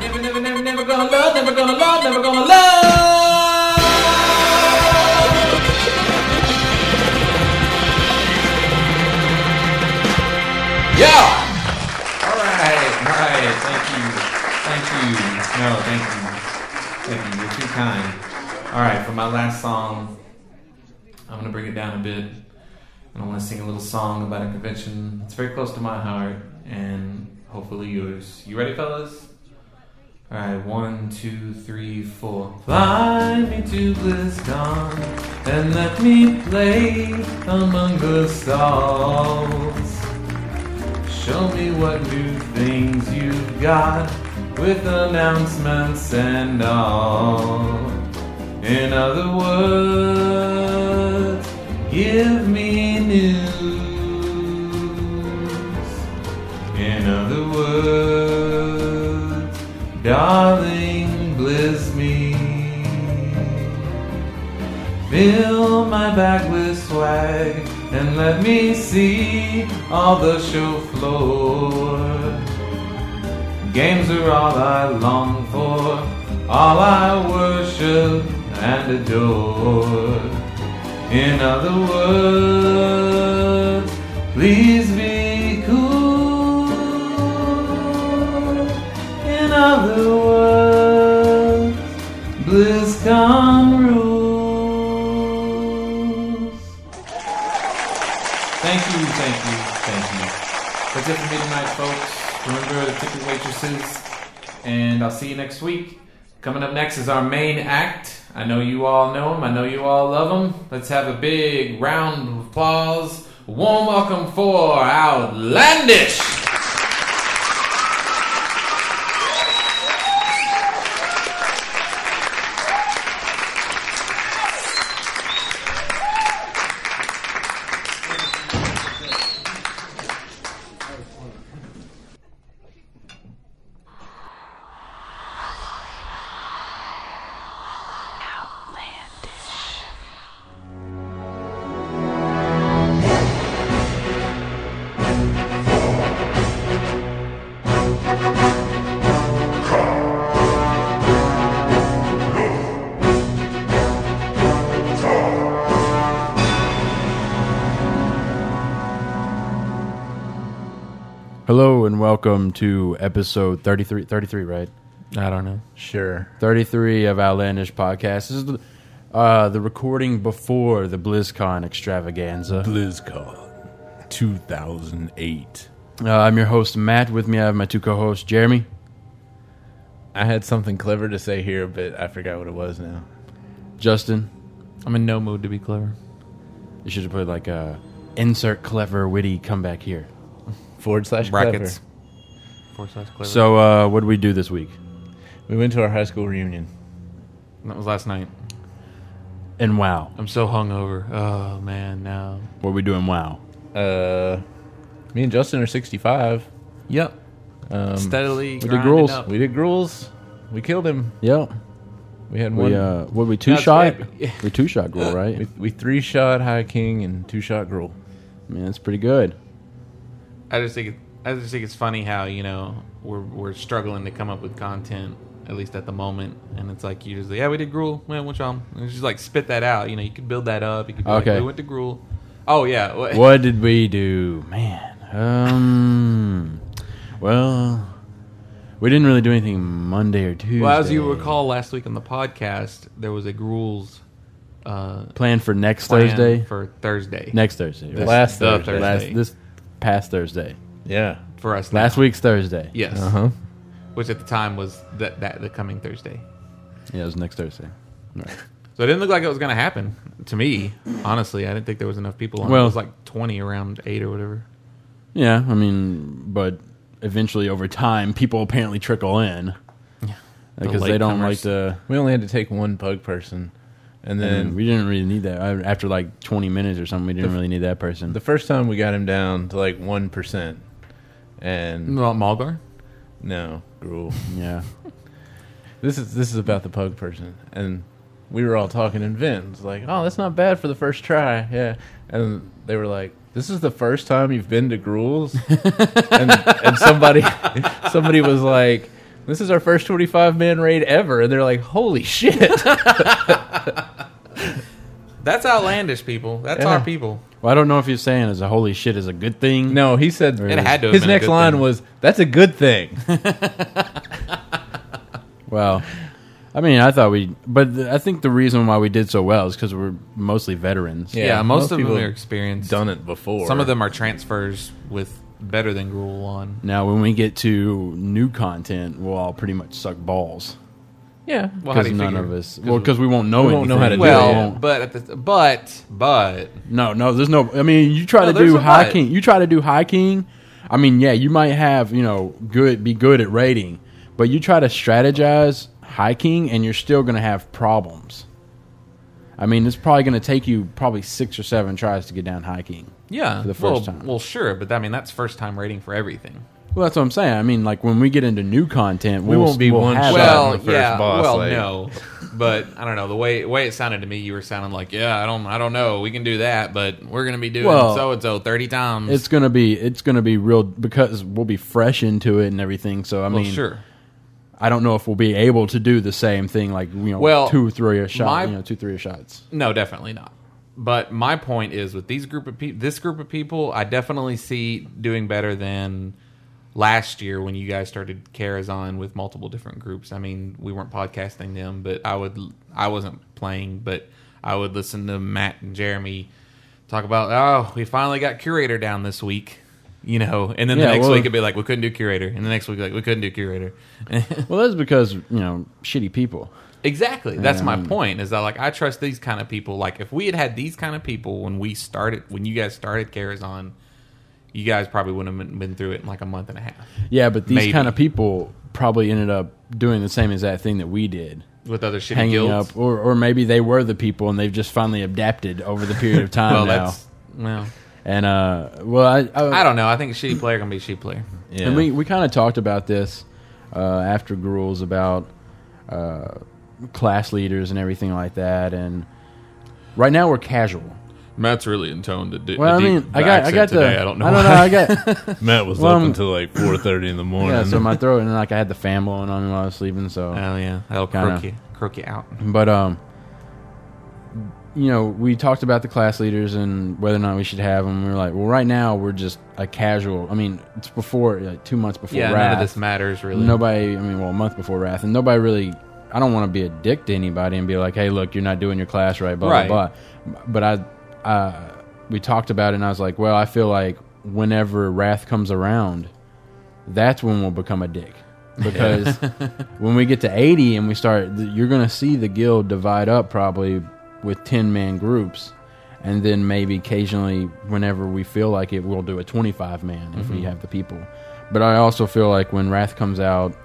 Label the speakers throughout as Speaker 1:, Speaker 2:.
Speaker 1: never, never, never, never gonna love, never gonna love, never gonna love.
Speaker 2: Yeah.
Speaker 1: All right, all right. Thank you, thank you. No, thank you, thank you. You're too kind. All right, for my last song, I'm gonna bring it down a bit, and I want to sing a little song about a convention that's very close to my heart and hopefully yours. You ready, fellas? All right, one, two, three, four. Fly me to BlizzCon and let me play among the stars. Show me what new things you've got with announcements and all. In other words, give me news. In other words, darling, blizz me. Fill my bag with swag and let me see all the show floor. Games are all I long for, all I worship and adore. In other words, please be cool. In other words, BlizzCon rules. Thank you, thank you, thank you. That's it for me tonight, folks. Remember the ticket waitresses, and I'll see you next week. Coming up next is our main act. I know you all know him. I know you all love him. Let's have a big round of applause. Warm welcome for Outlandish.
Speaker 3: Hello and welcome to episode 33, 33 right?
Speaker 1: I don't know.
Speaker 4: Sure.
Speaker 3: 33 of Outlandish Podcast. This is the, uh, the recording before the BlizzCon extravaganza.
Speaker 4: BlizzCon 2008.
Speaker 3: Uh, I'm your host, Matt. With me, I have my two co hosts, Jeremy.
Speaker 4: I had something clever to say here, but I forgot what it was now.
Speaker 3: Justin,
Speaker 1: I'm in no mood to be clever.
Speaker 3: you should have put like a insert clever, witty comeback here.
Speaker 4: Forward slash
Speaker 1: Brackets.
Speaker 4: Clever.
Speaker 1: Four slash clever.
Speaker 3: So, uh, what did we do this week?
Speaker 4: We went to our high school reunion.
Speaker 1: that was last night.
Speaker 3: And wow.
Speaker 1: I'm so hungover. Oh man, now.
Speaker 3: What we doing? Wow.
Speaker 4: Uh, me and Justin are 65.
Speaker 3: Yep.
Speaker 4: Um,
Speaker 1: Steadily.
Speaker 3: the
Speaker 1: grinding
Speaker 3: girls,
Speaker 1: up.
Speaker 4: we did gruels. We killed him.
Speaker 3: Yep.
Speaker 4: We had one.
Speaker 3: We, uh, what we two
Speaker 4: That's
Speaker 3: shot?
Speaker 4: right.
Speaker 3: We two shot goal,
Speaker 4: we,
Speaker 3: right?
Speaker 4: we three shot high king and two shot gruel.
Speaker 3: Man, that's pretty good.
Speaker 1: I just think it, I just think it's funny how you know we're we're struggling to come up with content at least at the moment, and it's like you just like, yeah we did gruel yeah what's wrong and just like spit that out you know you could build that up you could be
Speaker 3: Okay.
Speaker 1: like, we went to gruel oh yeah what?
Speaker 3: What did we do, man? Um, well, we didn't really do anything Monday or Tuesday.
Speaker 1: well as you recall last week on the podcast there was a gruel's uh,
Speaker 3: plan for next
Speaker 1: plan
Speaker 3: Thursday.
Speaker 1: for Thursday
Speaker 3: next Thursday. right?
Speaker 4: last
Speaker 1: the
Speaker 4: Thursday.
Speaker 3: Last- this past Thursday.
Speaker 4: Yeah.
Speaker 1: for us
Speaker 3: Last Uh-huh.
Speaker 1: now.
Speaker 3: week's Thursday.
Speaker 1: yes
Speaker 4: Uh huh.
Speaker 1: which at the time was that that the coming Thursday
Speaker 3: Yeah, it was next Thursday. Right.
Speaker 1: so it didn't look like it was gonna happen to me honestly I didn't think there was enough people on it
Speaker 3: Well-
Speaker 1: was like twenty around eight or whatever.
Speaker 3: Yeah, I mean, but eventually over time, people apparently trickle in because they don't like
Speaker 1: latecomers.
Speaker 3: to.
Speaker 4: We only had to take one bug person, and then
Speaker 3: And we didn't really need that. I- After like 20 minutes or something, we didn't really need that person.
Speaker 4: The first time we got him down to like one percent, and
Speaker 1: Not Malgar?
Speaker 4: no, gruel.
Speaker 3: yeah.
Speaker 4: This is this is about the pug person, and we were all talking in Vin's like, oh, that's not bad for the first try, yeah. And they were like, this is the first time you've been to gruel's, and, and somebody somebody was like, this is our first 25 man raid ever. And they're like, holy shit.
Speaker 1: That's outlandish, people. That's
Speaker 4: Yeah.
Speaker 1: our people.
Speaker 3: Well, I don't know if you're saying is a holy shit is a good thing.
Speaker 4: no, he said
Speaker 1: It had to have been
Speaker 4: his
Speaker 1: a
Speaker 4: next
Speaker 1: good
Speaker 4: line
Speaker 1: thing.
Speaker 4: was, that's a good thing.
Speaker 3: Well, I mean, I thought we, but th- I think the reason why we did so well is because we're mostly veterans.
Speaker 1: Yeah,
Speaker 4: Yeah,
Speaker 1: most,
Speaker 4: most
Speaker 1: of them
Speaker 4: people
Speaker 1: are experienced.
Speaker 4: Done it before.
Speaker 1: Some of them are transfers with better than gruel on.
Speaker 3: Now, when we get to new content, we'll all pretty much suck balls
Speaker 4: Yeah.
Speaker 1: Well, how do
Speaker 3: because
Speaker 1: you
Speaker 3: none
Speaker 1: figure?
Speaker 3: of us. Well, because we won't know.
Speaker 4: we won't know how to
Speaker 3: anything.
Speaker 4: do it,
Speaker 3: We
Speaker 1: Well,
Speaker 4: yeah.
Speaker 3: won't-
Speaker 1: but at the but but
Speaker 3: No, no, there's no. I mean, you try
Speaker 1: No,
Speaker 3: to
Speaker 1: there's
Speaker 3: do
Speaker 1: a
Speaker 3: high
Speaker 1: lot.
Speaker 3: king. You try to do high king. I mean, yeah, you might have you know good be good at rating, but you try to strategize high king, and you're still going to have problems. I mean, it's probably going to take you probably six or seven tries to get down high king.
Speaker 1: yeah,
Speaker 3: For the first
Speaker 1: well,
Speaker 3: time.
Speaker 1: well, sure, but I mean that's first time rating for everything.
Speaker 3: Well, that's what I'm saying. I mean, like when we get into new content, we'll,
Speaker 4: won't be
Speaker 3: we'll
Speaker 4: one
Speaker 3: have
Speaker 4: shot.
Speaker 3: that.
Speaker 4: in
Speaker 1: well,
Speaker 4: the first
Speaker 1: yeah,
Speaker 4: boss,
Speaker 1: well,
Speaker 4: like-
Speaker 1: no, but I don't know the way way it sounded to me. You were sounding like, yeah, I don't, I don't know, we can do that, but we're gonna be doing
Speaker 3: Well,
Speaker 1: so and so thirty times.
Speaker 3: It's gonna be it's gonna be real because we'll be fresh into it and everything. So I
Speaker 1: well,
Speaker 3: mean,
Speaker 1: sure.
Speaker 3: I don't know if we'll be able to do the same thing like you know
Speaker 1: Well,
Speaker 3: two three a shot,
Speaker 1: my-
Speaker 3: you know two three a shots.
Speaker 1: No, definitely not. But my point is with these group of people, this group of people, I definitely see doing better than last year when you guys started Karazhan with multiple different groups. I mean, we weren't podcasting them, but I would, I wasn't playing, but I would listen to Matt and Jeremy talk about, oh, we finally got curator down this week. You know, and then the
Speaker 3: Yeah,
Speaker 1: next
Speaker 3: well-
Speaker 1: week it'd be like we couldn't do curator, and the next week like we couldn't do curator.
Speaker 3: Well, that's because you know shitty people.
Speaker 1: Exactly. That's my point. Is that like I trust these kind of people. Like if we had had these kind of people when we started, when you guys started Carazon, you guys probably wouldn't have been- been through it in like a month and a half
Speaker 3: Yeah, but these
Speaker 1: Maybe.
Speaker 3: kind of people probably ended up doing the same exact thing that we did,
Speaker 1: with other shitty
Speaker 3: hanging
Speaker 1: guilds.
Speaker 3: up, or or maybe they were the people and they've just finally adapted over the period of time
Speaker 1: well,
Speaker 3: now.
Speaker 1: that's well.
Speaker 3: And uh, well, I I,
Speaker 1: I don't know. I think a shitty player can be a shitty player.
Speaker 4: Yeah.
Speaker 3: And we, we kind of talked about this uh, after Gruel's about uh, class leaders and everything like that. And right now we're casual.
Speaker 1: Matt's really in tone to do.
Speaker 3: Well, I mean, I got I got the I don't know. I got
Speaker 4: Matt was
Speaker 3: Well,
Speaker 4: up
Speaker 3: um,
Speaker 4: until like 4.30 in the morning.
Speaker 3: yeah. So my throat and like I had the fan blowing on me while I was sleeping. So
Speaker 1: Oh yeah, that'll
Speaker 3: Kinda.
Speaker 1: croak you, croak you out.
Speaker 3: But um, you know, we talked about the class leaders and whether or not we should have them. We were like, well, right now we're just a casual. I mean, it's before like two months before.
Speaker 1: Yeah, none
Speaker 3: Wrath.
Speaker 1: of this matters really.
Speaker 3: Nobody, I mean, well, a month before Wrath, and nobody really. I don't want to be a dick to anybody and be like, "Hey, look, you're not doing your class right," blah
Speaker 1: Right.
Speaker 3: blah blah. But I, uh, we talked about it, and I was like, "Well, I feel like whenever Wrath comes around, that's when we'll become a dick." Because when we get to 80 and we start, th- you're going to see the guild divide up probably with 10 man groups. And then maybe occasionally, whenever we feel like it, we'll do a 25 man if
Speaker 1: Mm-hmm.
Speaker 3: we have the people. But I also feel like when Wrath comes out,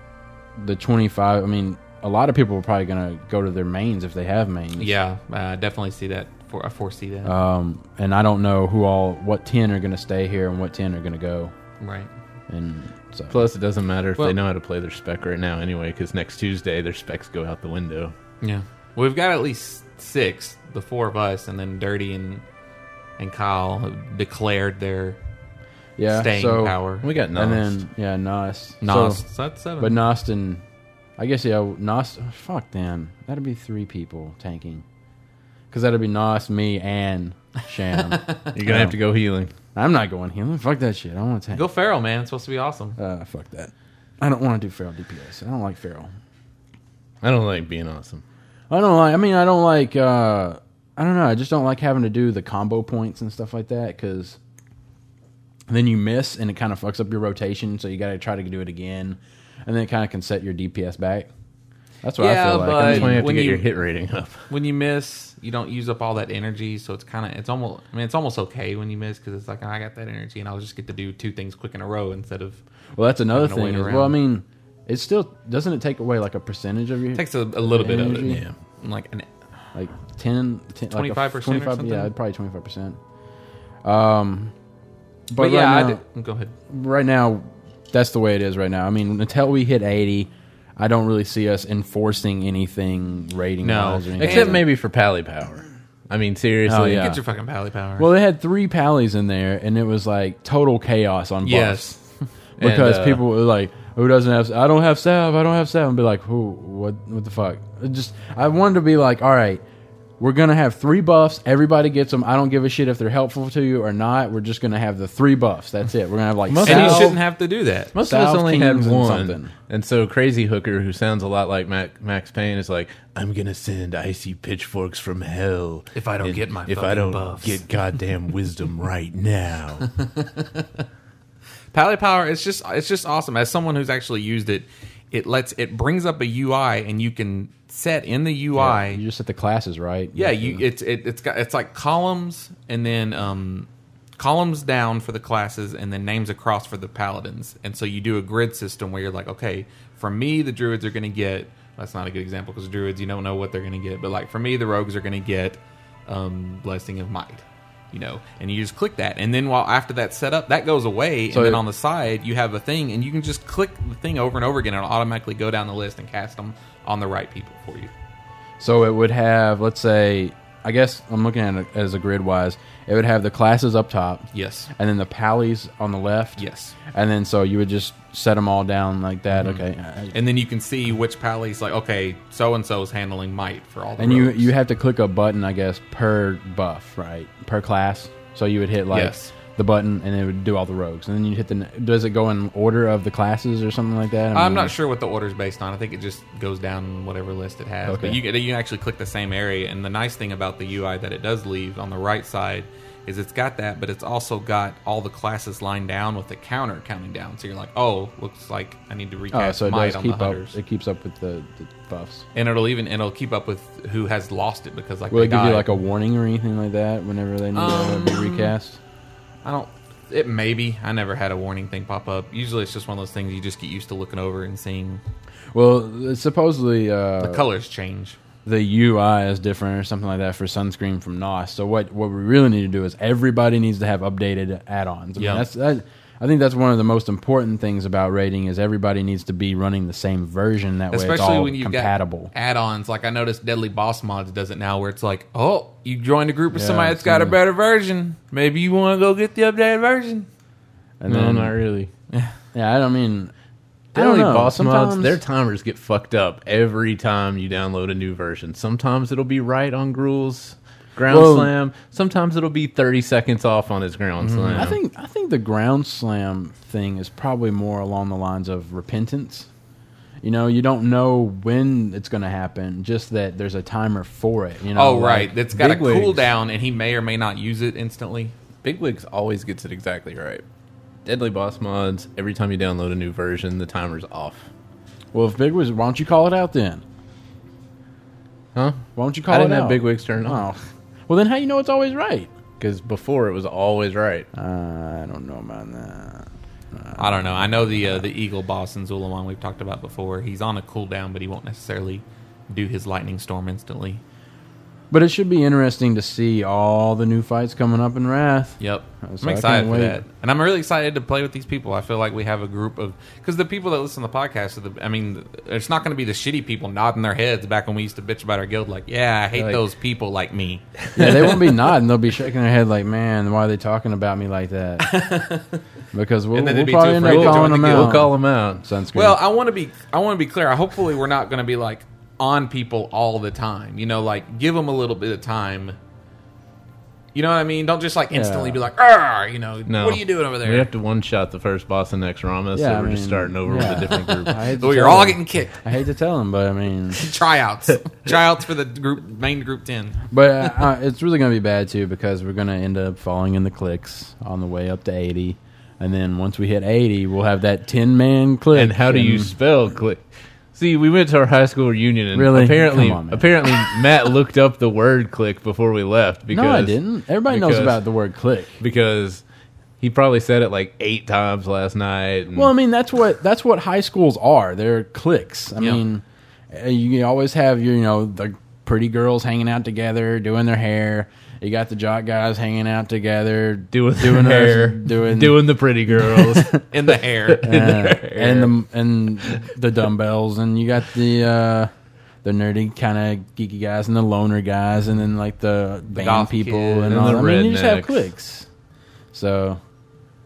Speaker 3: the 25, I mean, a lot of people are probably going to go to their mains if they have mains.
Speaker 1: Yeah, I definitely see that. For I foresee that.
Speaker 3: Um, and I don't know who all, what 10 are going to stay here and what 10 are going to go.
Speaker 1: right.
Speaker 3: And so,
Speaker 4: Plus, it doesn't matter if
Speaker 1: Well-
Speaker 4: they know how to play their spec right now anyway, because next Tuesday their specs go out the window.
Speaker 1: Yeah. Well, we've got at least six, the four of us, and then Dirty and and Kyle have declared their
Speaker 3: yeah.
Speaker 1: staying
Speaker 3: so,
Speaker 1: power.
Speaker 4: We got
Speaker 3: And
Speaker 4: none.
Speaker 3: then, yeah, Nas.
Speaker 1: Nas,
Speaker 3: So-
Speaker 1: so that's seven.
Speaker 3: But Nostin, I guess yeah, Nost. Fuck them. That'd be three people tanking, because that'd be Nost, me, and Sham.
Speaker 4: You're gonna have to go healing.
Speaker 3: I'm not going healing. Fuck that shit. I want to tank.
Speaker 1: Go Feral, man. It's supposed to be awesome.
Speaker 3: Uh, fuck that. I don't want to do feral DPS. I don't like feral.
Speaker 4: I don't like being awesome.
Speaker 3: I don't like. I mean, I don't like. uh I don't know. I just don't like having to do the combo points and stuff like that because then you miss and it kind of fucks up your rotation. So you got to try to do it again, and then it kind of can set your DPS back. That's what
Speaker 1: Yeah,
Speaker 3: I feel like.
Speaker 1: but-
Speaker 4: That's why you have
Speaker 1: When
Speaker 4: to get
Speaker 1: you-
Speaker 4: your hit rating up.
Speaker 1: When you miss, you don't use up all that energy, so it's kind of it's almost. I mean, it's almost okay when you miss because it's like I got that energy, and I'll just get to do two things quick in a row instead of
Speaker 3: Well, that's another
Speaker 1: Having to
Speaker 3: thing.
Speaker 1: wait
Speaker 3: Is,
Speaker 1: around.
Speaker 3: well, I mean, it still doesn't it take away like a percentage of your
Speaker 1: takes a, a little bit of it.
Speaker 3: Energy?
Speaker 4: Yeah.
Speaker 1: Like an,
Speaker 3: like 10, 10 like a
Speaker 1: 25% or
Speaker 3: 25
Speaker 1: something?
Speaker 3: Yeah, I'd probably twenty five percent. Um, but,
Speaker 1: but,
Speaker 3: right
Speaker 1: yeah,
Speaker 3: now,
Speaker 1: I do, go ahead.
Speaker 3: right now, that's the way it is right now. I mean, until we hit eighty, I don't really see us enforcing anything rating wise or anything.
Speaker 4: Except
Speaker 1: And-
Speaker 4: maybe for Pally Power. I mean, seriously.
Speaker 3: Oh, yeah.
Speaker 1: Get your fucking pally power.
Speaker 3: Well, they had three pallies in there, and it was like total chaos on boss.
Speaker 1: yes,
Speaker 3: because
Speaker 4: And, uh,
Speaker 3: people were like, who doesn't have? I don't have salve. I don't have salve. And be like, who? What? What the fuck? It Just I wanted to be like, all right, we're gonna have three buffs. Everybody gets them. I don't give a shit if they're helpful to you or not. We're just gonna have the three buffs. That's it. We're gonna have like
Speaker 4: Most
Speaker 1: and you
Speaker 4: South-
Speaker 3: salve.
Speaker 1: shouldn't have to do that.
Speaker 4: Most of us
Speaker 3: South
Speaker 4: only had
Speaker 3: Kings and
Speaker 4: one.
Speaker 3: something.
Speaker 4: And, so Crazy Hooker, who sounds a lot like Mac, Max Payne, is like, I'm going to send icy pitchforks from hell.
Speaker 1: If I don't
Speaker 4: and
Speaker 1: get my
Speaker 4: If I
Speaker 1: fucking
Speaker 4: don't
Speaker 1: buffs."
Speaker 4: get goddamn wisdom right now.
Speaker 1: Palette Power, it's just it's just awesome. As someone who's actually used it, it lets it brings up a UI, and you can set in the UI.
Speaker 3: You just at the classes, right?
Speaker 1: Yeah, you it's it, it's got it's like columns and then um columns down for the classes and then names across for the paladins. And so you do a grid system where you're like, okay, for me the druids are going to get that's not a good example because druids you don't know what they're going to get, but like for me the rogues are going to get um blessing of might. You know, and you just click that, and then while after that's set up, that goes away,
Speaker 3: So
Speaker 1: and then
Speaker 3: it-
Speaker 1: on the side you have a thing, and you can just click the thing over and over again, and it'll automatically go down the list and cast them on the right people for you.
Speaker 3: So it would have, let's say, I guess I'm looking at it as a grid wise. It would have the classes up top.
Speaker 1: Yes.
Speaker 3: And then the pallies on the left.
Speaker 1: Yes. Mm-hmm.
Speaker 3: And then so you would just set them all down like that. Okay. Uh,
Speaker 1: and then you can see which pally's like okay so and so is handling might for all the
Speaker 3: And you
Speaker 1: rogues.
Speaker 3: you have to click a button, I guess, per buff, right? Per class. So you would hit like
Speaker 1: Yes.
Speaker 3: the button, and it would do all the rogues, and then you hit the. ne- Does it go in order of the classes or something like that? I
Speaker 1: I'm
Speaker 3: mean-
Speaker 1: not sure what the order's based on. I think it just goes down whatever list it has. But
Speaker 3: Okay.
Speaker 1: you get you actually click the same area, and the nice thing about the UI that it does leave on the right side is it's got that, but it's also got all the classes lined down with the counter counting down. So you're like, oh, looks like I need to
Speaker 3: Oh,
Speaker 1: recast
Speaker 3: so it
Speaker 1: might
Speaker 3: does
Speaker 1: on
Speaker 3: keep
Speaker 1: the
Speaker 3: up.
Speaker 1: hunters,
Speaker 3: It keeps up with the, the buffs.
Speaker 1: and it'll even and it'll keep up with who has lost it because like
Speaker 3: Will
Speaker 1: they
Speaker 3: it give you
Speaker 1: died.
Speaker 3: like a warning or anything like that whenever they need to
Speaker 1: Um,
Speaker 3: recast?
Speaker 1: I don't. It maybe I never had a warning thing pop up. Usually it's just one of those things you just get used to looking over and seeing
Speaker 3: Well, supposedly uh,
Speaker 1: the colors change.
Speaker 3: the UI is different or something like that for sunscreen from NOS. So what what we really need to do is everybody needs to have updated add-ons. I mean,
Speaker 1: Yeah.
Speaker 3: that's that, I think that's one of the most important things about rating is everybody needs to be running the same version. That way, oh, it's
Speaker 1: especially
Speaker 3: all
Speaker 1: when you've
Speaker 3: compatible.
Speaker 1: got add-ons. Like I noticed Deadly Boss Mods does it now, where it's like, oh, you joined a group with
Speaker 3: Yeah,
Speaker 1: somebody that's
Speaker 3: I've
Speaker 1: got a
Speaker 3: seen
Speaker 1: better version. Maybe you want to go get the updated version.
Speaker 3: and then,
Speaker 4: really.
Speaker 3: yeah, I don't mean. I
Speaker 4: The
Speaker 3: don't
Speaker 4: only
Speaker 3: know.
Speaker 4: boss mods,
Speaker 3: Sometimes-
Speaker 4: their timers get fucked up every time you download a new version. Sometimes it'll be right on Gruul's ground
Speaker 3: Well-
Speaker 4: slam. Sometimes it'll be 30 seconds off on his ground slam.
Speaker 3: I think I think the ground slam thing is probably more along the lines of repentance. You know, you don't know when it's going to happen. Just that there's a timer for it. You know,
Speaker 1: Oh,
Speaker 3: like
Speaker 1: right, that's got a
Speaker 4: bigwigs.
Speaker 1: cooldown, and he may or may not use it instantly.
Speaker 4: Bigwigs always gets it exactly right. Deadly boss mods, every time you download a new version, the timer's off.
Speaker 3: Well, if Big was, why don't you call it out then?
Speaker 4: Huh?
Speaker 3: Why don't you call
Speaker 4: I
Speaker 3: it
Speaker 4: didn't
Speaker 3: out?
Speaker 4: have Bigwigs turned
Speaker 3: Oh,
Speaker 4: off.
Speaker 3: well then, how you know it's always right?
Speaker 4: Because before it was always right.
Speaker 3: Uh, I don't know about that. Uh,
Speaker 1: I don't know. I know the uh, the Eagle Boss in Zulaman we've talked about before. He's on a cooldown, but he won't necessarily do his lightning storm instantly.
Speaker 3: But it should be interesting to see all the new fights coming up in Wrath.
Speaker 1: Yep.
Speaker 3: So I
Speaker 1: I'm excited
Speaker 3: can't
Speaker 1: for
Speaker 3: wait.
Speaker 1: that. And I'm really excited to play with these people. I feel like we have a group of because the people that listen to the podcast are the I mean, it's not going to be the shitty people nodding their heads back when we used to bitch about our guild like, yeah, I hate
Speaker 4: Like-
Speaker 1: those people like me.
Speaker 3: Yeah, they won't be nodding; they'll be shaking their head like, "Man, why are they talking about me like that?" Because we'll,
Speaker 1: And then they'd
Speaker 3: we'll
Speaker 1: be
Speaker 3: probably
Speaker 1: too
Speaker 3: end up
Speaker 1: afraid to
Speaker 3: calling
Speaker 1: join the
Speaker 3: them
Speaker 1: guild.
Speaker 3: out.
Speaker 4: We'll call them out.
Speaker 3: sunscreen.
Speaker 1: Well, I want to be I want to be clear. Hopefully we're not going to be like on people all the time. You know, like give them a little bit of time. You know what I mean? Don't just like instantly
Speaker 3: Yeah.
Speaker 1: be like, "Arr," you know,
Speaker 4: No.
Speaker 1: what are you doing over there?
Speaker 4: We have to one shot the first boss and next Rama, so
Speaker 3: Yeah, I
Speaker 4: we're just
Speaker 3: mean,
Speaker 4: starting over
Speaker 3: yeah.
Speaker 4: with a different group.
Speaker 3: I hate to
Speaker 1: Oh, you're
Speaker 3: tell
Speaker 1: all
Speaker 3: them.
Speaker 1: getting kicked.
Speaker 3: I hate to tell them, but I mean,
Speaker 1: Tryouts. Tryouts for the group main group 10.
Speaker 3: but uh, uh, it's really going to be bad too because we're going to end up falling in the clicks on the way up to eighty, and then once we hit eighty, we'll have that ten man click.
Speaker 4: And how do you spell click? See, we went to our high school reunion, and
Speaker 3: Really?
Speaker 4: apparently,
Speaker 3: Come on, man.
Speaker 4: apparently Matt looked up the word click before we left. Because,
Speaker 3: no, I didn't. Everybody knows
Speaker 4: because-
Speaker 3: about the word click.
Speaker 4: because he probably said it like eight times last night. and-
Speaker 3: Well, I mean that's what that's what high schools are. They're cliques. I
Speaker 1: Yeah.
Speaker 3: mean, uh, you always have your you know the pretty girls hanging out together doing their hair. You got the jock guys hanging out together
Speaker 4: doing
Speaker 3: doing
Speaker 4: their hair,
Speaker 3: doing
Speaker 4: doing the pretty girls.
Speaker 1: in the hair.
Speaker 3: Uh, and the and the dumbbells, and you got the uh, the nerdy kind of geeky guys, and the loner guys, and then like the band
Speaker 1: goth
Speaker 3: people,
Speaker 1: kid,
Speaker 3: and,
Speaker 4: and
Speaker 3: all.
Speaker 4: the
Speaker 3: I mean, you just have
Speaker 4: rednecks.
Speaker 3: cliques. So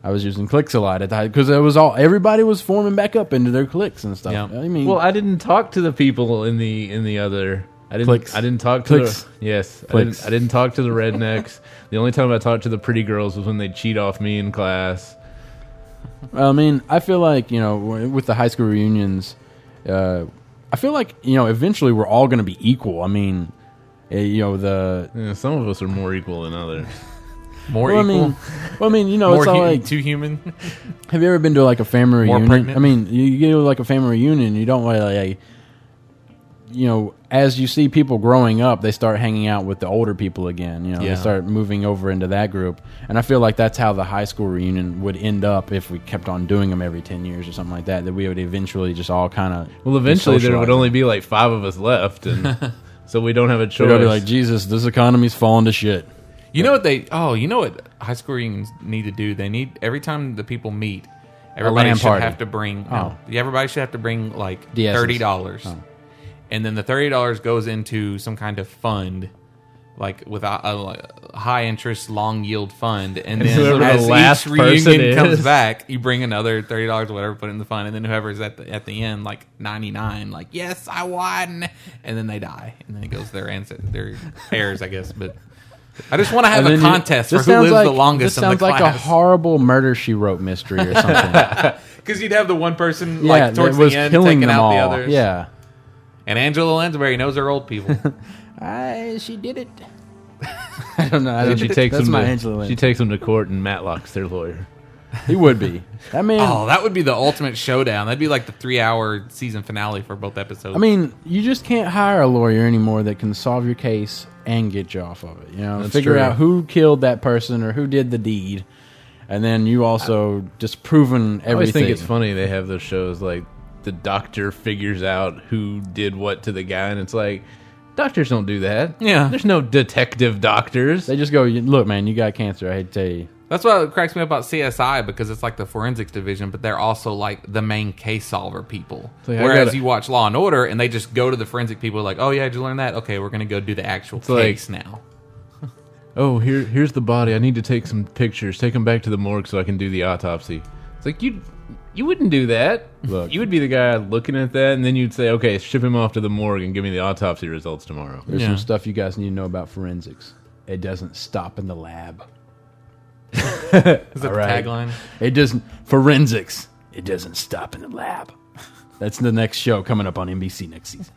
Speaker 3: I was using clicks a lot at the because it was all everybody was forming back up into their clicks and stuff.
Speaker 1: Yeah.
Speaker 3: I mean,
Speaker 4: Well, I didn't talk to the people in the in the other. I didn't.
Speaker 3: Clicks.
Speaker 4: I didn't talk to
Speaker 3: Clicks.
Speaker 4: the yes. I
Speaker 3: Clicks.
Speaker 4: didn't, I didn't talk to the rednecks. the only time I talked to the pretty girls was when they cheat off me in class.
Speaker 3: I mean, I feel like you know w- with the high school reunions, uh, I feel like you know eventually we're all going to be equal. I mean, eh, you know the
Speaker 4: Yeah, some of us are more equal than others.
Speaker 1: More
Speaker 3: well, I
Speaker 1: equal.
Speaker 3: mean, well, I mean, you know,
Speaker 1: more
Speaker 3: it's all
Speaker 1: hu-
Speaker 3: like
Speaker 1: too human.
Speaker 3: Have you ever been to like a family
Speaker 1: More
Speaker 3: reunion?
Speaker 1: pregnant?
Speaker 3: I mean, you you get to like a family reunion, you don't really like, you know, as you see people growing up, they start hanging out with the older people again. You know,
Speaker 1: Yeah.
Speaker 3: they start moving over into that group, and I feel like that's how the high school reunion would end up if we kept on doing them every ten years or something like that. That we would eventually just all kind of
Speaker 4: Well, eventually there would
Speaker 3: socializing.
Speaker 4: only be like five of us left, and so we don't have a
Speaker 3: be
Speaker 4: choice.
Speaker 3: like, Jesus, this economy's falling to shit.
Speaker 1: You know what they? Oh, you know what high school reunions need to do? They need every time the people meet, everybody
Speaker 3: LAN
Speaker 1: should
Speaker 3: party.
Speaker 1: have to bring. no,
Speaker 4: Oh.
Speaker 1: everybody should have to bring like
Speaker 3: DSs.
Speaker 1: thirty dollars, and then the thirty dollars goes into some kind of fund, like with a, a, like, high interest, long yield fund. And, then
Speaker 4: whoever the
Speaker 1: as
Speaker 4: last
Speaker 1: each
Speaker 4: person
Speaker 1: reunion comes
Speaker 4: is.
Speaker 1: back, you bring another thirty dollars, whatever, put it in the fund, and then whoever's at the at the end, like ninety nine, like yes, I won, and then they die, and then it goes to their ancestors, their heirs, I guess, but. I just want to have
Speaker 3: And
Speaker 1: a
Speaker 3: then you-
Speaker 1: contest for
Speaker 3: this
Speaker 1: who
Speaker 3: sounds
Speaker 1: lives
Speaker 3: like-
Speaker 1: the longest
Speaker 3: This
Speaker 1: in the
Speaker 3: sounds like a
Speaker 1: class.
Speaker 3: horrible murder she wrote mystery or something.
Speaker 1: Because you'd have the one person
Speaker 3: yeah,
Speaker 1: like towards
Speaker 3: that was
Speaker 1: the end
Speaker 3: killing
Speaker 1: taking
Speaker 3: them
Speaker 1: out
Speaker 3: all.
Speaker 1: the others.
Speaker 3: Yeah.
Speaker 1: And Angela Lansbury knows her old people.
Speaker 3: I, she did it. I don't know. I
Speaker 4: And
Speaker 3: don't,
Speaker 4: she takes
Speaker 3: that's
Speaker 4: them.
Speaker 3: my
Speaker 4: to,
Speaker 3: Angela Lansbury.
Speaker 4: She takes them to court, and Matlock's their lawyer.
Speaker 3: he would be. I mean,
Speaker 1: oh, that would be the ultimate showdown. That'd be like the three-hour season finale for both episodes.
Speaker 3: I mean, you just can't hire a lawyer anymore that can solve your case and get you off of it. You know,
Speaker 4: That's
Speaker 3: figure
Speaker 4: true.
Speaker 3: out who killed that person or who did the deed, and then you also disproven
Speaker 4: I always
Speaker 3: everything.
Speaker 4: think it's funny they have those shows like the doctor figures out who did what to the guy, and it's like doctors don't do that.
Speaker 1: Yeah.
Speaker 4: there's no detective doctors.
Speaker 3: They just go, "You- look, man, you got cancer. I hate to tell you.
Speaker 1: that's what cracks me up about CSI because it's like the forensics division, but they're also like the main case solver people.
Speaker 4: like, I
Speaker 1: Whereas
Speaker 4: gotta-
Speaker 1: you watch Law and Order and they just go to the forensic people, like, oh yeah, did you learn that? Okay, we're gonna go do the actual
Speaker 4: like-
Speaker 1: case now.
Speaker 4: oh, here, here's the body. I need to take some pictures. Take them back to the morgue so I can do the autopsy. It's like you, you wouldn't do that.
Speaker 3: Look.
Speaker 4: you would be the guy looking at that, and then you'd say, okay, ship him off to the morgue and give me the autopsy results tomorrow.
Speaker 3: There's
Speaker 1: Yeah.
Speaker 3: some stuff you guys need to know about forensics. It doesn't stop in the lab.
Speaker 1: Is that the
Speaker 3: right.
Speaker 1: tagline?
Speaker 3: It doesn't forensics. It doesn't stop in the lab. That's the next show coming up on NBC next season.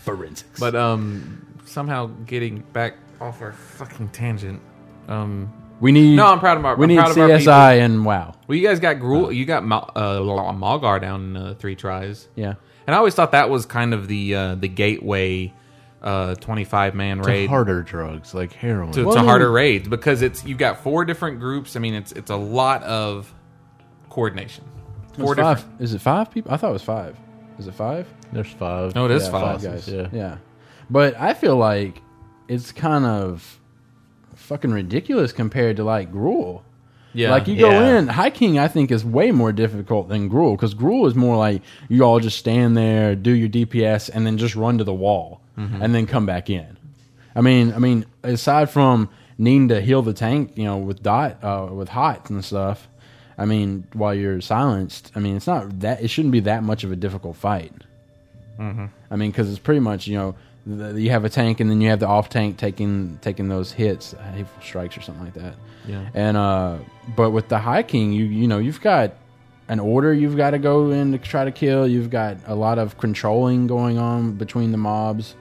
Speaker 3: Forensics.
Speaker 1: But um, somehow getting back off our fucking tangent. Um,
Speaker 3: we need
Speaker 1: No, I'm proud of our-
Speaker 3: we
Speaker 1: I'm
Speaker 3: need
Speaker 1: proud of our
Speaker 3: CSI and wow.
Speaker 1: well, you guys got
Speaker 3: Uh-huh.
Speaker 1: Gruel, you got Ma- uh, Malgar down uh, three tries,
Speaker 3: Yeah.
Speaker 1: and I always thought that was kind of the uh, the gateway uh, 25 man raid.
Speaker 4: Harder drugs like heroin.
Speaker 1: to,
Speaker 3: Well,
Speaker 1: to
Speaker 3: I mean-
Speaker 1: harder raids because it's you've got four different groups. I mean, it's it's a lot of coordination.
Speaker 3: It's
Speaker 1: Four
Speaker 3: five.
Speaker 1: different.
Speaker 3: Is it five people? I thought it was five. Is it five?
Speaker 4: There's five.
Speaker 1: No, Oh, it is
Speaker 3: yeah,
Speaker 1: five.
Speaker 3: guys.
Speaker 4: Yeah.
Speaker 3: Yeah. But I feel like it's kind of fucking ridiculous compared to like Gruel.
Speaker 1: Yeah,
Speaker 3: Like you go
Speaker 4: Yeah.
Speaker 3: in, hiking I think is way more difficult than gruel because gruel is more like you all just stand there, do your DPS, and then just run to the wall and then come back in. I mean, I mean, aside from needing to heal the tank, you know, with dot uh, with hot and stuff. I mean, while you're silenced, I mean, it's not that it shouldn't be that much of a difficult fight. I mean, because it's pretty much you know the, you have a tank and then you have the off tank taking taking those hits, hateful strikes or something like that.
Speaker 1: Yeah.
Speaker 3: And uh, but with the high king, you you know you've got an order you've got to go in to try to kill. You've got a lot of controlling going on between the mobs.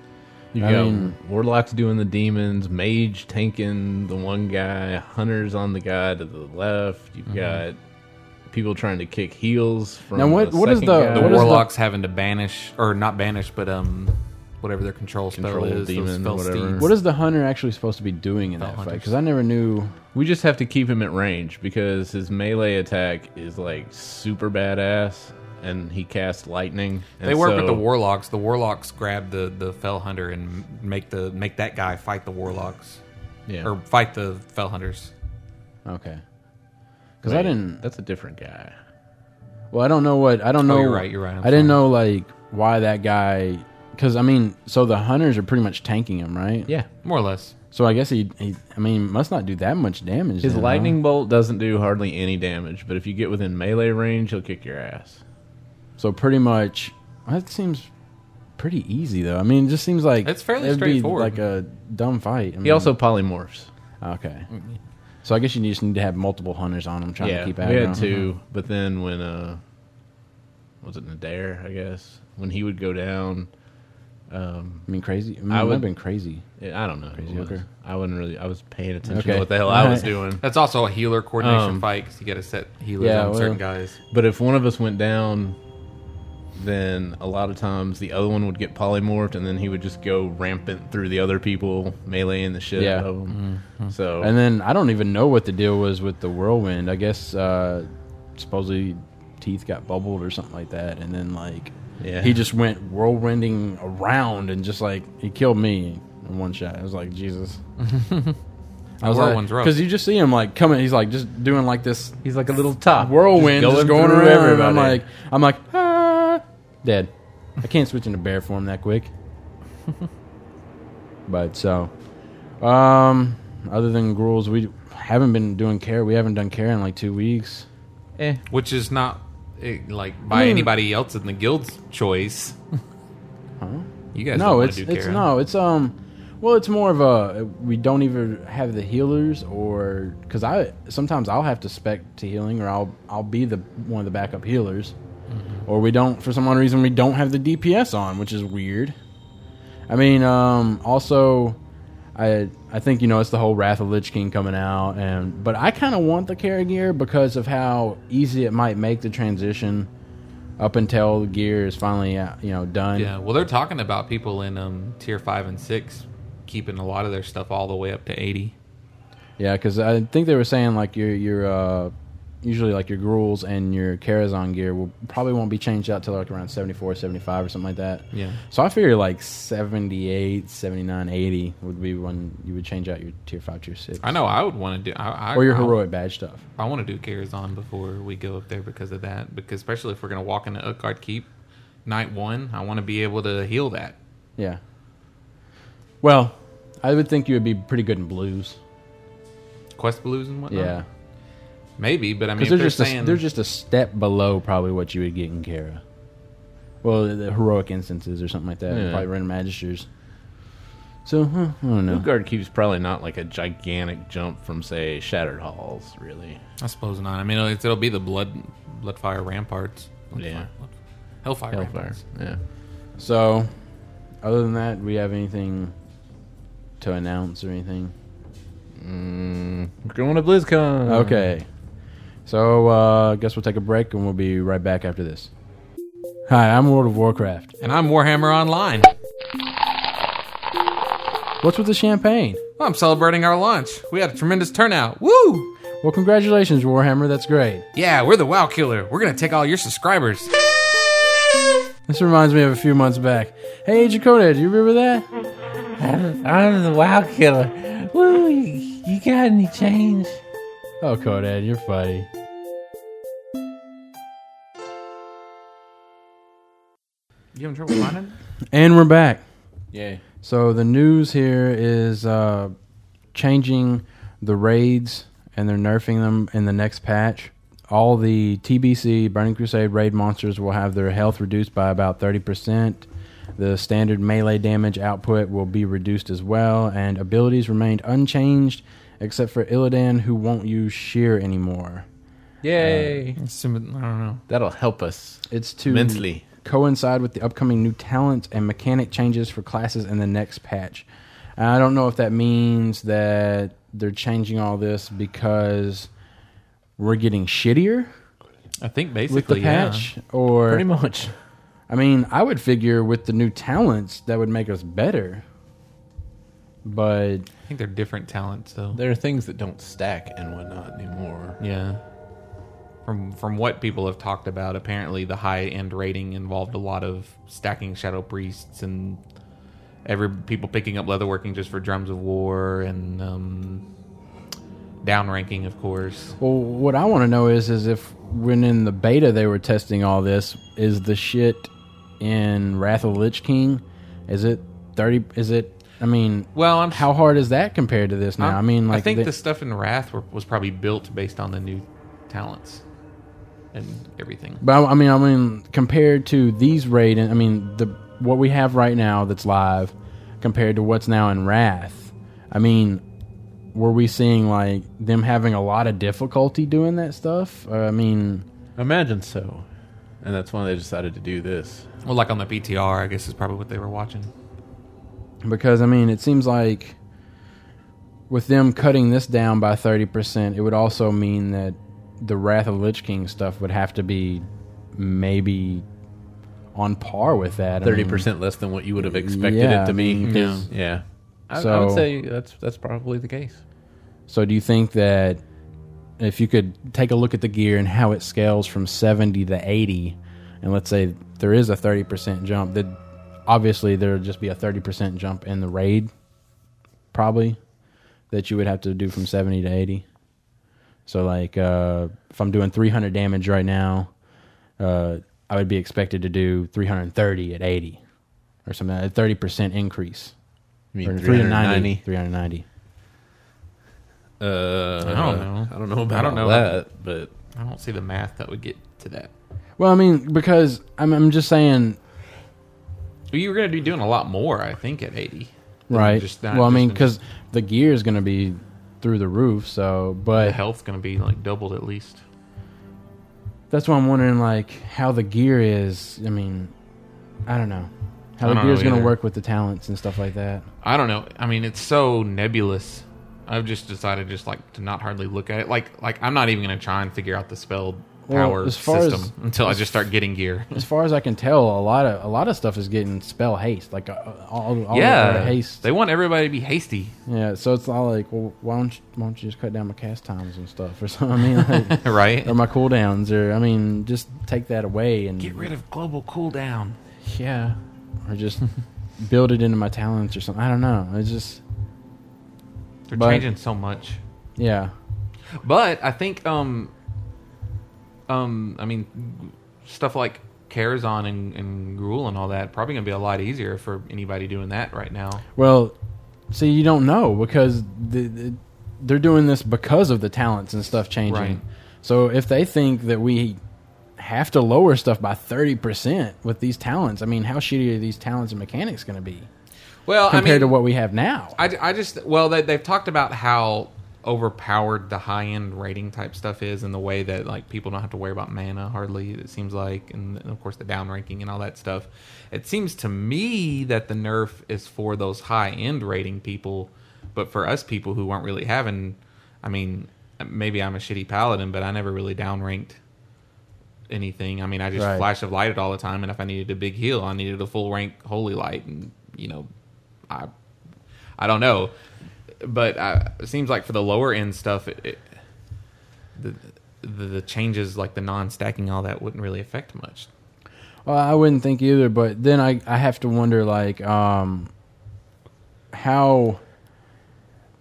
Speaker 4: You
Speaker 3: I
Speaker 4: got
Speaker 3: mean-
Speaker 4: warlocks doing the demons, mage tanking the one guy, hunters on the guy to the left. You've got people trying to kick heels from.
Speaker 3: Mm-hmm. Now, what-
Speaker 4: the
Speaker 3: what is
Speaker 4: second
Speaker 3: the-
Speaker 4: guy.
Speaker 1: the
Speaker 3: What is the-
Speaker 1: warlocks having to banish or not banish, but um, whatever their control,
Speaker 4: Control
Speaker 1: spell is,
Speaker 4: demon,
Speaker 1: those fell
Speaker 4: whatever.
Speaker 1: steeds.
Speaker 3: What is the hunter actually supposed to be doing in that fight? Because I never knew.
Speaker 4: We just have to keep him at range because his melee attack is like super badass, and he casts lightning. and
Speaker 1: They work with
Speaker 4: so-
Speaker 1: the warlocks. The warlocks grab the the fell hunter and make the make that guy fight the warlocks
Speaker 4: Yeah.
Speaker 1: or fight the fell hunters.
Speaker 3: Okay. Because
Speaker 4: Wait,
Speaker 3: I didn't.
Speaker 4: That's a different guy.
Speaker 3: Well, I don't know what I don't
Speaker 1: Oh,
Speaker 3: know.
Speaker 1: you're right, you're right, I'm
Speaker 3: I didn't
Speaker 1: sorry.
Speaker 3: know like why that guy because I mean, so the hunters are pretty much tanking him, right?
Speaker 4: Yeah.
Speaker 1: More or less.
Speaker 3: So I guess he, he I mean, must not do that much damage.
Speaker 4: His
Speaker 3: then, huh?
Speaker 4: lightning bolt doesn't do hardly any damage, but if you get within melee range, he'll kick your ass.
Speaker 3: So pretty much, that seems pretty easy though. I mean, it just seems like
Speaker 1: It's fairly
Speaker 3: it'd be
Speaker 1: straightforward.
Speaker 3: like a dumb fight. I
Speaker 4: He
Speaker 3: mean,
Speaker 4: also polymorphs.
Speaker 3: okay. So I guess you just need to have multiple hunters on Uh-huh. him trying to keep out.
Speaker 4: we had 2 but then when uh, was it Nadir? I guess when he would go down,
Speaker 3: I mean, crazy. I, mean,
Speaker 4: I
Speaker 3: would
Speaker 4: would-
Speaker 3: have been crazy.
Speaker 4: eh, I don't know. who
Speaker 3: Crazy
Speaker 4: it was.
Speaker 3: Joker.
Speaker 4: I wasn't really. I was paying attention
Speaker 3: Okay.
Speaker 4: to what the hell I
Speaker 3: Alright.
Speaker 4: was doing.
Speaker 1: That's also a healer coordination
Speaker 4: Um,
Speaker 1: fight because you got to set healers
Speaker 3: yeah,
Speaker 1: on certain
Speaker 3: well-
Speaker 1: guys.
Speaker 4: But if one of us went down, then a lot of times the other one would get polymorphed, and then he would just go rampant through the other people, meleeing the shit
Speaker 3: Yeah. Mm-hmm.
Speaker 4: out of them. So
Speaker 3: And then I don't even know what the deal was with the whirlwind. I guess uh, supposedly teeth got bubbled or something like that, and then like
Speaker 4: Yeah.
Speaker 3: he just went whirlwinding around and just like he killed me in one shot. I was like Jesus. I was like,
Speaker 1: Whirlwind's rough.
Speaker 3: because you just see him like coming. He's like just doing like this
Speaker 4: he's like a little top
Speaker 3: whirlwind, just going,
Speaker 4: through
Speaker 3: around.
Speaker 4: everybody.
Speaker 3: I'm like, I'm like, ah, dead. I can't switch into bear form that quick. but so, um, other than gruels, we haven't been doing care. We haven't done care in like two weeks.
Speaker 4: eh.
Speaker 1: Which is not eh, like by
Speaker 3: mean-
Speaker 1: anybody else in the guild's choice. You guys don't
Speaker 3: no,
Speaker 1: wanna
Speaker 3: it's
Speaker 1: do
Speaker 3: it's
Speaker 1: Kara.
Speaker 3: no, it's um, well, it's more of a we don't even have the healers or because I sometimes I'll have to spec to healing or I'll I'll be the one of the backup healers,
Speaker 1: Mm-hmm.
Speaker 3: or we don't for some odd reason we don't have the DPS on, which is weird. I mean, um, also. I I think you know it's the whole Wrath of Lich King coming out, and but I kind of want the Kara gear because of how easy it might make the transition up until the gear is finally uh, you know done.
Speaker 1: Yeah, well, they're talking about people in um, tier five and six keeping a lot of their stuff all the way up to eighty.
Speaker 3: Yeah, because I think they were saying like your your uh, usually like your gruels and your Karazhan gear will probably won't be changed out till like around 74, 75 or something like that.
Speaker 1: Yeah.
Speaker 3: So I figure like 78, 79, 80 would be when you would change out your tier five, tier six.
Speaker 1: I know. I would want to do. I, I,
Speaker 3: Or your
Speaker 1: I-
Speaker 3: heroic badge stuff.
Speaker 1: I want to do Karazhan before we go up there because of that. Because especially if we're gonna walk into Uckard Keep night one, I want to be able to heal that.
Speaker 3: Yeah. Well, I would think you would be pretty good in blues.
Speaker 1: Quest blues and whatnot.
Speaker 3: Yeah.
Speaker 1: maybe. But I mean,
Speaker 3: Because
Speaker 1: if they're,
Speaker 3: they're just
Speaker 1: saying
Speaker 3: a, they're just a step below probably what you would get in Kara. Well, the- the heroic instances or something like that,
Speaker 4: Yeah.
Speaker 3: probably random magisters. So huh, I don't know.
Speaker 4: Guard keeps probably not like a gigantic jump from say Shattered Halls, really.
Speaker 1: I suppose not. I mean, it'll, it'll be the blood bloodfire ramparts. Bloodfire-
Speaker 4: Yeah.
Speaker 1: bloodfire- Hellfire,
Speaker 4: Hellfire.
Speaker 1: ramparts.
Speaker 4: Yeah.
Speaker 3: So, other than that, we have anything to announce or anything?
Speaker 4: We're going to BlizzCon.
Speaker 3: Okay. So uh, I guess we'll take a break and we'll be right back after this. Hi, I'm World of Warcraft.
Speaker 1: And I'm Warhammer Online.
Speaker 3: What's with the champagne?
Speaker 1: Well, I'm celebrating our launch. We had a tremendous turnout. Woo!
Speaker 3: Well, congratulations, Warhammer. That's great.
Speaker 1: Yeah, we're the WoW Killer. We're gonna take all your subscribers.
Speaker 3: This reminds me of a few months back. Hey, Jacoda, do you remember that?
Speaker 4: I'm the WoW killer. Woo! You, you got any change?
Speaker 3: Oh, Kodad, you're funny.
Speaker 1: You having trouble finding?
Speaker 3: And we're back.
Speaker 4: Yeah.
Speaker 3: So the news here is uh, changing the raids, and they're nerfing them in the next patch. All the TBC Burning Crusade raid monsters will have their health reduced by about thirty percent. The standard melee damage output will be reduced as well, and abilities remained unchanged except for Illidan, who won't use Shear anymore.
Speaker 4: Yay!
Speaker 1: Uh, I don't know.
Speaker 4: That'll help us
Speaker 3: It's to
Speaker 4: mentally.
Speaker 3: coincide with the upcoming new talent and mechanic changes for classes in the next patch. And I don't know if that means that they're changing all this because we're getting shittier
Speaker 1: I think
Speaker 3: with the
Speaker 1: basically, yeah.
Speaker 3: patch, or
Speaker 4: Pretty much.
Speaker 3: I mean, I would figure with the new talents that would make us better. But
Speaker 1: I think they're different talents, though.
Speaker 4: There are things that don't stack and whatnot anymore.
Speaker 1: yeah. From from what people have talked about, apparently the high end rating involved a lot of stacking shadow priests and every people picking up leatherworking just for drums of war and um, downranking, of course.
Speaker 3: well, what I want to know is, is if when in the beta they were testing all this, is the shit in Wrath of the Lich King Is it thirty? Is it? I mean,
Speaker 1: Well, I'm
Speaker 3: how hard is that compared to this now? i
Speaker 1: I'm-
Speaker 3: mean, like
Speaker 1: I think
Speaker 3: the-
Speaker 1: the stuff in Wrath were, was probably built based on the new talents and everything.
Speaker 3: But I, I mean, I mean, compared to these raid, I mean, the what we have right now that's live, compared to what's now in Wrath, I mean, were we seeing like them having a lot of difficulty doing that stuff? Uh, I mean,
Speaker 4: Imagine so. And that's why they decided to do this.
Speaker 1: Well, like on the BTR, I guess is probably what they were watching.
Speaker 3: because I mean, it seems like with them cutting this down by thirty percent, it would also mean that the Wrath of Lich King stuff would have to be maybe on par with that. I mean,
Speaker 4: Thirty percent less than what you would have expected
Speaker 3: yeah,
Speaker 4: it to
Speaker 3: I
Speaker 4: be.
Speaker 3: mean, 'cause-
Speaker 4: Mm. Yeah. Mm-hmm. I, I
Speaker 3: So-
Speaker 4: would say that's that's probably the case.
Speaker 3: So do you think that if you could take a look at the gear and how it scales from 70 to 80 and let's say there is a 30% jump that obviously there would just be a 30% jump in the raid probably that you would have to do from 70 to 80 so like uh, if i'm doing 300 damage right now uh, i would be expected to do 330 at 80 or something a 30% increase
Speaker 4: I
Speaker 3: or
Speaker 4: mean,
Speaker 3: 390 390
Speaker 4: Uh,
Speaker 1: I don't know.
Speaker 4: I don't know about
Speaker 1: I don't
Speaker 4: all
Speaker 1: know.
Speaker 4: that, but
Speaker 1: I don't see the math that would get to that.
Speaker 3: Well, I mean, because I'm, I'm just saying,
Speaker 1: Well, you were going to be doing a lot more, I think, at 80. than
Speaker 3: right?
Speaker 1: just that,
Speaker 3: well, I
Speaker 1: just in-
Speaker 3: mean, because the gear is going to be through the roof. So,
Speaker 1: The
Speaker 3: but
Speaker 1: health's going to be like doubled at least.
Speaker 3: that's why I'm wondering, like, how the gear is. I mean, I don't know how
Speaker 1: I
Speaker 3: the
Speaker 1: don't
Speaker 3: gear is
Speaker 1: know
Speaker 3: going to
Speaker 1: either.
Speaker 3: work with the talents and stuff like that.
Speaker 1: I don't know. I mean, it's so nebulous. I've just decided just like to not hardly look at it. Like, like I'm not even going to try and figure out the spell
Speaker 3: Well,
Speaker 1: power
Speaker 3: as far
Speaker 1: system
Speaker 3: as-
Speaker 1: until I just start getting gear.
Speaker 3: As far as I can tell, a lot of a lot of stuff is getting spell haste, like uh, all, all
Speaker 1: yeah,
Speaker 3: all haste.
Speaker 1: They want everybody to be hasty,
Speaker 3: yeah, so it's all like, well, why don't you, why don't you just cut down my cast times and stuff or something? I mean, like,
Speaker 1: right?
Speaker 3: or my cooldowns, or I mean, just take that away and
Speaker 1: Get rid of global cooldown.
Speaker 3: Yeah. Or just build it into my talents or something. I don't know. It's just
Speaker 1: They're
Speaker 3: But-
Speaker 1: changing so much.
Speaker 3: yeah.
Speaker 1: But I think um um I mean stuff like Karazhan and, and Gruul and all that probably gonna be a lot easier for anybody doing that right now.
Speaker 3: Well, see, you don't know because the, the, they're doing this because of the talents and stuff changing.
Speaker 1: Right.
Speaker 3: So if they think that we have to lower stuff by 30% with these talents, I mean, how shitty are these talents and mechanics going to be
Speaker 1: Well,
Speaker 3: compared
Speaker 1: I mean,
Speaker 3: to what we have now?
Speaker 1: I, I just well they, they've talked about how overpowered the high end rating type stuff is and the way that like people don't have to worry about mana hardly it seems like and, and of course the down ranking and all that stuff it seems to me that the nerf is for those high end rating people but for us people who aren't really having i mean maybe i'm a shitty paladin but i never really down ranked anything i mean i just
Speaker 3: Right.
Speaker 1: flash of light it all the time and if i needed a big heal i needed a full rank holy light and you know i I don't know, but I, it seems like for the lower end stuff, it, it, the, the the changes like the non-stacking all that wouldn't really affect much.
Speaker 3: Well, I wouldn't think either, but then I, I have to wonder like um how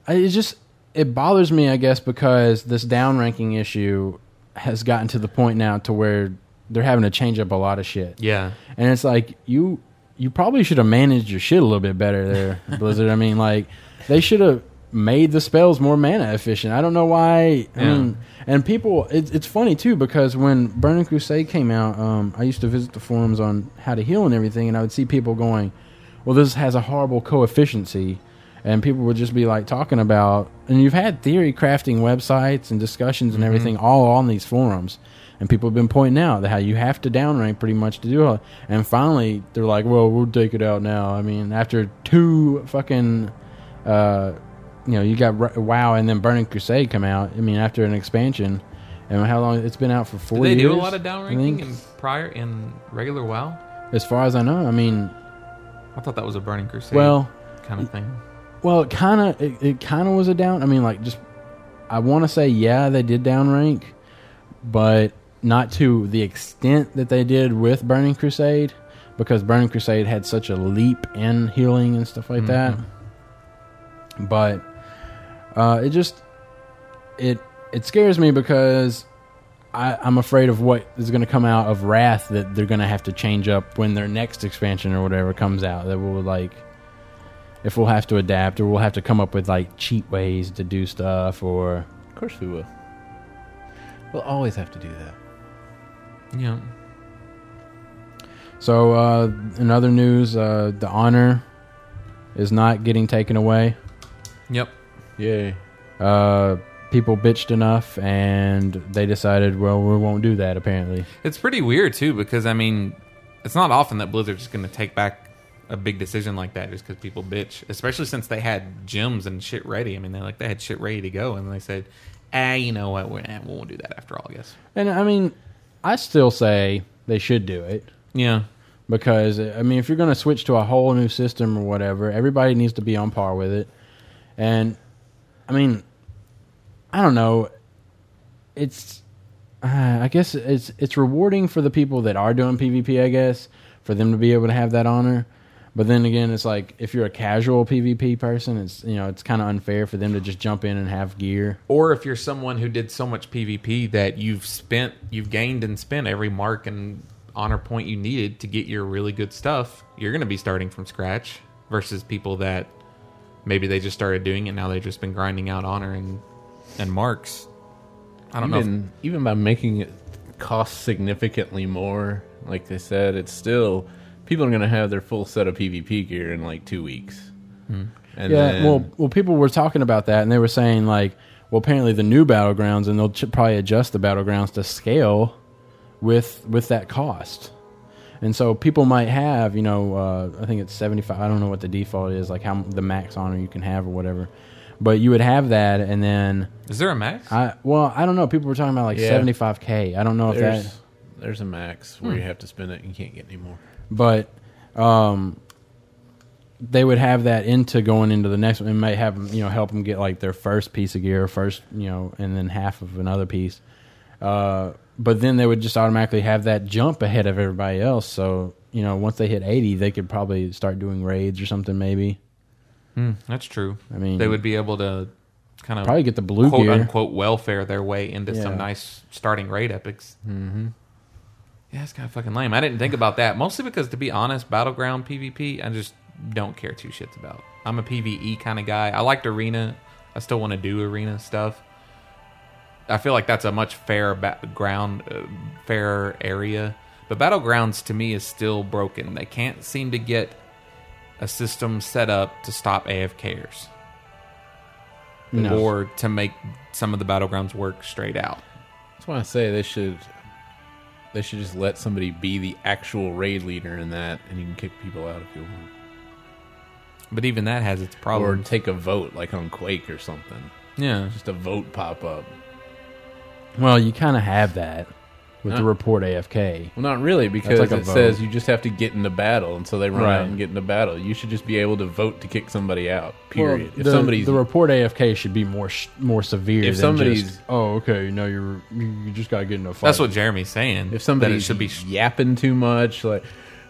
Speaker 3: I, it just it bothers me, I guess, because this downranking issue has gotten to the point now to where they're having to change up a lot of shit.
Speaker 1: Yeah,
Speaker 3: And it's like you you probably should have managed your shit a little bit better there, Blizzard. I mean, like they should have made the spells more mana efficient. I don't know why. I
Speaker 1: Yeah.
Speaker 3: mean, and people, it's it's funny too because when Burning Crusade came out, um, I used to visit the forums on how to heal and everything, and I would see people going, "Well, this has a horrible coefficiency." And people would just be like talking about, and you've had theory crafting websites and discussions and everything all on these forums. And people have been pointing out that how you have to downrank pretty much to do it. And finally, they're like, well, we'll take it out now. I mean, after two fucking, uh, you know, you got Ru- WoW and then Burning Crusade come out. I mean, after an expansion. And how long? It's been out for
Speaker 1: Did
Speaker 3: four
Speaker 1: they
Speaker 3: years.
Speaker 1: do a lot of down
Speaker 3: I
Speaker 1: ranking
Speaker 3: think.
Speaker 1: in prior in regular WoW?
Speaker 3: as far as I know. I mean,
Speaker 1: I thought that was a Burning Crusade
Speaker 3: well,
Speaker 1: kind of thing.
Speaker 3: Well, it kind of it, it kind of was a down. I mean, like just I want to say yeah, they did downrank, but not to the extent that they did with Burning Crusade, because Burning Crusade had such a leap in healing and stuff like that. But uh, it just it it scares me because I, I'm afraid of what is going to come out of Wrath that they're going to have to change up when their next expansion or whatever comes out. That we'll like, if we'll have to adapt or we'll have to come up with like cheat ways to do stuff or
Speaker 4: Of course we will. We'll always have to do that.
Speaker 1: Yeah.
Speaker 3: So, uh, in other news, uh, the honor is not getting taken away.
Speaker 1: Yep.
Speaker 4: Yay.
Speaker 3: Uh, people bitched enough, and they decided, well, we won't do that. Apparently,
Speaker 1: It's pretty weird too because I mean, it's not often that Blizzard's going to take back a big decision like that just because people bitch. Especially since they had gyms and shit ready. I mean, they like they had shit ready to go, and they said, "Ah, you know what? We're, eh, we won't do that after all." I guess.
Speaker 3: and I mean, I still say they should do it
Speaker 1: Yeah.
Speaker 3: because I mean, if you're going to switch to a whole new system or whatever, everybody needs to be on par with it. And I mean, I don't know. It's uh, I guess it's it's rewarding for the people that are doing PvP. I guess for them to be able to have that honor. But then again, it's like if you're a casual PvP person, it's you know it's kind of unfair for them to just jump in and have gear.
Speaker 1: Or if you're someone who did so much PvP that you've spent, you've gained and spent every mark and honor point you needed to get your really good stuff, you're going to be starting from scratch versus people that maybe they just started doing it now they've just been grinding out honor and and marks. I don't know.
Speaker 4: even, even by making it cost significantly more, like they said, it's still people are going to have their full set of PvP gear in like two weeks. And
Speaker 3: Hmm. Yeah,
Speaker 4: then,
Speaker 3: well, well, people were talking about that, and they were saying like, well, apparently the new battlegrounds, and they'll ch- probably adjust the battlegrounds to scale with with that cost. And so people might have, you know, uh, I think it's seventy five. I don't know what the default is, like how m- the max honor you can have or whatever. But you would have that, and then
Speaker 1: if- Is there a max?
Speaker 3: I well, I don't know. People were talking about like
Speaker 4: Yeah.
Speaker 3: seventy five k. I don't know if
Speaker 4: there's
Speaker 3: that,
Speaker 4: there's a max
Speaker 3: Hmm.
Speaker 4: where you have to spend it and you can't get any more.
Speaker 3: but um, they would have that into going into the next one. It might have 'em, you know help them get like their first piece of gear, first you know, and then half of another piece. Uh, but then they would just automatically have that jump ahead of everybody else. So you know, once they hit eighty, they could probably start doing raids or something. Maybe
Speaker 1: Hmm, that's true.
Speaker 3: I mean-
Speaker 1: they would be able to kind of
Speaker 3: probably get the blue
Speaker 1: quote
Speaker 3: gear.
Speaker 1: unquote welfare their way into
Speaker 3: Yeah.
Speaker 1: some nice starting rate epics. Mm-hmm. Yeah, it's kind of fucking lame. I didn't think about that mostly because, to be honest, battleground PvP I just don't care two shits about. I'm a PVE kind of guy. I liked arena. I still want to do arena stuff. I feel like that's a much fair ba- ground, uh, fair area. But battlegrounds to me is still broken. They can't seem to get a system set up to stop AFKers
Speaker 3: No.
Speaker 1: or to make some of the battlegrounds work straight out.
Speaker 4: That's why I say they should they should just let somebody be the actual raid leader in that, and you can kick people out if you want,
Speaker 1: But even that has its
Speaker 4: or
Speaker 1: problems.
Speaker 4: take a vote like on Quake or something.
Speaker 1: yeah.
Speaker 4: Just a vote pop up.
Speaker 3: Well, you kind of have that with the
Speaker 4: Huh.
Speaker 3: report AFK.
Speaker 4: Well, not really, because
Speaker 3: like a
Speaker 4: it
Speaker 3: vote.
Speaker 4: says you just have to get into battle, and so they run
Speaker 3: Right.
Speaker 4: out and get into battle. You should just be able to vote to kick somebody out. Period.
Speaker 3: Well,
Speaker 4: if
Speaker 3: the,
Speaker 4: somebody's
Speaker 3: the report AFK should be more sh- more severe.
Speaker 4: If
Speaker 3: than
Speaker 4: somebody's-
Speaker 3: just, oh okay, no, you're you you just gotta get in a fight.
Speaker 1: That's what Jeremy's saying.
Speaker 4: if
Speaker 1: somebody
Speaker 4: somebody
Speaker 1: should be
Speaker 4: yapping too much, like,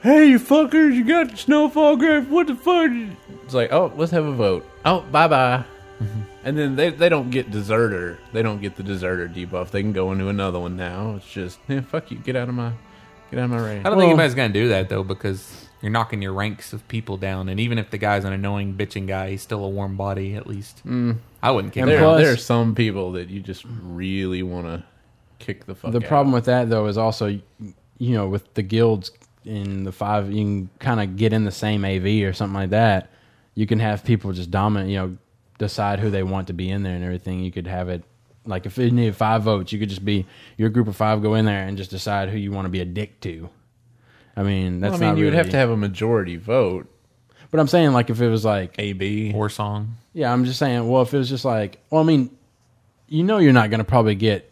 Speaker 4: "Hey, you fuckers, you got snowfall graph? What the fuck?" It's like, oh, let's have a vote. Oh, bye bye.
Speaker 3: Mm-hmm.
Speaker 4: and then they they don't get deserter. They don't get the deserter debuff. They can go into another one now. It's just, eh, fuck you, get out of my, get out of my
Speaker 1: I
Speaker 4: range.
Speaker 1: don't
Speaker 3: Well-
Speaker 1: think anybody's gonna do that though because you're knocking your ranks of people down, and even if the guy's an annoying bitching guy, he's still a warm body at least. I wouldn't care.
Speaker 3: And
Speaker 4: There,
Speaker 3: plus-
Speaker 4: there are some people that you just really want to kick the fuck.
Speaker 3: the
Speaker 4: out.
Speaker 3: problem with that though is also, you know, with the guilds in the five, you can kind of get in the same AV or something like that. You can have people just dominate, you know, decide who they want to be in there and everything. You could have it like if it needed five votes, you could just be your group of five go in there and just decide who you want to be a dick to. I mean, that's
Speaker 4: Well, I mean,
Speaker 3: not
Speaker 4: you would have
Speaker 3: really-
Speaker 4: to have a majority vote.
Speaker 3: But I'm saying like if it was like
Speaker 4: A B.
Speaker 1: War song.
Speaker 3: Yeah, I'm just saying. Well, if it was just like, well, I mean, you know, you're not going to probably get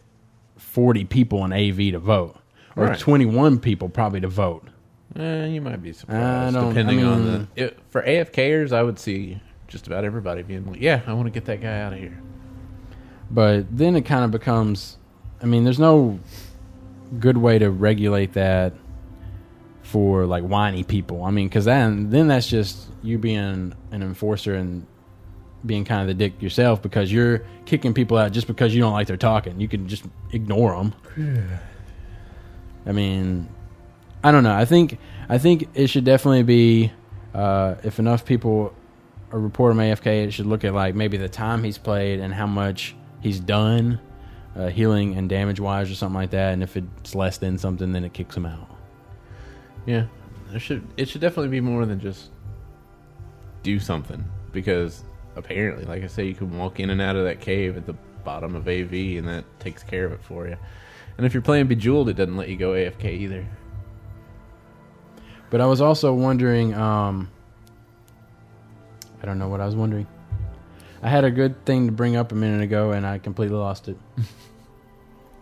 Speaker 3: 40 people in AV to vote, or
Speaker 4: Right.
Speaker 3: 21 people probably to vote.
Speaker 4: Eh, you might be
Speaker 3: I
Speaker 4: surprised.
Speaker 3: don't-
Speaker 4: depending
Speaker 3: I
Speaker 4: on
Speaker 3: mean-
Speaker 4: the it, for AFKers, I would see just about everybody being like, "Yeah, I want to get that guy out of here."
Speaker 3: But then it kind of becomes, I mean, there's no good way to regulate that for like whiny people. I mean, because then then that's just you being an enforcer and being kind of the dick yourself because you're kicking people out just because you don't like their talking. You can just ignore them. I mean, I don't know. I think I think it should definitely be uh, if enough people are report him AFK, it should look at like maybe the time he's played and how much he's done, uh, healing and damage wise or something like that. And if it's less than something, then it kicks him out.
Speaker 4: Yeah, it should it should definitely be more than just do something because apparently, like I say, you can walk in and out of that cave at the bottom of AV, and that takes care of it for you. And if you're playing Bejeweled, it doesn't let you go AFK either.
Speaker 3: But I was also wondering. Um, I don't know what I was wondering. I had a good thing to bring up a minute ago, and I completely lost it.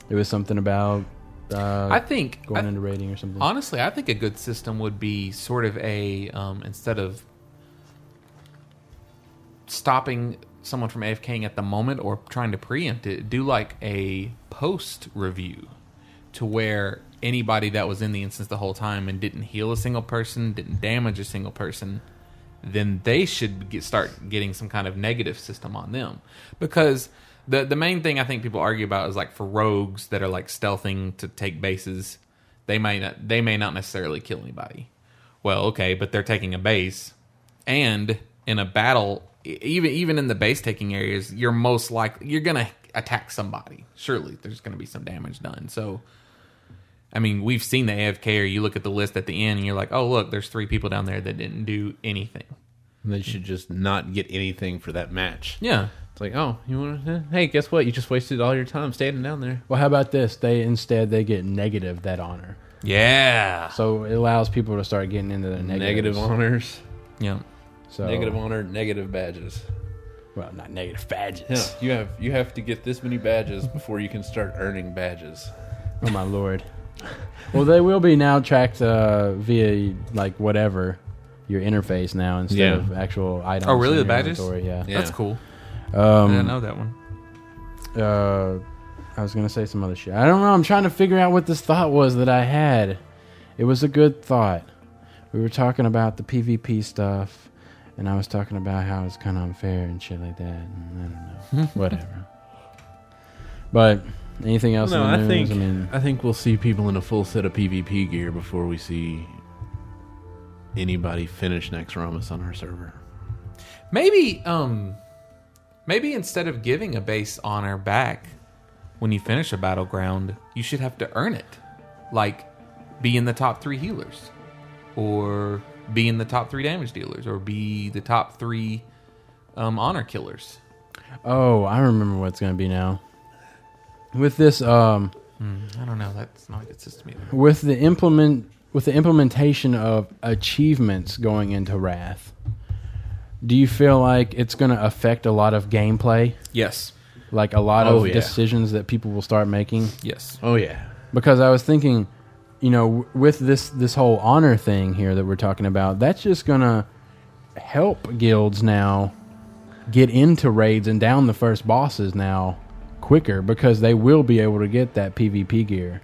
Speaker 3: it was something about uh,
Speaker 1: I think
Speaker 3: going
Speaker 1: I-
Speaker 3: into rating or something.
Speaker 1: honestly, I think a good system would be sort of a um, instead of stopping someone from AFKing at the moment or trying to preempt it, do like a post review to where anybody that was in the instance the whole time and didn't heal a single person, didn't damage a single person, then they should get, start getting some kind of negative system on them because the the main thing I think people argue about is like for rogues that are like stealthing to take bases, they may not they may not necessarily kill anybody. Well, okay, but they're taking a base, and in a battle, e- even even in the base taking areas, you're most likely you're gonna attack somebody. Surely, there's gonna be some damage done. So. I mean, we've seen the AFK, or you look at the list at the end and you're like, oh, look, there's three people down there that didn't do anything.
Speaker 4: They should just not get anything for that match.
Speaker 1: Yeah.
Speaker 4: It's like, oh, you want to? Hey, guess what? You just wasted all your time standing down there.
Speaker 3: well, how about this? They instead they get negative that honor,
Speaker 1: Yeah.
Speaker 3: so it allows people to start getting into their negatives.
Speaker 4: Negative honors,
Speaker 1: Yeah.
Speaker 3: So,
Speaker 4: negative honor, negative badges.
Speaker 3: Well, not negative badges.
Speaker 4: Yeah, you have you have to get this many badges before you can start earning badges.
Speaker 3: Oh my lord. well, they will be now tracked uh, via like whatever your interface now instead
Speaker 4: Yeah.
Speaker 3: of actual items.
Speaker 1: Oh, really?
Speaker 3: in
Speaker 1: The
Speaker 3: your
Speaker 1: badges?
Speaker 3: inventory, Yeah.
Speaker 4: Yeah.
Speaker 1: That's cool. I
Speaker 3: Um,
Speaker 1: didn't know that one.
Speaker 3: uh, I was gonna say some other shit. I don't know. I'm trying to figure out what this thought was that I had. It was a good thought. We were talking about the PvP stuff, and I was talking about how it's kind of unfair and shit like that. And I don't know, whatever. But anything else?
Speaker 4: No,
Speaker 3: in the
Speaker 4: I
Speaker 3: news?
Speaker 4: think
Speaker 3: I mean,
Speaker 4: I think we'll see people in a full set of PvP gear before we see anybody finish next Ramus on our server.
Speaker 1: Maybe, um, maybe instead of giving a base honor back when you finish a battleground, you should have to earn it. Like, be in the top three healers, or be in the top three damage dealers, or be the top three um, honor killers.
Speaker 3: oh, I remember what it's gonna be now. With this, um,
Speaker 1: I don't know. That's not a good system either.
Speaker 3: with the implement with the implementation of achievements going into Wrath, do you feel like it's going to affect a lot of gameplay,
Speaker 1: Yes.
Speaker 3: like a lot
Speaker 4: Oh,
Speaker 3: of
Speaker 4: yeah.
Speaker 3: decisions that people will start making?
Speaker 1: Yes.
Speaker 4: Oh yeah,
Speaker 3: Because I was thinking, you know, w- with this this whole honor thing here that we're talking about, that's just going to help guilds now get into raids and down the first bosses now quicker because they will be able to get that PvP gear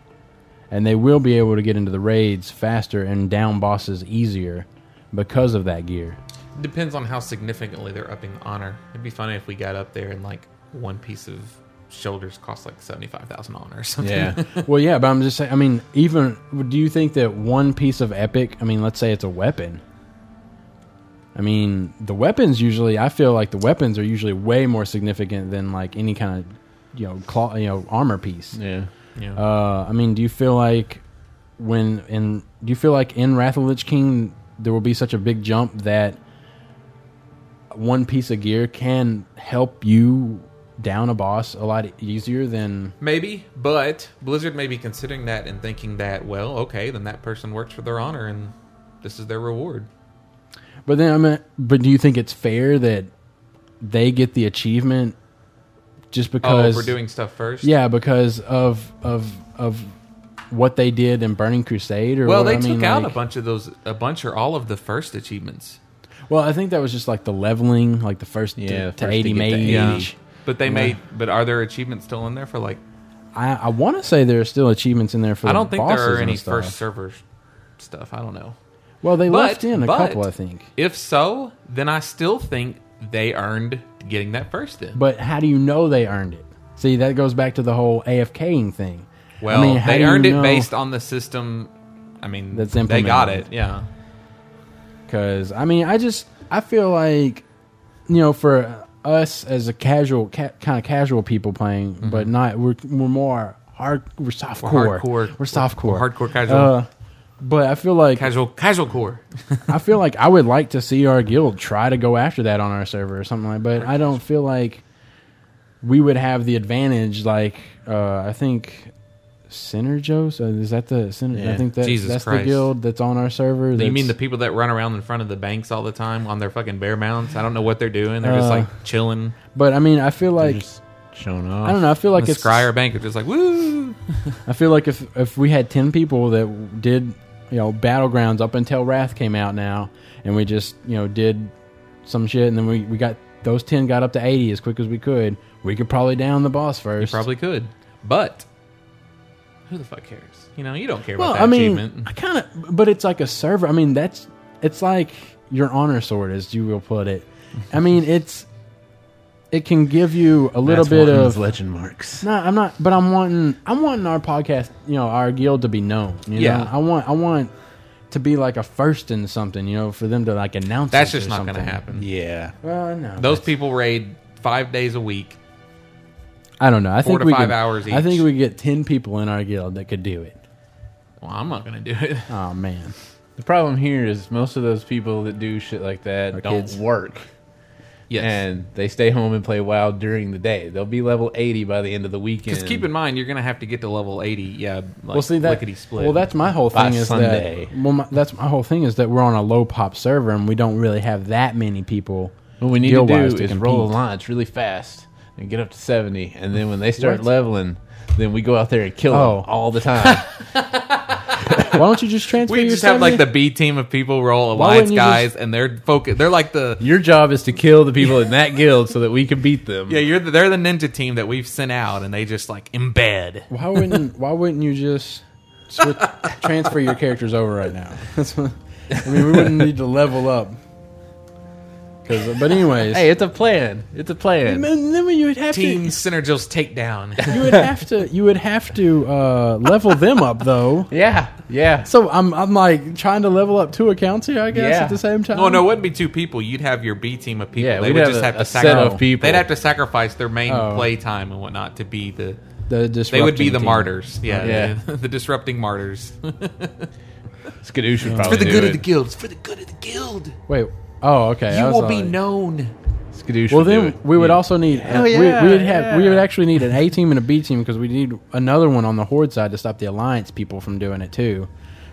Speaker 3: and they will be able to get into the raids faster and down bosses easier because of that gear.
Speaker 1: Depends on how significantly they're upping the honor. It'd be funny if we got up there and like one piece of shoulders cost like seventy five thousand honor or something.
Speaker 4: yeah.
Speaker 3: well, yeah, but I'm just saying, I mean, even do you think that one piece of epic, I mean, let's say it's a weapon. I mean, the weapons usually, I feel like the weapons are usually way more significant than like any kind of, you know, claw, you know, armor piece.
Speaker 4: yeah.
Speaker 1: Yeah.
Speaker 3: Uh, I mean, do you feel like when in do you feel like in Wrath of the Lich King there will be such a big jump that one piece of gear can help you down a boss a lot easier than
Speaker 1: Maybe, but Blizzard may be considering that and thinking that, well, okay, then that person works for their honor and this is their reward.
Speaker 3: But then I mean, but do you think it's fair that they get the achievement just
Speaker 1: Oh,
Speaker 3: because
Speaker 1: we're doing stuff first.
Speaker 3: Yeah, because of of of what they did in Burning Crusade or
Speaker 1: Well,
Speaker 3: what-
Speaker 1: they
Speaker 3: I
Speaker 1: took
Speaker 3: mean,
Speaker 1: out
Speaker 3: like-
Speaker 1: a bunch of those, a bunch or all of the first achievements.
Speaker 3: Well, I think that was just like the leveling, like the first
Speaker 4: Yeah,
Speaker 3: to,
Speaker 4: the
Speaker 3: to
Speaker 4: first to
Speaker 3: 80
Speaker 4: get to
Speaker 3: mage.
Speaker 4: 80.
Speaker 1: But they may. But are there achievements still in there for like?
Speaker 3: I, I want to say there are still achievements in there for
Speaker 1: I don't think there
Speaker 3: bosses
Speaker 1: are
Speaker 3: and
Speaker 1: any
Speaker 3: stuff.
Speaker 1: first server stuff. I don't know.
Speaker 3: Well, they
Speaker 1: But-
Speaker 3: left in a
Speaker 1: but-
Speaker 3: couple, I think.
Speaker 1: If so, then I still think they earned getting that first in.
Speaker 3: But how do you know they earned it? See, that goes back to the whole AFKing thing. I
Speaker 1: Well,
Speaker 3: mean, how do
Speaker 1: they
Speaker 3: you
Speaker 1: earned it
Speaker 3: know-
Speaker 1: based on the system. I mean,
Speaker 3: That's
Speaker 1: they got
Speaker 3: implemented.
Speaker 1: it. Yeah,
Speaker 3: Cause I mean, I just I feel like you know for us as a casual ca- kind of casual people playing,
Speaker 1: Mm-hmm.
Speaker 3: but not we're we're more hard we're softcore
Speaker 1: hardcore.
Speaker 3: we're softcore
Speaker 1: We're hardcore casual.
Speaker 3: Uh, but I feel like
Speaker 1: casual, casual core.
Speaker 3: I feel like I would like to see our guild try to go after that on our server or something like. But I don't feel like we would have the advantage. Like uh, I think Synergos uh, is that the Syner- I
Speaker 4: Yeah.
Speaker 3: think that,
Speaker 1: Jesus
Speaker 3: that's the
Speaker 1: Christ.
Speaker 3: guild that's on our server.
Speaker 1: you
Speaker 3: that's-
Speaker 1: mean the people that run around in front of the banks all the time on their fucking bear mounts? I don't know what they're doing. They're just
Speaker 3: Uh,
Speaker 1: like chilling.
Speaker 3: But I mean, I feel like
Speaker 4: just showing off.
Speaker 3: I don't know. I feel like
Speaker 1: the
Speaker 3: it's
Speaker 1: Scryer Bank is just like woo.
Speaker 3: I feel like if if we had ten people that did you know battlegrounds up until Wrath came out now, and we just you know did some shit, and then we we got those ten got up to eighty as quick as we could. We could probably down the boss first.
Speaker 1: Probably could, but who the fuck cares? You know, you don't care
Speaker 3: Well,
Speaker 1: about that
Speaker 3: I mean,
Speaker 1: achievement.
Speaker 3: I kind of, but it's like a server. I mean, that's it's like your honor sword, as you will put it. I mean, it's it can give you a little bit of
Speaker 4: legend marks.
Speaker 3: No, I'm not. But I'm wanting. I'm wanting our podcast, you know, our guild to be known. You
Speaker 1: Yeah.
Speaker 3: know? I want. I want to be like a first in something. You know, for them to like announce.
Speaker 1: That's
Speaker 3: us
Speaker 1: just
Speaker 3: or
Speaker 1: not going to
Speaker 3: something.
Speaker 1: happen.
Speaker 4: Yeah,
Speaker 3: Well, no.
Speaker 1: Those people raid five days a week.
Speaker 3: I don't know. I
Speaker 1: four
Speaker 3: think
Speaker 1: to
Speaker 3: we
Speaker 1: five
Speaker 3: could-
Speaker 1: hours
Speaker 3: I
Speaker 1: each.
Speaker 3: think we could get ten people in our guild that could do it.
Speaker 1: Well, I'm not going to do it.
Speaker 3: Oh man.
Speaker 4: the problem here is most of those people that do shit like that don't
Speaker 3: kids.
Speaker 4: work,
Speaker 1: Yes.
Speaker 4: and they stay home and play WoW during the day. They'll be level eighty by the end of the weekend.
Speaker 1: Because keep in mind, you're going to have to get to level 80. Yeah. Like,
Speaker 3: Well, see that.
Speaker 1: lickety split.
Speaker 3: Well, that's my whole
Speaker 4: By
Speaker 3: thing is
Speaker 4: Sunday.
Speaker 3: that. Well, my, that's my whole thing is that we're on a low pop server and we don't really have that many people.
Speaker 4: What we need to do
Speaker 3: guild-wise
Speaker 4: is roll a
Speaker 3: compete.
Speaker 4: launch really fast and get up to 70. And then when they start leveling, then we go out there and kill
Speaker 3: Oh.
Speaker 4: them all the time.
Speaker 3: Why don't you just transfer?
Speaker 1: we
Speaker 3: your
Speaker 1: just have like
Speaker 3: 70?
Speaker 1: the B team of people roll
Speaker 3: Why
Speaker 1: alliance
Speaker 3: wouldn't you
Speaker 1: guys, and they're focus. They're like the
Speaker 4: Your job is to kill the people in that guild so that we can beat them.
Speaker 1: yeah. You're the, they're the ninja team that we've sent out, and they just like embed.
Speaker 3: Why wouldn't Why wouldn't you just switch, transfer your characters over right now? That's what, I mean, we wouldn't need to level up. 'Cause- but anyways,
Speaker 4: Hey, it's a plan. It's a plan.
Speaker 3: man, then you would have
Speaker 1: Team Synergil's takedown.
Speaker 3: to you would have to you would have to uh, level them up though.
Speaker 4: Yeah, yeah.
Speaker 3: So I'm I'm like trying to level up two accounts here, I guess,
Speaker 4: Yeah.
Speaker 3: at the same time.
Speaker 1: no, no, it wouldn't be two people. You'd have your B team of people.
Speaker 4: Yeah,
Speaker 1: they
Speaker 4: we'd
Speaker 1: would
Speaker 4: have
Speaker 1: just
Speaker 4: a-
Speaker 1: have to
Speaker 4: a set of
Speaker 1: sacrifice.
Speaker 4: people.
Speaker 1: They'd have to sacrifice their main
Speaker 3: Oh.
Speaker 1: play time and whatnot to be the.
Speaker 3: The
Speaker 1: They would be
Speaker 3: disrupting
Speaker 1: the
Speaker 3: team.
Speaker 1: martyrs. Yeah,
Speaker 4: Yeah. Oh,
Speaker 1: the, the disrupting martyrs.
Speaker 4: Skadoosh would probably
Speaker 1: for the
Speaker 4: do
Speaker 1: good
Speaker 4: it.
Speaker 1: of the guild. It's for the good of the guild.
Speaker 3: Wait. Oh, okay. I
Speaker 1: you
Speaker 3: was
Speaker 1: will be
Speaker 3: like-
Speaker 1: known.
Speaker 4: Skadoosh
Speaker 3: Well,
Speaker 4: would do
Speaker 3: then
Speaker 4: it.
Speaker 3: we would
Speaker 4: Yeah.
Speaker 3: also need
Speaker 4: Hell
Speaker 3: we-
Speaker 4: Oh, yeah,
Speaker 3: we, would have we
Speaker 4: yeah.
Speaker 3: would actually need an A team and a B team because we need another one on the horde side to stop the alliance people from doing it too.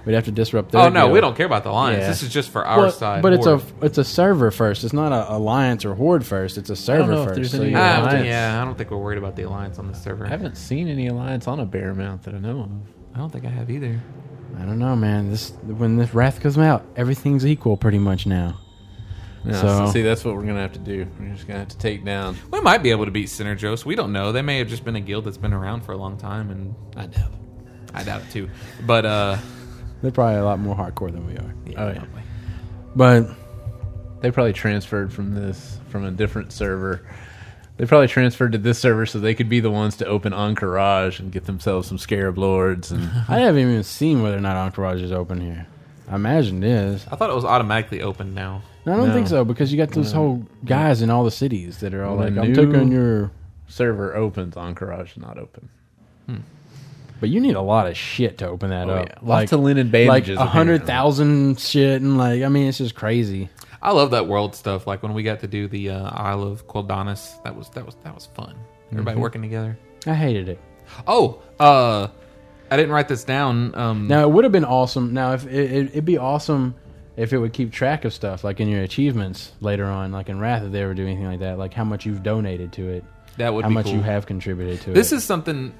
Speaker 3: We'd have to disrupt. Their
Speaker 1: Oh no,
Speaker 3: guild.
Speaker 1: we don't care about the alliance.
Speaker 4: Yeah.
Speaker 1: This is just for our
Speaker 3: Well,
Speaker 1: side.
Speaker 3: but it's
Speaker 1: horde.
Speaker 3: a it's a server first. It's not a alliance or horde first. It's a server
Speaker 4: know if
Speaker 3: first.
Speaker 4: there's
Speaker 3: So
Speaker 4: any-
Speaker 3: you-
Speaker 1: I
Speaker 4: Yeah.
Speaker 1: don't think-
Speaker 4: Alliance.
Speaker 1: Ah, yeah, I don't think we're worried about the alliance on the server.
Speaker 4: I haven't seen any alliance on a bear mount that I know of.
Speaker 1: I don't think I have either.
Speaker 3: I don't know, man. This when this wrath comes out, everything's equal pretty much now.
Speaker 4: No,
Speaker 3: So-
Speaker 4: so, see, that's what we're gonna have to do. We're just gonna have to take down.
Speaker 1: We might be able to beat Synergos. We don't know. They may have just been a guild that's been around for a long time, and I doubt. it. I doubt it too. But uh,
Speaker 3: They're probably a lot more hardcore than we are.
Speaker 1: yeah,
Speaker 4: Oh, yeah.
Speaker 1: probably.
Speaker 3: But
Speaker 4: They probably transferred from this from a different server. They probably transferred to this server so they could be the ones to open Encourage and get themselves some Scarab Lords. And
Speaker 3: I haven't even seen whether or not Entourage is open here. I imagine it is.
Speaker 1: I thought it was automatically open now.
Speaker 3: No, I don't
Speaker 4: No.
Speaker 3: think so because you got those whole guys in all the cities that are all
Speaker 4: Well,
Speaker 3: like,
Speaker 4: the
Speaker 3: "I'm taking
Speaker 4: new-
Speaker 3: your."
Speaker 4: server opens, Encourage not open.
Speaker 3: But you need a lot of shit to open that
Speaker 4: Oh,
Speaker 3: up.
Speaker 4: yeah. Lots of linen bandages
Speaker 3: like a hundred
Speaker 4: apparently.
Speaker 3: thousand shit, and like I mean, it's just crazy.
Speaker 1: I love that world stuff. Like when we got to do the uh, Isle of Quildonis, that was that was that was fun.
Speaker 3: Mm-hmm.
Speaker 1: Everybody working together.
Speaker 3: I hated it.
Speaker 1: Oh, uh, I didn't write this down. Um,
Speaker 3: Now it would have been awesome. Now if it, it, it'd be awesome if it would keep track of stuff like in your achievements later on, like in Wrath, if they ever do anything like that, like how much you've donated to it,
Speaker 1: that would
Speaker 3: how
Speaker 1: be
Speaker 3: much
Speaker 1: cool.
Speaker 3: you have contributed to
Speaker 1: This
Speaker 3: it.
Speaker 1: is something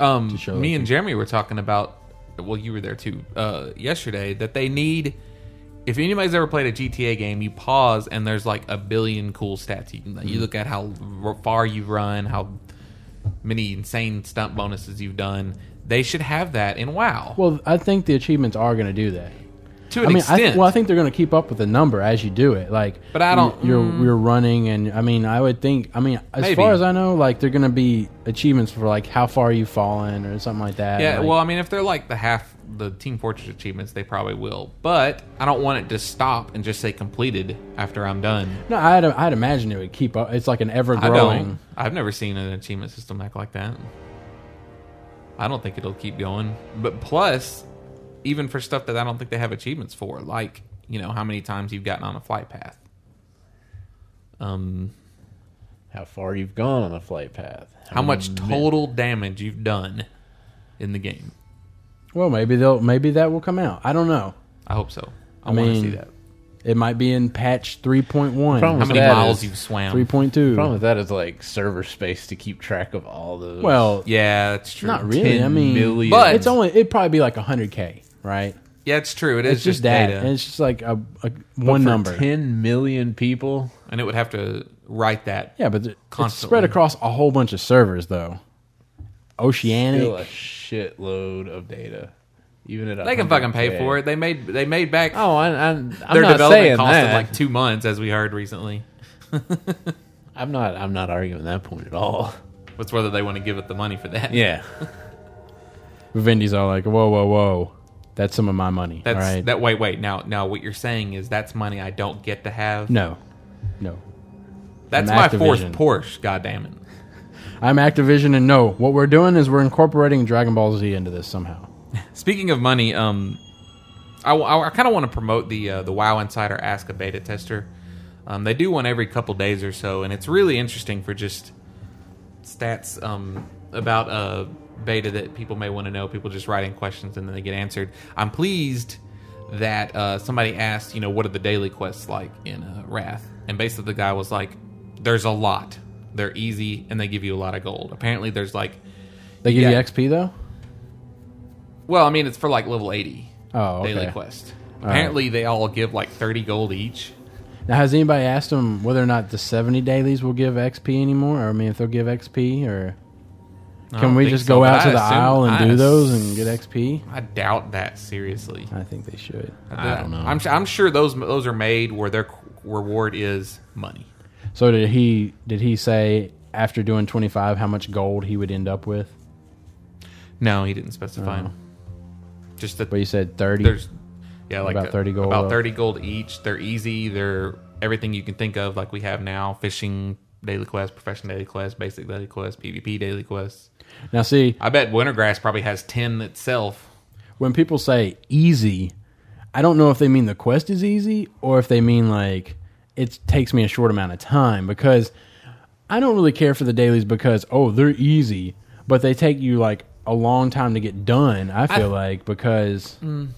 Speaker 1: um,
Speaker 3: show
Speaker 1: me
Speaker 3: that
Speaker 1: and Jeremy were talking about. Well, you were there too uh, yesterday. That they need. If anybody's ever played a GTA game, you pause and there's like a billion cool stats. You can
Speaker 3: Mm-hmm.
Speaker 1: you look at how r- far you've run, how many insane stunt bonuses you've done. They should have that in WoW.
Speaker 3: well, I think the achievements are going to do that.
Speaker 1: to
Speaker 3: I
Speaker 1: an
Speaker 3: mean, I
Speaker 1: extent.
Speaker 3: th- well, I think they're going to keep up with the number as you do it. Like,
Speaker 1: But I don't- Mm.
Speaker 3: You're you're running, and I mean, I would think. I mean, as
Speaker 1: Maybe.
Speaker 3: far as I know, like they're going to be achievements for like how far you've fallen or something like that.
Speaker 1: yeah,
Speaker 3: Like,
Speaker 1: well, I mean, if they're like the half the Team Fortress achievements, they probably will. But I don't want it to stop and just say completed after I'm done.
Speaker 3: no, I'd I'd imagine it would keep up. It's like an ever
Speaker 1: I
Speaker 3: growing.
Speaker 1: don't. I've never seen an achievement system act like that. I don't think it'll keep going. But plus, even for stuff that I don't think they have achievements for, like you know how many times you've gotten on a flight path. Um,
Speaker 4: How far you've gone on the flight path?
Speaker 1: how much
Speaker 3: Mm,
Speaker 1: total damage you've done in the game.
Speaker 3: Well, maybe they'll maybe that will come out. I don't know.
Speaker 1: I hope so. I,
Speaker 3: I
Speaker 1: want to
Speaker 3: mean,
Speaker 1: see that.
Speaker 3: It might be in patch three point one,
Speaker 1: How
Speaker 4: Problem
Speaker 1: many
Speaker 4: that
Speaker 1: miles
Speaker 4: is
Speaker 1: you've swam?
Speaker 3: three point two.
Speaker 4: The problem with that is like server space to keep track of all those.
Speaker 3: Well,
Speaker 1: yeah, that's true.
Speaker 3: not really. I mean,
Speaker 4: million.
Speaker 1: But-
Speaker 3: it's only it'd probably be like hundred k, right?
Speaker 1: Yeah, it's true. It is
Speaker 3: It's, just, that,
Speaker 1: data,
Speaker 3: and
Speaker 1: and,
Speaker 3: it's just like a, a one
Speaker 4: For
Speaker 3: number.
Speaker 4: ten million people.
Speaker 1: it would have to write that.
Speaker 3: Yeah, but th- it's
Speaker 1: Constantly.
Speaker 3: spread across a whole bunch of servers, though. Oceanic.
Speaker 4: Still a shitload of data. Even at
Speaker 1: They can fucking pay for it. They made they made back
Speaker 4: Oh, I, I, I'm
Speaker 1: their
Speaker 4: not saying
Speaker 1: development cost
Speaker 4: that.
Speaker 1: of like two months, as we heard recently.
Speaker 4: I'm not. I'm not arguing that point at all.
Speaker 1: What's whether they want to give it the money for that?
Speaker 4: Yeah,
Speaker 3: Vivendi's all like, whoa, whoa, whoa. That's some of my money.
Speaker 1: that's
Speaker 3: all right.
Speaker 1: that. Wait, wait. Now, now, what you're saying is that's money I don't get to have.
Speaker 3: no. No.
Speaker 1: that's
Speaker 3: from
Speaker 1: my fourth
Speaker 3: Activision.
Speaker 1: Porsche. God damn it.
Speaker 3: I'm Activision, and no. What we're doing is we're incorporating Dragon Ball Z into this somehow.
Speaker 1: Speaking of money, um, I, kind of want to promote the uh, the WoW Insider Ask a Beta Tester. Um, they do one every couple days or so, and it's really interesting for just stats um, about uh, beta that people may want to know. People just write in questions and then they get answered. I'm pleased that uh, somebody asked, you know, what are the daily quests like in uh, Wrath? And basically, the guy was like, "There's a lot. They're easy, and they give you a lot of gold. Apparently, there's like,
Speaker 3: They give
Speaker 1: Yeah.
Speaker 3: you XP, though?
Speaker 1: well, I mean, it's for like level 80
Speaker 3: Oh, okay.
Speaker 1: daily quest. Apparently, they all give like 30 gold each.
Speaker 3: Now, has anybody asked them whether or not the 70 dailies will give XP anymore? Or, I mean, if they'll give XP, or
Speaker 1: I
Speaker 3: can
Speaker 1: don't
Speaker 3: we
Speaker 1: think
Speaker 3: just
Speaker 1: so,
Speaker 3: go
Speaker 1: but
Speaker 3: out to
Speaker 1: I
Speaker 3: the
Speaker 1: assume-
Speaker 3: aisle and
Speaker 1: I
Speaker 3: do
Speaker 1: ass-
Speaker 3: those and get XP?
Speaker 1: I doubt that seriously.
Speaker 3: I think they should.
Speaker 1: I don't know. I'm, su- I'm sure those those are made where their qu- reward is money.
Speaker 3: So did he did he say after doing 25 how much gold he would end up with?
Speaker 1: No, he didn't specify. Oh. Just that
Speaker 3: But you said 30.
Speaker 1: there's yeah like
Speaker 3: About 30 gold
Speaker 1: about
Speaker 3: up.
Speaker 1: 30 gold each. They're easy. They're everything you can think of like we have now: fishing daily quest, professional daily quest, basic daily quest, PvP daily quests.
Speaker 3: Now see,
Speaker 1: I bet Wintergrass probably has 10 itself.
Speaker 3: when people say easy, I don't know if they mean the quest is easy or if they mean like it takes me a short amount of time because I don't really care for the dailies because oh, they're easy, but they take you like a long time to get done. I feel like because
Speaker 1: Mm.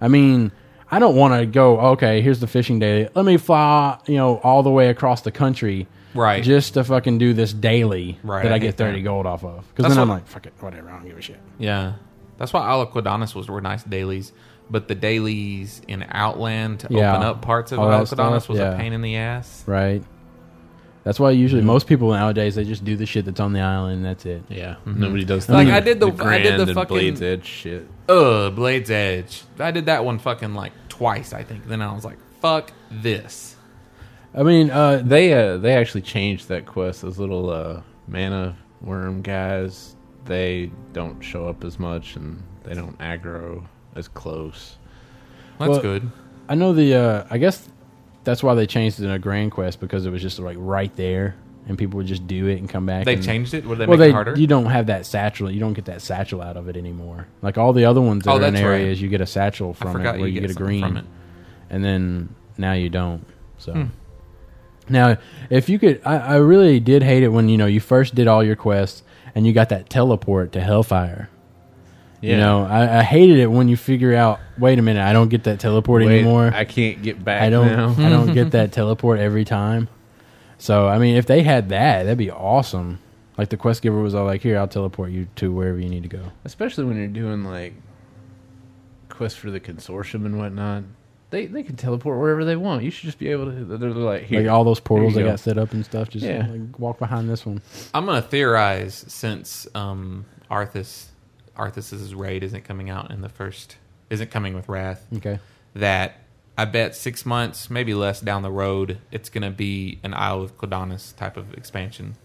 Speaker 3: I mean, I don't want to go, okay, here's the fishing daily. Let me fly, you know, all the way across the country.
Speaker 1: Right.
Speaker 3: Just to fucking do this daily
Speaker 1: Right,
Speaker 3: that
Speaker 1: I
Speaker 3: I,
Speaker 1: hate
Speaker 3: get 30
Speaker 1: that.
Speaker 3: gold off of. Because
Speaker 1: That's
Speaker 3: then I'm
Speaker 1: what-
Speaker 3: like, fuck it, whatever, I don't give a shit.
Speaker 1: Yeah, that's why Alaquadonis was were nice dailies, but the dailies in Outland to
Speaker 3: Yeah.
Speaker 1: open up parts of
Speaker 3: All that
Speaker 1: Alaquadonis
Speaker 3: stuff,
Speaker 1: was a
Speaker 3: yeah.
Speaker 1: pain in the ass.
Speaker 3: Right. That's why usually most people nowadays, they just do the shit that's on the island and that's it.
Speaker 4: yeah. Nobody does
Speaker 1: Like,
Speaker 4: that.
Speaker 1: I did the- I
Speaker 4: Grand
Speaker 1: did the
Speaker 4: and
Speaker 1: fucking-
Speaker 4: Blades Edge shit.
Speaker 1: Ugh, Blade's Edge. I did that one fucking like twice, I think. Then I was like, fuck this.
Speaker 3: I mean, uh,
Speaker 4: They uh they actually changed that quest. Those little uh mana worm guys, they don't show up as much and they don't aggro as close.
Speaker 1: That's
Speaker 3: Well-
Speaker 1: good.
Speaker 3: I know the, uh, I guess that's why they changed it in a Grand Quest because it was just like right there and people would just do it and come back.
Speaker 1: They
Speaker 3: and-
Speaker 1: changed it. Would they
Speaker 3: well,
Speaker 1: make
Speaker 3: they
Speaker 1: it harder?
Speaker 3: you don't have that satchel. You don't get that satchel out of it anymore. Like all the other ones that
Speaker 1: Oh,
Speaker 3: are in
Speaker 1: that's right.
Speaker 3: areas, you get a satchel
Speaker 1: I
Speaker 3: from it
Speaker 1: forgot
Speaker 3: where you, get, a
Speaker 1: something
Speaker 3: green,
Speaker 1: from it.
Speaker 3: and then now you don't. So
Speaker 4: Hmm.
Speaker 3: now, if you could, I, I really did hate it when you know you first did all your quests and you got that teleport to Hellfire. You know, I, I hated it when you figure out. Wait a minute, I don't get that teleport
Speaker 4: Wait,
Speaker 3: anymore.
Speaker 4: I can't get back
Speaker 3: I don't.
Speaker 4: now.
Speaker 3: I don't get that teleport every time. So I mean, if they had that, that'd be awesome. Like the quest giver was all like, "Here, I'll teleport you to wherever you need to go."
Speaker 4: Especially when you're doing like quests for the consortium and whatnot. They they can teleport wherever they want. You should just be able to they're they're like here.
Speaker 3: Like all those portals
Speaker 4: Here
Speaker 3: that
Speaker 4: you go.
Speaker 3: got set up and stuff. Just
Speaker 4: Yeah.
Speaker 3: like walk behind this one.
Speaker 1: I'm gonna theorize since um Arthas Arthas's raid isn't coming out in the first isn't coming with Wrath.
Speaker 3: Okay.
Speaker 1: that I bet six months, maybe less down the road, it's going to be an Isle of Clodonis type of expansion.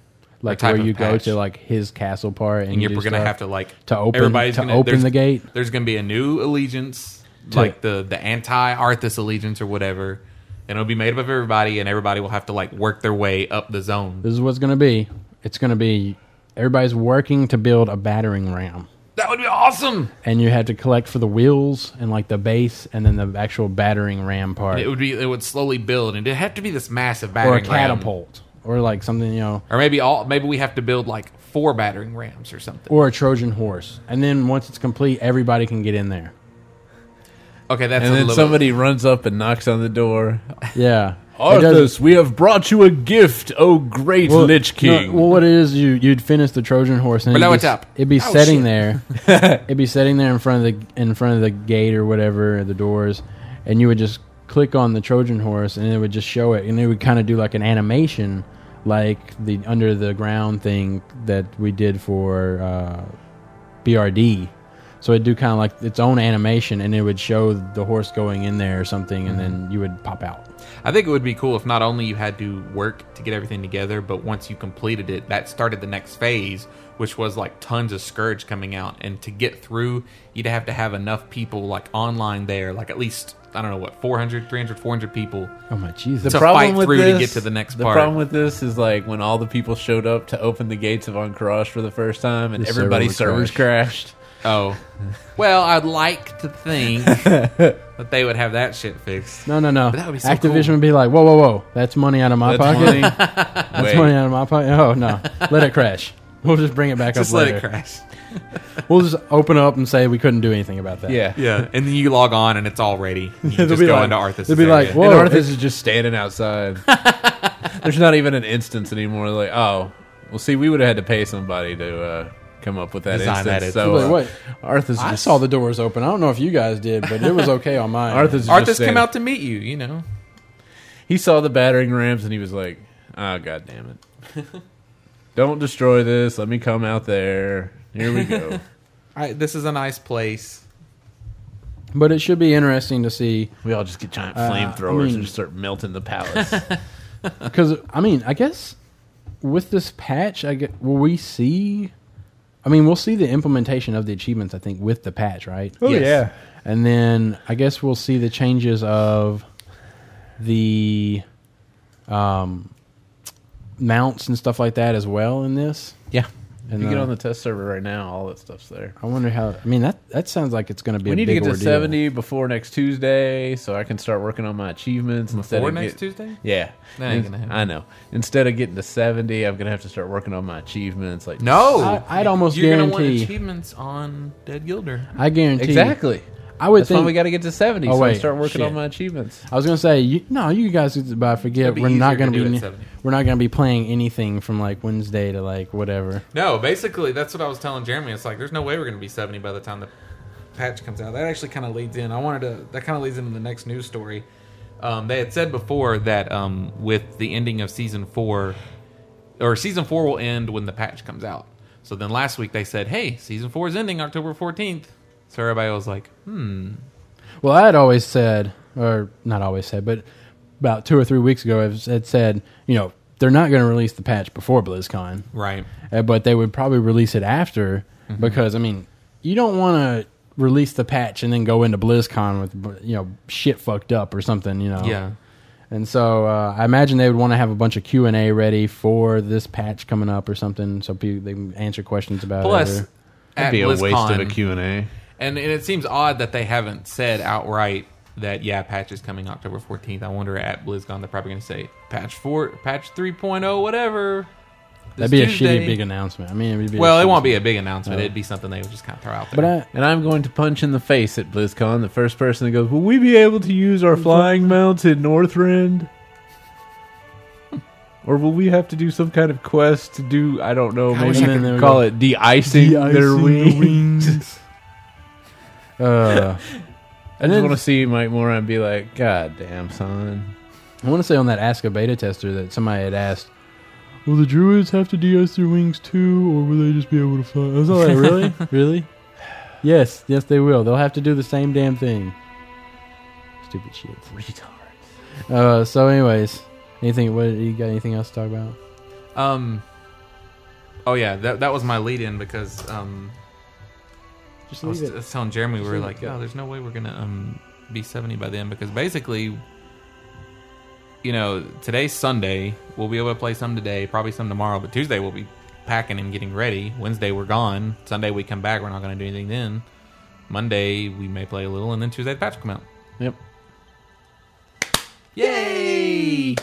Speaker 3: like
Speaker 1: type
Speaker 3: where
Speaker 1: of
Speaker 3: you go
Speaker 1: patch.
Speaker 3: to like his castle part, and,
Speaker 1: And
Speaker 3: you
Speaker 1: you're
Speaker 3: do
Speaker 1: going to
Speaker 3: stuff.
Speaker 1: have to like
Speaker 3: to open-
Speaker 1: everybody's
Speaker 3: to
Speaker 1: gonna,
Speaker 3: open
Speaker 1: there's-
Speaker 3: the gate?
Speaker 1: There's going to be a new allegiance, like the the anti Arthas allegiance or whatever, and it'll be made up of everybody, and everybody will have to like work their way up the zone.
Speaker 3: This is what's going to be. It's going to be everybody's working to build a battering ram,
Speaker 1: That would be awesome.
Speaker 3: and you had to collect for the wheels and like the base, and then the actual battering ram part,
Speaker 1: It would be it would slowly build, and it'd have to be this massive
Speaker 3: or a
Speaker 1: battering ram.
Speaker 3: catapult, or like something you know,
Speaker 1: or maybe all maybe we have to build like four battering rams or something.
Speaker 3: or a Trojan horse. And then once it's complete, everybody can get in there.
Speaker 1: Okay, that's
Speaker 4: And
Speaker 1: a
Speaker 4: then
Speaker 1: little
Speaker 4: somebody runs up and knocks on the door.
Speaker 3: Yeah, It doesn't-
Speaker 4: Arthas, we have brought you a gift, oh great
Speaker 3: Well,
Speaker 4: Lich
Speaker 3: no,
Speaker 4: King.
Speaker 3: well, what it is you you'd finish the Trojan horse and
Speaker 1: Below
Speaker 3: it'd
Speaker 1: it's
Speaker 3: be,
Speaker 1: up.
Speaker 3: It'd be
Speaker 1: Oh,
Speaker 3: sitting
Speaker 1: shit.
Speaker 3: there. it'd be sitting there in front of the in front of the gate or whatever or the doors, and you would just click on the Trojan horse and it would just show it, and it would kind of do like an animation, like the under the ground thing that we did for uh, BRD. So it'd do kind of like its own animation, and it would show the horse going in there or something, and
Speaker 1: Mm-hmm.
Speaker 3: then you would pop out.
Speaker 1: I think it would be cool if not only you had to work to get everything together, but once you completed it, that started the next phase, which was like tons of Scourge coming out. And to get through, you'd have to have enough people like online there, like at least, I don't know, what, 400, 300, 400 people.
Speaker 3: Oh my Jesus!
Speaker 1: to fight through to get to the next
Speaker 4: the
Speaker 1: part.
Speaker 4: problem with this is like when all the people showed up to open the gates of Uncross for the first time, and
Speaker 3: The server
Speaker 4: everybody's
Speaker 3: would
Speaker 4: servers crashed.
Speaker 1: Oh. well, I'd like to think that they would have that shit fixed.
Speaker 3: No, no, no.
Speaker 1: But that would be so
Speaker 3: Activision
Speaker 1: cool.
Speaker 3: would be like, whoa, whoa, whoa. That's money out of my
Speaker 4: That's
Speaker 3: pocket.
Speaker 4: funny.
Speaker 3: That's
Speaker 4: Wait.
Speaker 3: money out of my pocket. Oh, no. Let it crash. We'll just bring it back
Speaker 1: Just
Speaker 3: up
Speaker 1: let
Speaker 3: later.
Speaker 1: it crash.
Speaker 3: We'll just open up and say we couldn't do anything about that.
Speaker 4: Yeah,
Speaker 1: Yeah. And then you log on and it's all ready. You
Speaker 3: They'll
Speaker 1: can just
Speaker 3: be
Speaker 1: go
Speaker 3: like-
Speaker 1: into Arthas.
Speaker 3: they'll be like,
Speaker 4: And
Speaker 3: Whoa,
Speaker 4: Arthas
Speaker 3: it's-
Speaker 4: is just standing outside. There's not even an instance anymore. Like, oh, well, see, we would have had to pay somebody to uh, come up with that
Speaker 1: Design
Speaker 4: instance.
Speaker 1: that instance.
Speaker 4: So,
Speaker 3: Like,
Speaker 4: uh,
Speaker 3: what?
Speaker 4: Arthas,
Speaker 3: I
Speaker 4: just,
Speaker 3: saw the doors open. I don't know if you guys did, but it was okay on mine.
Speaker 4: Arthas. is just
Speaker 1: Arthas came
Speaker 4: standing-
Speaker 1: out to meet you, you know.
Speaker 4: He saw the battering rams and he was like, "Oh god damn it! Don't destroy this. Let me come out there. Here we go."
Speaker 1: I, this is a nice place.
Speaker 3: But it should be interesting to see.
Speaker 4: we all just get giant
Speaker 3: Uh,
Speaker 4: flamethrowers
Speaker 3: I mean-
Speaker 4: and just start melting the palace.
Speaker 3: Because, I mean, I guess with this patch, I get, will we see. I mean, we'll see the implementation of the achievements, I think, with the patch, right?
Speaker 4: Oh, yeah.
Speaker 3: And then I guess we'll see the changes of the um, mounts and stuff like that as well in this.
Speaker 4: yeah. If
Speaker 3: And,
Speaker 4: you get
Speaker 3: uh,
Speaker 4: on the test server right now, all that stuff's there.
Speaker 3: I wonder how. I mean, that that sounds like it's going to be.
Speaker 4: We
Speaker 3: a
Speaker 4: need to
Speaker 3: big
Speaker 4: get to
Speaker 3: ordeal.
Speaker 4: 70 before next Tuesday so I can start working on my achievements instead
Speaker 1: Or
Speaker 4: of
Speaker 1: next
Speaker 4: get-
Speaker 1: Tuesday?
Speaker 4: Yeah.
Speaker 1: That ain't gonna happen.
Speaker 4: I know. Instead of getting to 70, I'm going to have to start working on my achievements like
Speaker 1: No,
Speaker 3: I, I'd almost
Speaker 1: you're gonna want
Speaker 3: guarantee.
Speaker 1: achievements on Dead Gilder.
Speaker 3: I guarantee.
Speaker 4: Exactly.
Speaker 3: I would
Speaker 4: That's why
Speaker 3: think.
Speaker 4: we got to get to 70
Speaker 3: Oh,
Speaker 4: so I
Speaker 3: wait,
Speaker 4: can start working
Speaker 3: shit.
Speaker 4: on my achievements.
Speaker 3: I was going to say, you, no, you guys, but I forget
Speaker 1: be
Speaker 3: we're not
Speaker 1: easier to
Speaker 3: going
Speaker 1: do
Speaker 3: be
Speaker 1: at
Speaker 3: ne-
Speaker 1: 70.
Speaker 3: we're not going to be playing anything from like Wednesday to like whatever.
Speaker 1: No, basically that's what I was telling Jeremy. It's like there's no way we're gonna be 70 by the time the patch comes out. That actually kind of leads in. I wanted to. That kind of leads into the next news story. Um, they had said before that um, with the ending of season four, or season four will end when the patch comes out. So then last week they said, "Hey, season four is ending October 14th." So everybody was like, hmm,
Speaker 3: Well, I had always said, or not always said, but about two or three weeks ago, I had said, you know, they're not going to release the patch before BlizzCon,
Speaker 1: "Right."
Speaker 3: uh, but they would probably release it after
Speaker 1: Mm-hmm.
Speaker 3: because, I mean, you don't want to release the patch and then go into BlizzCon with, you know, shit fucked up or something, you know.
Speaker 1: Yeah.
Speaker 3: And so uh, I imagine they would want to have a bunch of Q and A ready for this patch coming up or something, so people, they can answer questions about it.
Speaker 1: Plus,
Speaker 3: or-
Speaker 1: at BlizzCon,
Speaker 4: Q&A.
Speaker 1: And, and it seems odd that they haven't said outright that yeah, patch is coming October 14th. I wonder at BlizzCon they're probably going to say patch 4, patch 3.0, whatever.
Speaker 3: That'd
Speaker 1: this
Speaker 3: be a
Speaker 1: Tuesday."
Speaker 3: shitty big announcement. I mean, it'd be a
Speaker 1: Well, it
Speaker 3: shitty-
Speaker 1: won't be a big announcement. It'd be something they would just kind of throw out there.
Speaker 3: But I,
Speaker 4: And I'm going to punch in the face at BlizzCon the first person that goes, Will we be able to use our flying mounts in Northrend? Or will we have to do some kind of quest to do, I don't know,
Speaker 3: wish
Speaker 4: maybe
Speaker 3: I could-
Speaker 4: call it de icing their wings?
Speaker 3: uh,
Speaker 4: I just want to see Mike Mora and be like, God damn, son.
Speaker 3: I want to say on that Ask a Beta Tester that somebody had asked, "Will the druids have to de-ice their wings too, or will they just be able to fly?" I was like, "Really, really? Yes, yes, they will. They'll have to do the same damn thing." Stupid shit. Retards. Uh, so, anyways, anything? What you got? Anything else to talk about?
Speaker 1: Um. Oh yeah, that that was my lead in because um,
Speaker 3: Just
Speaker 1: I was,
Speaker 3: leave
Speaker 1: I
Speaker 3: it.
Speaker 1: was telling Jeremy we
Speaker 3: Just
Speaker 1: were
Speaker 3: leave
Speaker 1: like,
Speaker 3: it.
Speaker 1: oh, there's no way we're gonna um be 70 by then because basically, you know, today's Sunday. We'll be able to play some today, probably some tomorrow, but Tuesday we'll be packing and getting ready. Wednesday we're gone. Sunday we come back. We're not gonna do anything then. Monday we may play a little, and then Tuesday the patch will come out.
Speaker 3: Yep.
Speaker 1: Yay!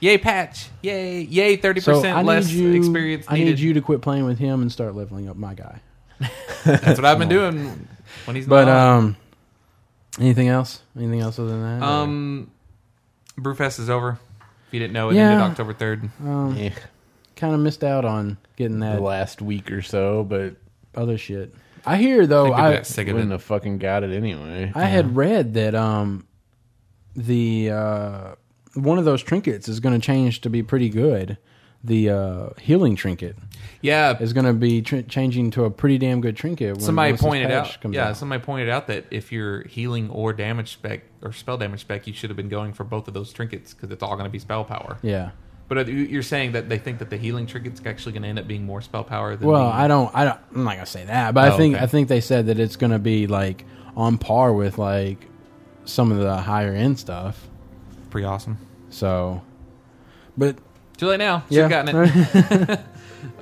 Speaker 1: Yay, patch! Yay! Yay! Thirty
Speaker 3: So I
Speaker 1: percent
Speaker 3: need
Speaker 1: less
Speaker 3: you.
Speaker 1: experience
Speaker 3: I need
Speaker 1: needed.
Speaker 3: you to quit playing with him and start leveling up my guy.
Speaker 1: That's what I've been doing when he's
Speaker 3: But
Speaker 1: not.
Speaker 3: um, anything else? Anything else other than that? or-
Speaker 1: um, Brewfest is over. If you didn't know, it
Speaker 3: Yeah.
Speaker 1: ended October third.
Speaker 3: um uh,
Speaker 4: Eh,
Speaker 3: kind of missed out on getting
Speaker 4: the
Speaker 3: that
Speaker 4: last week or so, but
Speaker 3: other shit. I hear though.
Speaker 1: I think we
Speaker 3: I
Speaker 1: got sick of
Speaker 4: wouldn't
Speaker 1: it.
Speaker 4: have fucking got it anyway.
Speaker 3: I had read that um, the uh, one of those trinkets is going to change to be pretty good. The uh, healing trinket
Speaker 1: Yeah,
Speaker 3: is going to be tr- changing to a pretty damn good trinket. When,
Speaker 1: somebody
Speaker 3: once this
Speaker 1: pointed
Speaker 3: patch
Speaker 1: out.
Speaker 3: comes
Speaker 1: Yeah, somebody pointed out that if you're healing or damage spec or spell damage spec, you should have been going for both of those trinkets because it's all going to be spell power.
Speaker 3: yeah.
Speaker 1: But are you- you're saying that they think that the healing trinket's actually going to end up being more spell power than
Speaker 3: Well,
Speaker 1: the-
Speaker 3: I don't. I don't. I'm not gonna say that, but
Speaker 1: Oh,
Speaker 3: I think
Speaker 1: okay.
Speaker 3: I think they said that it's gonna be like on par with like some of the higher end stuff.
Speaker 1: pretty awesome.
Speaker 3: So, but
Speaker 1: Too late now. Should
Speaker 3: yeah,
Speaker 1: have gotten it.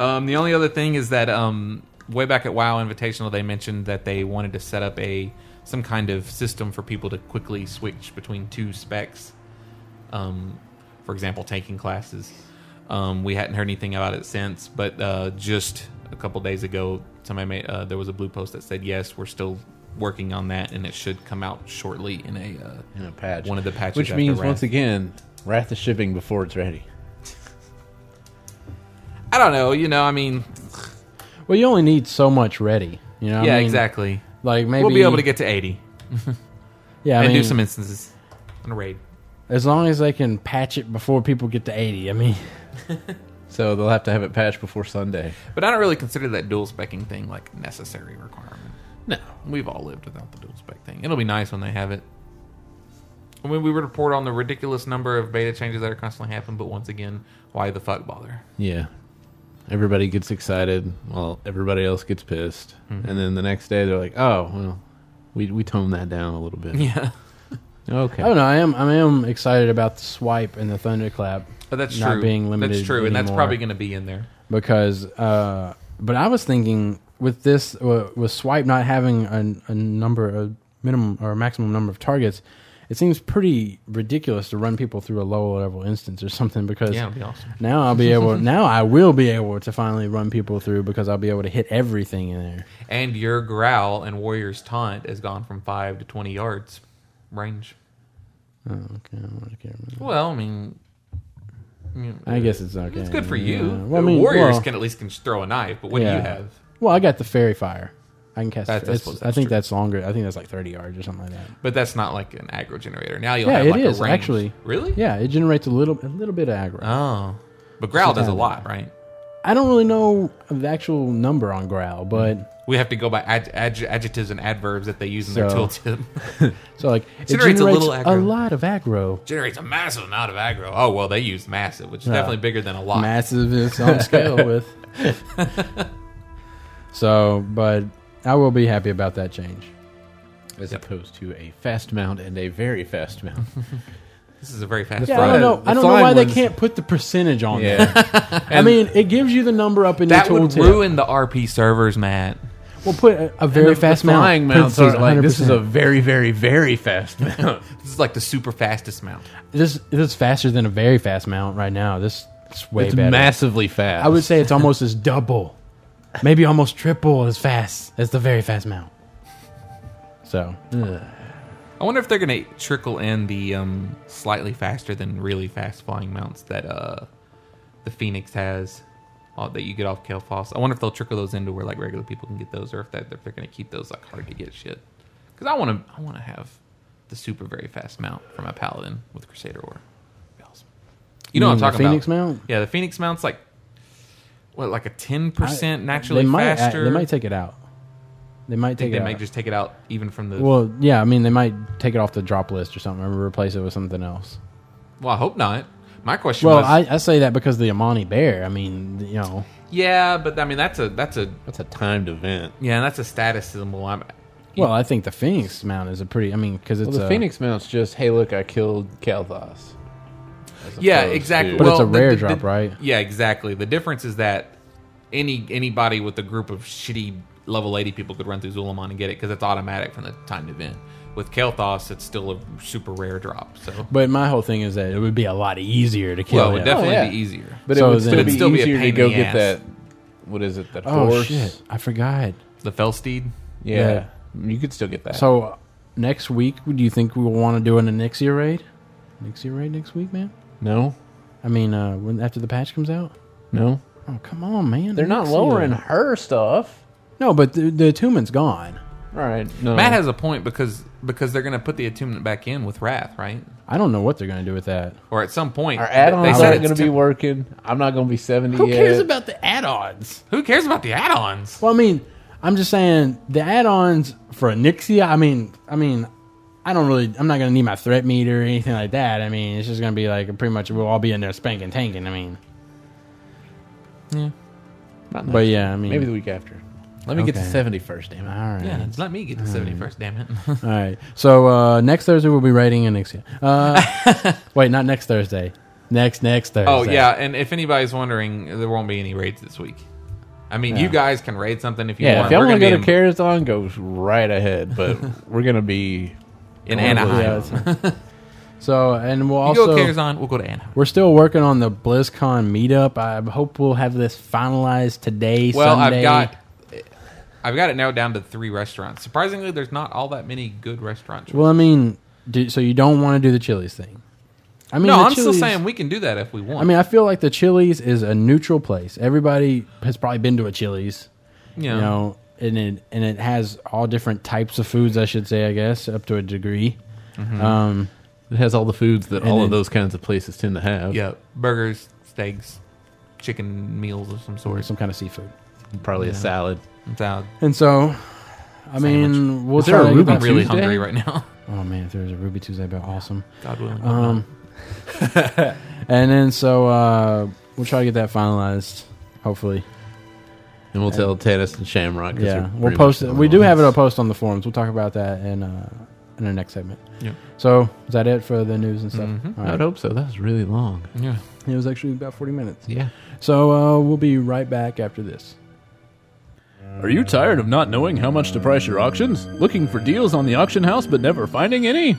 Speaker 1: Um, the only other thing is that um, way back at WoW Invitational, they mentioned that they wanted to set up a some kind of system for people to quickly switch between two specs. Um, for example, tanking classes. Um, we hadn't heard anything about it since, but uh, just a couple days ago, somebody made, uh, there was a blue post that said, "Yes, we're still working on that, and it should come out shortly in a." Uh,
Speaker 4: in a patch.
Speaker 1: One of the patches
Speaker 4: Which
Speaker 1: after
Speaker 4: means,
Speaker 1: Wrath.
Speaker 4: once again, Wrath is shipping before it's ready.
Speaker 1: I don't know. You know, I mean,
Speaker 3: well, you only need so much ready. You know? I
Speaker 1: yeah,
Speaker 3: mean,
Speaker 1: exactly.
Speaker 3: Like maybe
Speaker 1: we'll be able to get to eighty
Speaker 3: yeah, I
Speaker 1: and
Speaker 3: mean,
Speaker 1: do some instances on a raid.
Speaker 3: as long as they can patch it before people get to eighty. I mean,
Speaker 4: So they'll have to have it patched before Sunday.
Speaker 1: But I don't really consider that dual specking thing like necessary requirement. No, we've all lived without the dual spec thing. It'll be nice when they have it. I mean, we report on the ridiculous number of beta changes that are constantly happening, but once again, why the fuck bother?
Speaker 4: Yeah. Everybody gets excited. Well, everybody else gets pissed. And then the next day they're like, oh, well, we, we toned that down a little bit.
Speaker 1: Yeah,
Speaker 4: Okay.
Speaker 3: I don't know. I am I am excited about the swipe and the thunderclap
Speaker 1: but that's
Speaker 3: Not
Speaker 1: true.
Speaker 3: being limited
Speaker 1: that's true, and that's
Speaker 3: anymore.
Speaker 1: probably going to be in there.
Speaker 3: because. uh But I was thinking with this uh, with swipe not having a, a number a minimum or a maximum number of targets. It seems pretty ridiculous to run people through a low level instance or something because
Speaker 1: Yeah, it'll be awesome.
Speaker 3: now I'll be able now I will be able to finally run people through because I'll be able to hit everything in there.
Speaker 1: And your growl and warrior's taunt has gone from five to twenty yards range.
Speaker 3: Oh, okay, I can't remember.
Speaker 1: Well, I mean, you know,
Speaker 3: I guess it's okay.
Speaker 1: It's good for
Speaker 3: yeah.
Speaker 1: you.
Speaker 3: Well, I mean,
Speaker 1: Warriors
Speaker 3: well-
Speaker 1: can at least can throw a knife, but what do
Speaker 3: Yeah.
Speaker 1: you have?
Speaker 3: Well, I got the fairy fire. I can cast.
Speaker 1: That's- I
Speaker 3: it's-
Speaker 1: suppose
Speaker 3: I
Speaker 1: that's
Speaker 3: think
Speaker 1: true.
Speaker 3: that's longer. I think that's like thirty yards or something like that.
Speaker 1: But that's not like an aggro generator. Now you'll
Speaker 3: Yeah,
Speaker 1: have
Speaker 3: it
Speaker 1: like
Speaker 3: is,
Speaker 1: a range.
Speaker 3: actually.
Speaker 1: Really?
Speaker 3: Yeah, it generates a little, a little bit of aggro.
Speaker 1: Oh, but growl does a
Speaker 3: Sometimes.
Speaker 1: lot, right?
Speaker 3: I don't really know the actual number on growl, but
Speaker 1: We have to go by ad- ad- adjectives and adverbs that they use in their
Speaker 3: So-
Speaker 1: tooltip.
Speaker 3: so like it
Speaker 1: Generates
Speaker 3: generates,
Speaker 1: a
Speaker 3: a
Speaker 1: little aggro.
Speaker 3: lot of aggro.
Speaker 1: Generates a massive amount of aggro. Oh well, they use massive, which is definitely bigger than a lot.
Speaker 3: Massive is on scale with. so, but I will be happy about that change.
Speaker 4: As opposed to a fast mount and a very fast mount.
Speaker 1: this is a very fast.
Speaker 3: Yeah,
Speaker 1: run.
Speaker 3: I don't
Speaker 4: Fine.
Speaker 3: know.
Speaker 4: The
Speaker 3: I don't know
Speaker 4: fine
Speaker 3: why they
Speaker 4: ones-
Speaker 3: can't put the percentage on there.
Speaker 4: yeah.
Speaker 3: I mean, it gives you the number up in
Speaker 1: That
Speaker 3: your
Speaker 1: would
Speaker 3: tooltip.
Speaker 1: ruin the RP servers, Matt.
Speaker 3: We'll put a, a very
Speaker 4: The
Speaker 3: fast
Speaker 4: flying
Speaker 3: mount.
Speaker 4: mounts are
Speaker 3: parentheses,
Speaker 4: like, this is a
Speaker 3: 100%.
Speaker 4: very, very, very fast mount.
Speaker 1: This is like the super fastest mount.
Speaker 3: this this is faster than a very fast mount right now. This is way
Speaker 4: it's
Speaker 3: better.
Speaker 4: massively fast.
Speaker 3: I would say it's almost as double, maybe almost triple as fast as the very fast mount. So
Speaker 1: I wonder if they're going to trickle in the um, slightly faster than really fast flying mounts that uh, the Phoenix has uh, that you get off Kale Foss. I wonder if they'll trickle those into where like regular people can get those, or if that if they're going to keep those like hard to get shit. Because I want to I want to have the super very fast mount for my Paladin with Crusader War. Be awesome. You know what I'm
Speaker 3: mean the
Speaker 1: talking
Speaker 3: Phoenix
Speaker 1: about?
Speaker 3: mount?
Speaker 1: Yeah, the Phoenix mount's like what like a ten percent
Speaker 3: I-
Speaker 1: naturally
Speaker 3: they might, add-
Speaker 1: faster.
Speaker 3: they might take it out. They might take
Speaker 1: they
Speaker 3: it
Speaker 1: may
Speaker 3: out.
Speaker 1: just take it out even from the. Well,
Speaker 3: Well, yeah, I mean they might take it off the drop list or something and replace it with something else.
Speaker 1: I hope not. My question
Speaker 3: Well,
Speaker 1: was,
Speaker 3: I, I say that because the Amani bear. I mean, you know,
Speaker 1: yeah, but I mean that's a that's a
Speaker 4: That's a timed event.
Speaker 1: yeah that's a status symbol. I'm,
Speaker 3: well, I think the Phoenix Mount is a pretty. I mean, because it's
Speaker 4: Well, the
Speaker 3: a,
Speaker 4: Phoenix Mount's just, hey, look, I killed Kalthos. As
Speaker 1: yeah,
Speaker 4: opposed
Speaker 1: exactly.
Speaker 4: to-
Speaker 3: But it's a
Speaker 1: the-
Speaker 3: rare
Speaker 1: the-
Speaker 3: drop,
Speaker 1: the-
Speaker 3: right?
Speaker 1: Yeah, exactly. The difference is that any anybody with a group of shitty level eighty people could run through Zulamon and get it because it's automatic from the timed event. With Kel'Thas, it's still a super rare drop. So
Speaker 3: But my whole thing is that it would be a lot easier to kill.
Speaker 1: well, it would
Speaker 3: him.
Speaker 1: definitely
Speaker 4: yeah.
Speaker 1: be easier.
Speaker 4: But
Speaker 3: So
Speaker 4: it would
Speaker 3: then-
Speaker 4: still,
Speaker 3: But
Speaker 1: it'd
Speaker 4: be
Speaker 1: still be a
Speaker 4: easier to
Speaker 1: pain
Speaker 4: go
Speaker 1: in the
Speaker 4: get
Speaker 1: ass.
Speaker 4: that. What is it? That
Speaker 3: Oh
Speaker 4: horse?
Speaker 3: shit, I forgot.
Speaker 1: The Felsteed.
Speaker 4: Yeah. you could still get that.
Speaker 3: So uh, next week, do you think we will want to do an Anixia raid? Anixia raid next week, man.
Speaker 4: no,
Speaker 3: I mean, uh, when after the patch comes out.
Speaker 4: no,
Speaker 3: Oh come on, man!
Speaker 4: they're not
Speaker 3: Anixia.
Speaker 4: lowering her stuff.
Speaker 3: No, but the, the attunement's gone.
Speaker 4: All right, no.
Speaker 1: Matt has a point because because they're going to put the attunement back in with Wrath, right?
Speaker 3: I don't know what they're going to do with that.
Speaker 1: Or at some point,
Speaker 4: our
Speaker 1: they-
Speaker 4: add-ons
Speaker 1: they said
Speaker 4: aren't
Speaker 1: it's
Speaker 4: going to be
Speaker 1: temp-
Speaker 4: working. I'm not going to be 70
Speaker 3: Who
Speaker 4: yet.
Speaker 3: cares about the add-ons?
Speaker 1: Who cares about the add-ons?
Speaker 3: Well, I mean, I'm just saying the add-ons for Nixia. I mean, I mean, I don't really. I'm not gonna need my threat meter or anything like that. I mean, it's just gonna be like pretty much we'll all be in there spanking, tanking. I mean,
Speaker 4: Not
Speaker 3: but
Speaker 4: next-
Speaker 3: yeah, I mean,
Speaker 4: maybe the week after. Let me get
Speaker 3: Okay.
Speaker 4: to 70 first, damn
Speaker 3: all
Speaker 4: it.
Speaker 3: right,
Speaker 1: Yeah, it's let me get to seventy first. Damn it!
Speaker 3: all right. So uh, next Thursday we'll be rating Nixia. Uh, wait, not next Thursday. Next next Thursday.
Speaker 1: oh yeah, and if anybody's wondering, there won't be any raids this week. I mean, you guys can raid something if you
Speaker 4: Yeah,
Speaker 1: want.
Speaker 4: if y'all
Speaker 1: We're
Speaker 4: want to
Speaker 1: gonna
Speaker 4: go to
Speaker 1: be
Speaker 4: Carathon, go right ahead. But we're going to be
Speaker 1: in, in
Speaker 4: Columbus,
Speaker 1: Anaheim.
Speaker 3: Yeah, that's- so and we'll
Speaker 1: You
Speaker 3: also
Speaker 1: go to Carazon, we'll go to Anaheim.
Speaker 3: We're still working on the BlizzCon meetup. I hope we'll have this finalized today.
Speaker 1: Well,
Speaker 3: Sunday.
Speaker 1: I've got. I've got it now down to three restaurants. Surprisingly, there's not all that many good restaurants.
Speaker 3: Well, I mean, do, so you don't want to do the Chili's thing? I mean,
Speaker 1: no,
Speaker 3: the
Speaker 1: I'm still
Speaker 3: Chili's-
Speaker 1: saying we can do that if we want.
Speaker 3: I mean, I feel like the Chili's is a neutral place. Everybody has probably been to a Chili's,
Speaker 1: you
Speaker 3: you know, and it and it has all different types of foods. I should say, I guess, up to a degree.
Speaker 4: Mm-hmm.
Speaker 3: Um,
Speaker 4: It has all the foods that all
Speaker 3: then-
Speaker 4: of those kinds of places tend to have.
Speaker 1: yeah, burgers, steaks, chicken meals of some
Speaker 3: or
Speaker 1: sort.
Speaker 3: some kind of seafood.
Speaker 4: Probably a salad.
Speaker 1: Salad.
Speaker 3: And so, I mean, we'll
Speaker 4: Is there
Speaker 3: try
Speaker 4: a
Speaker 3: to get
Speaker 4: Ruby
Speaker 1: I'm
Speaker 3: that-
Speaker 1: really
Speaker 4: Tuesday?
Speaker 1: hungry right now.
Speaker 3: Oh man, if there's a Ruby Tuesday, that'd be awesome.
Speaker 1: God willing.
Speaker 4: Uh-huh.
Speaker 3: Um, and then so uh, we'll try to get that finalized. Hopefully,
Speaker 4: And we'll tell Tennis and Shamrock. 'cause they're
Speaker 3: yeah,
Speaker 4: pretty
Speaker 3: we'll
Speaker 4: much
Speaker 3: post
Speaker 4: the
Speaker 3: it.
Speaker 4: only
Speaker 3: We do
Speaker 4: ones.
Speaker 3: have it. I'll post on the forums. We'll talk about that in uh, in our next segment.
Speaker 1: Yeah.
Speaker 3: So is that it for the news and stuff?
Speaker 1: Mhm.
Speaker 3: All
Speaker 4: I would
Speaker 3: right.
Speaker 4: hope so. That was really long.
Speaker 1: yeah.
Speaker 3: It was actually about forty minutes.
Speaker 4: Yeah.
Speaker 3: So uh, we'll be right back after this.
Speaker 5: Are you tired of not knowing how much to price your auctions? Looking for deals on the auction house but never finding any?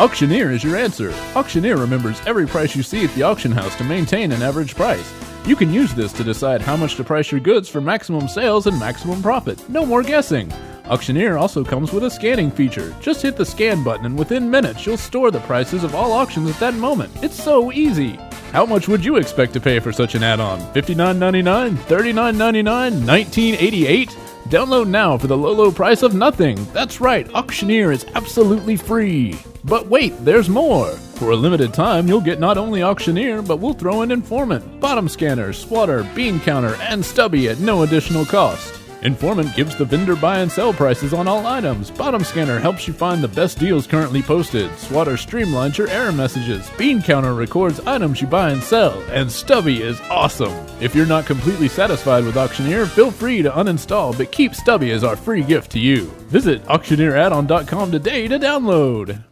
Speaker 5: Auctioneer is your answer. Auctioneer remembers every price you see at the auction house to maintain an average price. You can use this to decide how much to price your goods for maximum sales and maximum profit. No more guessing. Auctioneer also comes with a scanning feature. Just hit the scan button and within minutes you'll store the prices of all auctions at that moment. It's so easy. How much would you expect to pay for such an add-on? $59.99, $39.99, $19.88? Download now for the low, low price of nothing. That's right, Auctioneer is absolutely free. But wait, there's more. For a limited time, you'll get not only Auctioneer, but we'll throw in Informant, Bottom Scanner, Splatter, Bean Counter, and Stubby at no additional cost. Informant gives the vendor buy and sell prices on all items. Bottom Scanner helps you find the best deals currently posted. Swatter streamlines your error messages. Bean Counter records items you buy and sell. And Stubby is awesome. If you're not completely satisfied with Auctioneer, feel free to uninstall, but keep Stubby as our free gift to you. Visit auctioneeraddon.com today to download.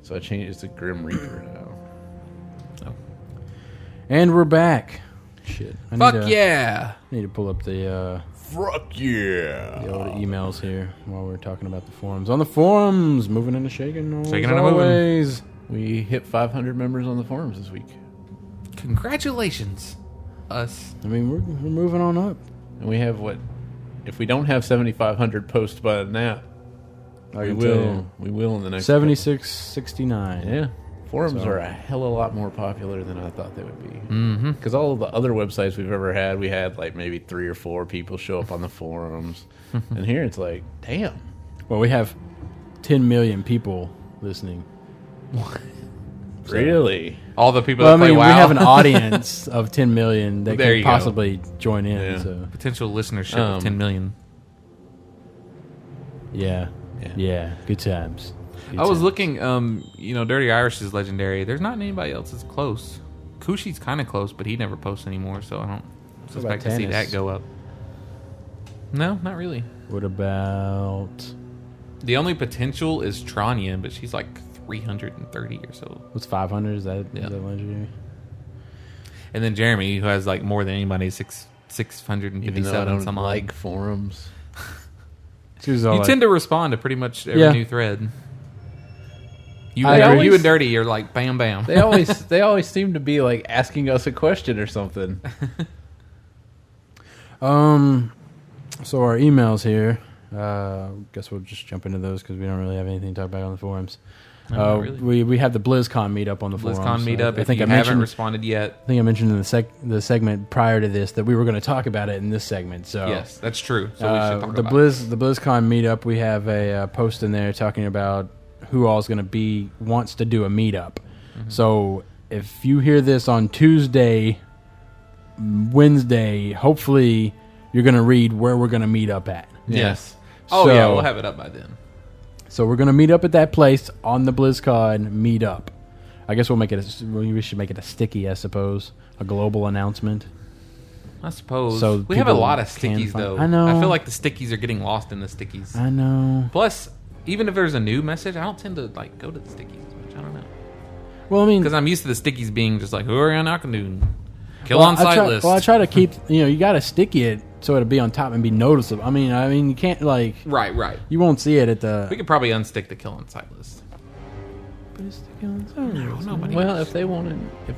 Speaker 4: So I changed it to Grim Reaper now.
Speaker 3: And we're back. Shit. I need
Speaker 1: Fuck
Speaker 3: to-
Speaker 1: yeah.
Speaker 3: Need to pull up the uh,
Speaker 4: Fuck yeah.
Speaker 3: the old emails here while we're talking about the forums. On the forums, moving into shaking.
Speaker 1: Shaking
Speaker 3: as
Speaker 1: and a moving.
Speaker 3: always.
Speaker 4: We hit 500 members on the forums this week.
Speaker 1: Congratulations, us.
Speaker 3: I mean, we're, we're moving on up.
Speaker 4: And we have what? If we don't have 7,500 posts by now,
Speaker 3: I
Speaker 4: we
Speaker 3: can tell
Speaker 4: will.
Speaker 3: you.
Speaker 4: We will in the next.
Speaker 3: 76 69
Speaker 4: Yeah. Forums
Speaker 3: So-
Speaker 4: are a hell of a lot more popular than I thought they would be. Mm-hmm. Because all of the other websites we've ever had, we had like maybe three or four people show up on the forums. and here it's like, damn.
Speaker 3: well we have 10 million people listening
Speaker 4: Really?
Speaker 1: All the people
Speaker 3: well i
Speaker 1: that play
Speaker 3: mean
Speaker 1: WoW.
Speaker 3: we have an audience of 10 million that
Speaker 1: There
Speaker 3: could
Speaker 1: you go.
Speaker 3: possibly join in
Speaker 4: Yeah.
Speaker 3: so
Speaker 1: potential listenership
Speaker 4: Um,
Speaker 1: of 10 million.
Speaker 3: Yeah.
Speaker 1: Yeah.
Speaker 3: Yeah. Good times. Good
Speaker 1: I was
Speaker 3: times.
Speaker 1: looking, um, you know, Dirty Irish is legendary. There's not anybody else that's close. Kushi's kind of close, but he never posts anymore, so I don't suspect to see
Speaker 3: Tannis?
Speaker 1: that go up. No, not really.
Speaker 3: What about
Speaker 1: The only potential is Tranya, but she's like 330 or so.
Speaker 3: what's five hundred? Is that is
Speaker 1: Yeah.
Speaker 3: that legendary?
Speaker 1: And then Jeremy, who has like more than anybody, six six hundred and
Speaker 4: Even though I
Speaker 1: fifty-seven.
Speaker 4: don't
Speaker 1: Some uh, odd.
Speaker 4: like forums.
Speaker 1: you tend to respond to pretty much every
Speaker 3: Yeah.
Speaker 1: new thread. You,
Speaker 4: I
Speaker 1: you
Speaker 4: always-
Speaker 1: and Dirty, you're like bam, bam.
Speaker 4: They always they always seem to be like asking us a question or something.
Speaker 3: Um, so our emails here. Uh, guess we'll just jump into those because we don't really have anything to talk about on the forums.
Speaker 1: not
Speaker 3: uh,
Speaker 1: really.
Speaker 3: we we have the BlizzCon meetup on the
Speaker 1: BlizzCon
Speaker 3: forums. so
Speaker 1: meetup.
Speaker 3: I, think
Speaker 1: if
Speaker 3: I
Speaker 1: you haven't
Speaker 3: mentioned.
Speaker 1: responded yet,
Speaker 3: I think I mentioned in the sec the segment prior to this that we were going to talk about it in this segment. So
Speaker 1: yes, that's true. So we
Speaker 3: Oh. Uh,
Speaker 1: should talk
Speaker 3: the
Speaker 1: about it.
Speaker 3: Blizz the BlizzCon meetup. We have a uh, post in there talking about who all is going to be wants to do a meetup.
Speaker 1: Mm-hmm.
Speaker 3: So if you hear this on Tuesday, Wednesday, hopefully you're going to read where we're going to meet up at.
Speaker 1: Yes. Oh yeah,
Speaker 3: So-
Speaker 1: we'll have it up by then.
Speaker 3: So we're going to meet up at that place on the BlizzCon meetup. I guess we'll make it. A, s- we should make it a sticky, I suppose, a global announcement.
Speaker 1: I suppose.
Speaker 3: So
Speaker 1: we have a
Speaker 3: people
Speaker 1: lot of
Speaker 3: can
Speaker 1: stickies
Speaker 3: find-
Speaker 1: though.
Speaker 3: I know.
Speaker 1: I feel like the stickies are getting lost in the stickies.
Speaker 3: I know.
Speaker 1: Plus, even if there's a new message, I don't tend to like go to the stickies. as much. I don't know
Speaker 3: Well, I mean,
Speaker 1: because I'm used to the stickies being just like who are you on Akanoon? Kill
Speaker 3: Well,
Speaker 1: on
Speaker 3: I
Speaker 1: site
Speaker 3: try,
Speaker 1: list.
Speaker 3: Well, I try to keep you know you got to sticky it so it'll be on top and be noticeable. I mean, I mean you can't like
Speaker 1: right, right.
Speaker 3: you won't see it at the.
Speaker 1: We could probably unstick the kill on site list.
Speaker 3: Hmm.
Speaker 1: I don't know, buddy.
Speaker 4: Well, if they want to, if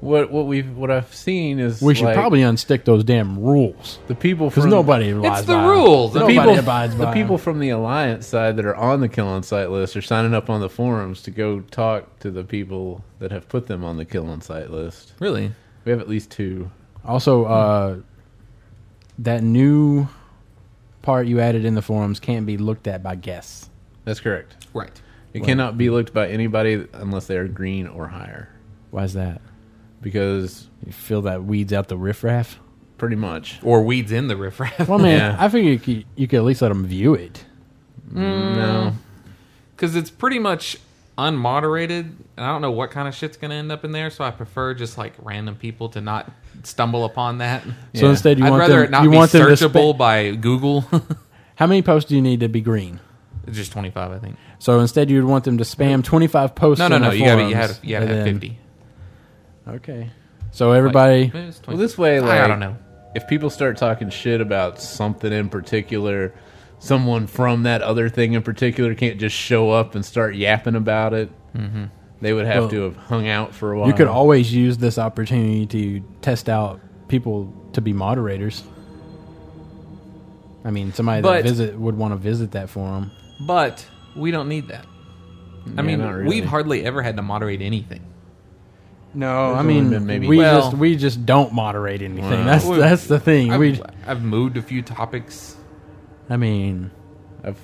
Speaker 4: what what we've what I've seen is
Speaker 3: We should
Speaker 4: like,
Speaker 3: probably unstick those damn rules
Speaker 4: the people
Speaker 3: because
Speaker 4: from
Speaker 3: nobody abides
Speaker 1: the
Speaker 3: by 'em.
Speaker 1: rules. The
Speaker 4: the
Speaker 3: Nobody
Speaker 4: people
Speaker 3: abides by
Speaker 4: the
Speaker 3: 'em.
Speaker 4: people from the alliance side that are on the kill on site list are signing up on the forums to go talk to the people that have put them on the kill on site list.
Speaker 1: really?
Speaker 4: We have at least two.
Speaker 3: Also, uh, that new part you added in the forums can't be looked at by guests.
Speaker 4: That's correct.
Speaker 1: Right.
Speaker 4: It cannot be looked by anybody unless they are green or higher,
Speaker 3: Why is that?
Speaker 4: because
Speaker 3: You feel that weeds out the riffraff.
Speaker 4: pretty much
Speaker 1: Or weeds in the riffraff.
Speaker 3: Well, man,
Speaker 4: Yeah.
Speaker 3: I figure you could, you could at least let them view it.
Speaker 1: Mm.
Speaker 4: no.
Speaker 1: because it's pretty much unmoderated and i don't know what kind of shit's gonna end up in there so i prefer just like random people to not stumble upon that
Speaker 3: So
Speaker 4: Yeah.
Speaker 3: instead, you
Speaker 1: i'd
Speaker 3: want
Speaker 1: rather
Speaker 3: them,
Speaker 1: it not
Speaker 3: you
Speaker 1: be
Speaker 3: want them to spe-
Speaker 1: searchable by google
Speaker 3: How many posts do you need to be green?
Speaker 1: just 25 i think
Speaker 3: So instead, you'd want them to spam 25 posts.
Speaker 1: no no
Speaker 3: on
Speaker 1: no
Speaker 3: the
Speaker 1: you gotta
Speaker 3: forums,
Speaker 1: you had you gotta
Speaker 3: and
Speaker 1: have
Speaker 3: then-
Speaker 1: 50
Speaker 3: Okay. So everybody,
Speaker 1: Maybe it's 25.
Speaker 4: Well, this way, like,
Speaker 1: I, I don't know
Speaker 4: If people start talking shit about something in particular, someone from that other thing in particular can't just show up and start yapping about it. Mm-hmm. They would have
Speaker 3: Well,
Speaker 4: to have hung out for a while.
Speaker 3: you
Speaker 1: uh,
Speaker 3: could always use this opportunity to test out people to be moderators. I mean, somebody
Speaker 1: But-
Speaker 3: that visit would want to visit that forum.
Speaker 1: but we don't need that i mean
Speaker 4: not really.
Speaker 1: we've hardly ever had to moderate anything
Speaker 3: No, I
Speaker 4: only been
Speaker 3: mean,
Speaker 4: maybe-
Speaker 3: we
Speaker 1: Well-
Speaker 3: just we just don't moderate anything.
Speaker 4: Wow.
Speaker 3: That's
Speaker 1: We-
Speaker 3: that's the thing.
Speaker 1: I've,
Speaker 3: we,
Speaker 1: I've moved a few topics
Speaker 3: I mean,
Speaker 4: I've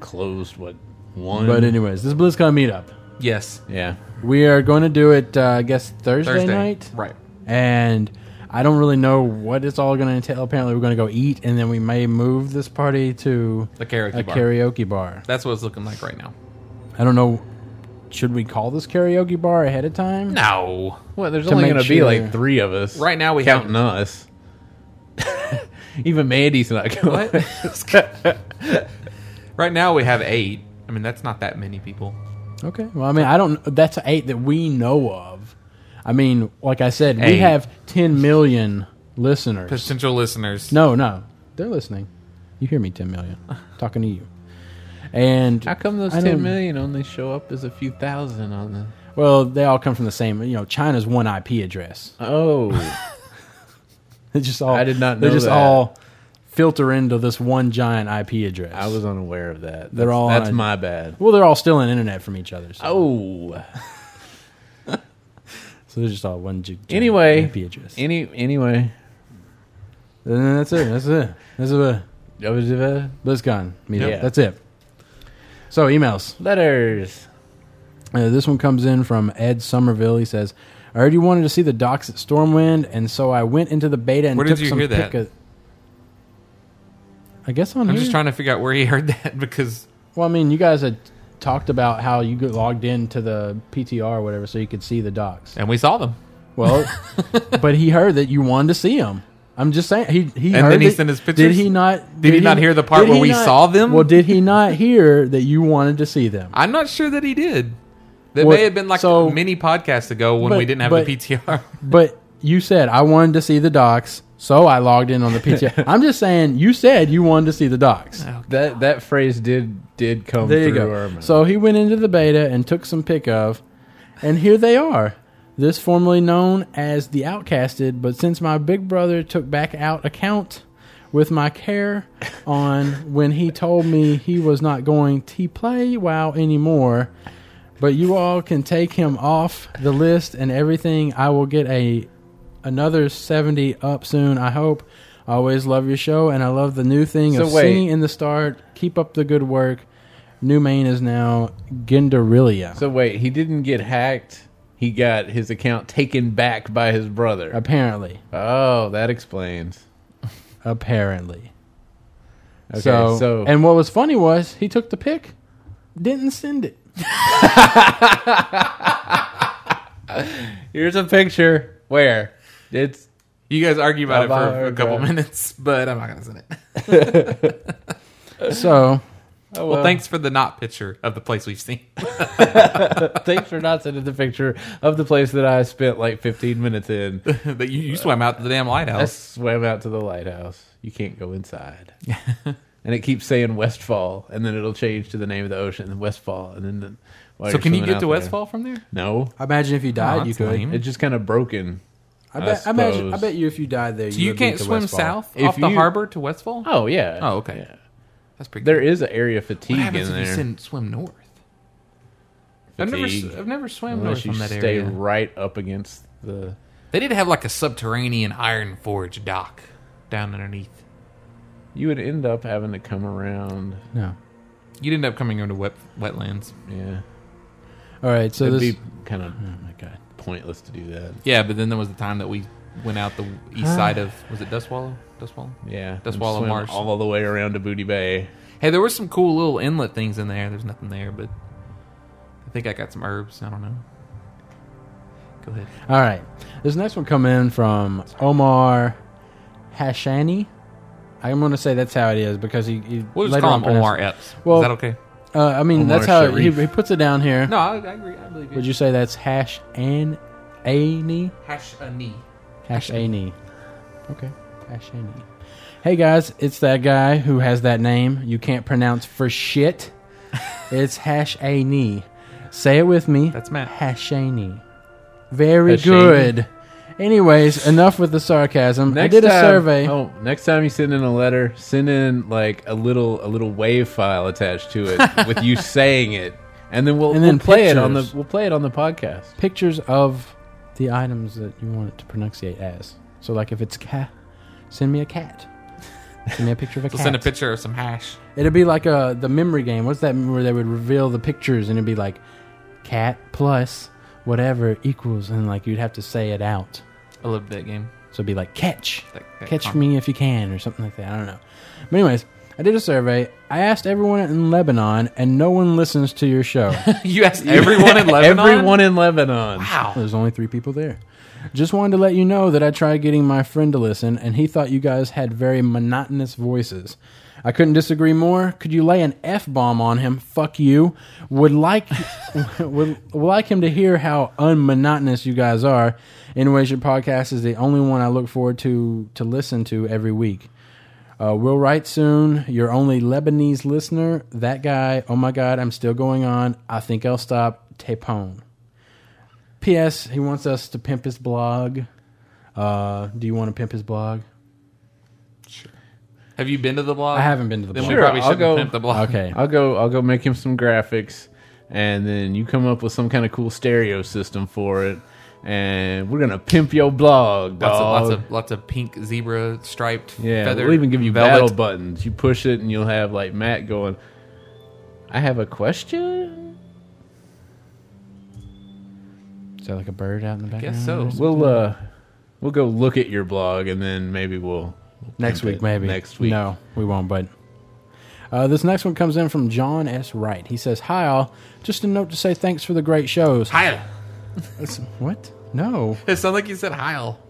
Speaker 4: closed what one.
Speaker 3: but anyways, this BlizzCon meetup,
Speaker 1: yes
Speaker 4: yeah,
Speaker 3: we are going to do it. Uh, I guess Thursday,
Speaker 1: thursday
Speaker 3: night,
Speaker 1: right
Speaker 3: and I don't really know what it's all going to entail. Apparently, we're going to go eat, and then we may move this party to
Speaker 1: the karaoke
Speaker 3: a
Speaker 1: bar
Speaker 3: karaoke bar.
Speaker 1: that's what it's looking like right now
Speaker 3: I don't know. Should we call this karaoke bar ahead of time?
Speaker 1: no
Speaker 4: well, there's
Speaker 3: To
Speaker 4: only
Speaker 3: make
Speaker 4: going to be
Speaker 3: sure-
Speaker 4: like three of us
Speaker 1: Right now we
Speaker 4: counting us. Even Mandy's not going.
Speaker 1: What? right now we have eight. I mean, that's not that many people.
Speaker 3: Okay. Well, I mean, I don't. That's eight that we know of. I mean, like I said, we
Speaker 1: Eight.
Speaker 3: have ten million listeners.
Speaker 1: Potential listeners.
Speaker 3: no, no, they're listening. You hear me, ten million, talking to you. And
Speaker 4: How come those
Speaker 3: I
Speaker 4: ten
Speaker 3: don't-
Speaker 4: million only show up as a few thousand on the?
Speaker 3: Well, they all come from the same. You know, China's one IP address.
Speaker 4: Oh,
Speaker 3: They just all.
Speaker 4: I did not
Speaker 3: They
Speaker 4: know
Speaker 3: just
Speaker 4: that.
Speaker 3: all filter into this one giant IP address.
Speaker 4: I was unaware of that.
Speaker 3: They're
Speaker 4: That's-
Speaker 3: all on
Speaker 4: That's
Speaker 3: a-
Speaker 4: my bad.
Speaker 3: Well, they're all stealing internet from each other. So,
Speaker 4: Oh.
Speaker 3: so they're just all one. gi- giant
Speaker 4: Anyway,
Speaker 3: IP address.
Speaker 4: Any anyway,
Speaker 3: And that's it. That's it. That's it. BlizzCon meetup.
Speaker 4: Yep.
Speaker 3: That's it. So emails.
Speaker 4: letters.
Speaker 3: Uh, this one comes in from Ed Somerville. He says, "I heard you wanted to see the docks at Stormwind, and so I went into the beta and
Speaker 1: Where did
Speaker 3: took
Speaker 1: you
Speaker 3: some
Speaker 1: hear that?
Speaker 3: pic- I guess on
Speaker 1: I'm
Speaker 3: here.
Speaker 1: just trying to figure out where he heard that because
Speaker 3: well, I mean, you guys had talked about how you got logged in to the PTR or whatever, so you could see the docs.
Speaker 1: and we saw them.
Speaker 3: Well, but he heard that you wanted to see him. I'm just saying he he
Speaker 1: And
Speaker 3: heard
Speaker 1: then he
Speaker 3: that-
Speaker 1: sent his
Speaker 3: Did
Speaker 1: pictures?
Speaker 3: he not?
Speaker 1: Did he not hear the part
Speaker 3: did
Speaker 1: where
Speaker 3: he
Speaker 1: we
Speaker 3: not-
Speaker 1: saw them?
Speaker 3: Well, did he not hear that you wanted to see them?
Speaker 1: I'm not sure that he did. That
Speaker 3: Well,
Speaker 1: may have been like
Speaker 3: so-
Speaker 1: many podcasts ago when
Speaker 3: But-
Speaker 1: we didn't have
Speaker 3: but-
Speaker 1: the PTR.
Speaker 3: But you said I wanted to see the docs, so I logged in on the PTR. I'm just saying you said you wanted to see the docs.
Speaker 4: That that phrase did did come
Speaker 3: There you
Speaker 4: through our
Speaker 3: go.
Speaker 4: mind.
Speaker 3: So he went into the beta and took some pick of, and here they are. This formerly known as the Outcasted, but since my big brother took back out account with my care on when he told me he was not going to play WoW anymore, but you all can take him off the list and everything. I will get a another seventy up soon. I hope. I always love your show, and I love the new thing
Speaker 4: So
Speaker 3: of
Speaker 4: wait.
Speaker 3: singing in the start. Keep up the good work. New main is now Gendarilia.
Speaker 4: So wait, he didn't get hacked. He got his account taken back by his brother.
Speaker 3: apparently,
Speaker 4: Oh, that explains.
Speaker 3: apparently.
Speaker 4: Okay,
Speaker 3: so,
Speaker 4: so,
Speaker 3: and what was funny was he took the pic, didn't send it.
Speaker 4: here's a picture where it's
Speaker 1: You guys argue about it for
Speaker 4: Bye-bye,
Speaker 1: a couple
Speaker 4: bro.
Speaker 1: minutes, but I'm not gonna send it.
Speaker 3: So
Speaker 4: oh,
Speaker 1: Well, thanks for the not picture of the place we've seen.
Speaker 4: thanks for not sending the picture of the place that I spent like 15 minutes in.
Speaker 1: that you, you swam out to the damn
Speaker 4: I
Speaker 1: lighthouse.
Speaker 4: swam out to the lighthouse. You can't go inside. and it keeps saying Westfall, and then it'll change to the name of the ocean, then Westfall, and then. The, while
Speaker 1: So
Speaker 4: you're
Speaker 1: can you
Speaker 4: swimming
Speaker 1: get
Speaker 4: out
Speaker 1: to
Speaker 4: there-
Speaker 1: Westfall from there?
Speaker 4: No,
Speaker 3: I imagine if you died, you
Speaker 1: that's
Speaker 3: could.
Speaker 1: lame.
Speaker 4: it's just kind of broken.
Speaker 3: I,
Speaker 4: I
Speaker 3: bet, I imagine. I
Speaker 4: suppose.
Speaker 3: bet you if you died there,
Speaker 1: So you
Speaker 3: would make
Speaker 1: can't
Speaker 3: the
Speaker 1: swim
Speaker 3: Westfall.
Speaker 1: south
Speaker 4: If
Speaker 1: off the
Speaker 4: you-
Speaker 1: harbor to Westfall.
Speaker 4: Oh yeah.
Speaker 1: Oh, okay.
Speaker 4: Yeah.
Speaker 1: That's pretty.
Speaker 4: There is an area of
Speaker 1: What
Speaker 4: fatigue in
Speaker 1: happens if
Speaker 4: there.
Speaker 1: you sin- swim north? I've never, s-
Speaker 4: Fatigue.
Speaker 1: I've never swam
Speaker 4: Unless
Speaker 1: north
Speaker 4: you
Speaker 1: from that
Speaker 4: stay
Speaker 1: area.
Speaker 4: right up against the.
Speaker 1: They did have like a subterranean iron forge dock down underneath.
Speaker 4: You would end up having to come around.
Speaker 3: No.
Speaker 1: You'd end up coming into wet, wetlands.
Speaker 4: Yeah.
Speaker 3: All right. So
Speaker 4: It'd
Speaker 3: this.
Speaker 4: be kind of. Oh my god. Pointless to do that.
Speaker 1: Yeah, but then there was the time that we went out the east side of was it Dustwallow? Dustwallow.
Speaker 4: Yeah.
Speaker 1: That's
Speaker 4: and
Speaker 1: Wallow
Speaker 4: swim
Speaker 1: Marsh.
Speaker 4: All the way around to Booty Bay.
Speaker 1: Hey, there were some cool little inlet things in there. There's nothing there, but I think I got some herbs. I don't know. Go ahead.
Speaker 3: All right. This next one come in from Omar Hashani. I'm going to say that's how it is because he. he
Speaker 1: We'll just
Speaker 3: later
Speaker 1: call
Speaker 3: on
Speaker 1: him Omar
Speaker 3: pronounced-
Speaker 1: Epps.
Speaker 3: Well-
Speaker 1: Is that okay?
Speaker 3: Uh, I mean,
Speaker 4: Omar
Speaker 3: that's how he,
Speaker 4: Sharif.
Speaker 3: he puts it down here.
Speaker 1: No, I, I agree. I believe you.
Speaker 3: Would you say that's Hash and Ani?
Speaker 1: hash a knee?
Speaker 3: E? Hash
Speaker 1: E.
Speaker 3: Ani. Okay. Hash Ani. Hey guys, it's that guy who has that name you can't pronounce for shit. it's Hash Ani. Say it with me.
Speaker 1: That's Matt.
Speaker 3: Hashani. E. Very
Speaker 4: Hashani.
Speaker 1: E.
Speaker 3: good. Anyways, enough with the sarcasm. I did a
Speaker 4: time-
Speaker 3: survey.
Speaker 4: Oh, next time you send in a letter, send in like a little a little wave file attached to it with you saying it, and then we'll,
Speaker 3: And then
Speaker 4: we'll play it on the
Speaker 3: pictures.
Speaker 4: we'll play it on the podcast.
Speaker 3: Pictures of the items that you want it to pronunciate as. So, like, if it's cat, send me a cat. Send me a picture of a
Speaker 1: So
Speaker 3: cat.
Speaker 1: send a picture of some hash.
Speaker 3: It'd be like uh the memory game. What's that where they would reveal the pictures and it'd be like cat plus whatever equals and like you'd have to say it out.
Speaker 1: I loved that game.
Speaker 3: So it'd be like catch.
Speaker 1: That, that
Speaker 3: Catch
Speaker 1: con-
Speaker 3: me if you can or something like that. I don't know. But anyways, I did a survey. I asked everyone in Lebanon and no one listens to your show.
Speaker 1: you asked everyone in Lebanon.
Speaker 4: Everyone in Lebanon.
Speaker 1: Wow.
Speaker 3: There's only three people there. Just wanted to let you know that I tried getting my friend to listen, and he thought you guys had very monotonous voices. I couldn't disagree more. Could you lay an f bomb on him? Fuck you. Would like would, would like him to hear how unmonotonous you guys are. Anyways, your podcast is the only one I look forward to to listen to every week. Uh, we'll write soon. Your only Lebanese listener. That guy. Oh my God, I'm still going on. I think I'll stop. Tapone. P.S. He wants us to pimp his blog. Uh, do you want to pimp his blog?
Speaker 1: Have you been to the blog?
Speaker 3: I haven't been to the
Speaker 1: Then
Speaker 3: blog.
Speaker 1: we
Speaker 4: Sure,
Speaker 1: probably
Speaker 4: I'll
Speaker 1: shouldn't
Speaker 4: go-
Speaker 1: pimp the blog.
Speaker 3: Okay.
Speaker 4: I'll go. I'll go make him some graphics, and then you come up with some kind of cool stereo system for it, and we're gonna pimp your blog.
Speaker 1: Lots of,
Speaker 4: dog.
Speaker 1: lots of lots of pink zebra striped.
Speaker 4: yeah.
Speaker 1: feather
Speaker 4: we'll even give you
Speaker 1: velvet.
Speaker 4: battle buttons. You push it, and you'll have like Matt going. I have a question.
Speaker 3: Is that like a
Speaker 4: Mm-hmm.
Speaker 3: bird out in the background?
Speaker 1: guess so.
Speaker 4: uh,
Speaker 3: or something?
Speaker 4: We'll uh, we'll go look at your blog, and then maybe we'll, we'll
Speaker 3: Next
Speaker 4: Pimp
Speaker 3: week,
Speaker 4: it.
Speaker 3: maybe.
Speaker 4: Next week.
Speaker 3: No, we won't, but. Uh, this next one comes in from John S. Wright. He says, Hi, all. Just a note to say thanks for the great shows.
Speaker 1: Heil.
Speaker 3: It's- What? No.
Speaker 1: It sounded like you said Heil.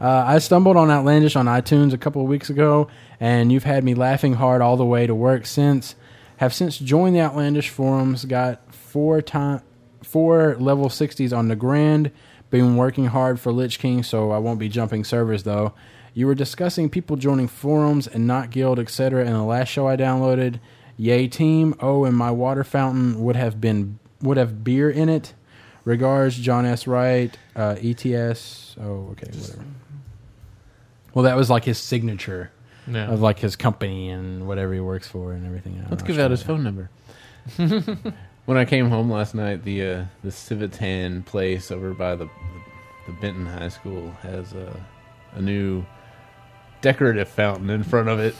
Speaker 3: Uh, I stumbled on Outlandish on iTunes a couple of weeks ago, and you've had me laughing hard all the way to work since. Have since joined the Outlandish forums, got four time, four level 60s on the grand. Been working hard for Lich King, so I won't be jumping servers though. You were discussing people joining forums and not guild, etc. in the last show I downloaded. Yay team! Oh, and my water fountain would have been would have beer in it. Regards, John S. Wright, uh, ETS. Oh, okay, whatever. Well, that was like his signature
Speaker 1: No.
Speaker 4: Oh,
Speaker 3: of like his company and whatever he works for and everything. I don't
Speaker 4: Let's
Speaker 3: know,
Speaker 4: give
Speaker 3: Australia.
Speaker 4: out his phone number. when I came home last night, the uh, the Civitan place over by the the Benton High School has a a new decorative fountain in front of it,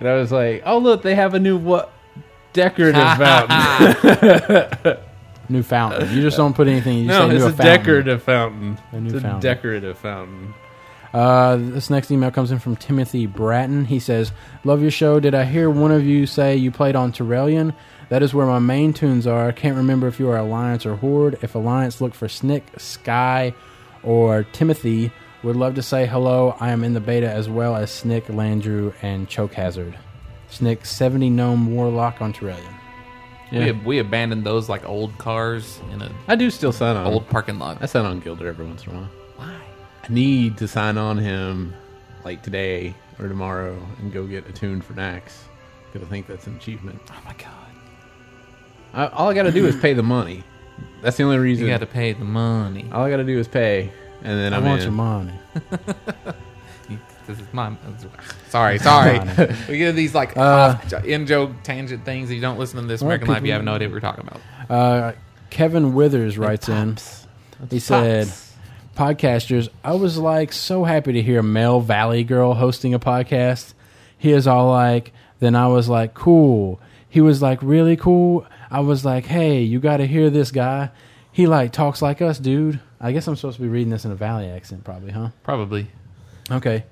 Speaker 4: and I was like, "Oh look, they have a new what decorative fountain?
Speaker 3: new fountain. You just don't put anything. You
Speaker 4: no,
Speaker 3: say
Speaker 4: it's
Speaker 3: new
Speaker 4: a
Speaker 3: fountain.
Speaker 4: decorative fountain.
Speaker 3: A new
Speaker 4: it's a
Speaker 3: fountain.
Speaker 4: decorative fountain."
Speaker 3: Uh, this next email comes in from Timothy Bratton. He says, "Love your show. Did I hear one of you say you played on Tyrellian? That is where my main tunes are. I can't remember if you are Alliance or Horde. If Alliance, look for Snick, Sky, or Timothy. Would love to say hello. I am in the beta as well as Snick, Landrew, and Choke Hazard. Snick, seventy gnome warlock on Tyrellian.
Speaker 1: We,
Speaker 4: Yeah.
Speaker 1: ab- we abandoned those like old cars in an
Speaker 4: I do still sign on.
Speaker 1: old parking lot.
Speaker 4: I sign on Gilder every once in a while.
Speaker 1: why.
Speaker 4: I need to sign on him like today or tomorrow and go get a tune for Nax because I think that's an achievement.
Speaker 1: Oh my god.
Speaker 4: I, all I got to do is pay the money. That's the only reason.
Speaker 1: You got to pay the money.
Speaker 4: all I got to do is pay, and then
Speaker 3: I
Speaker 4: I'm
Speaker 3: want
Speaker 4: in.
Speaker 3: your money.
Speaker 1: You- This is my. Sorry, sorry. we get these like
Speaker 4: Uh,
Speaker 1: off, in joke tangent things. If you don't listen to this
Speaker 3: Well,
Speaker 1: American Life,
Speaker 3: people-
Speaker 1: you have no idea what we're talking about.
Speaker 3: Uh, Kevin Withers writes in. He said, "Podcasters, I was like so happy to hear Mel Valley Girl hosting a podcast. He is all like, then I was like, cool. He was like, really cool. I was like, hey, you got to hear this guy. He like talks like us, dude. I guess I'm supposed to be reading this in a Valley accent, probably, huh?
Speaker 1: Probably.
Speaker 3: Okay.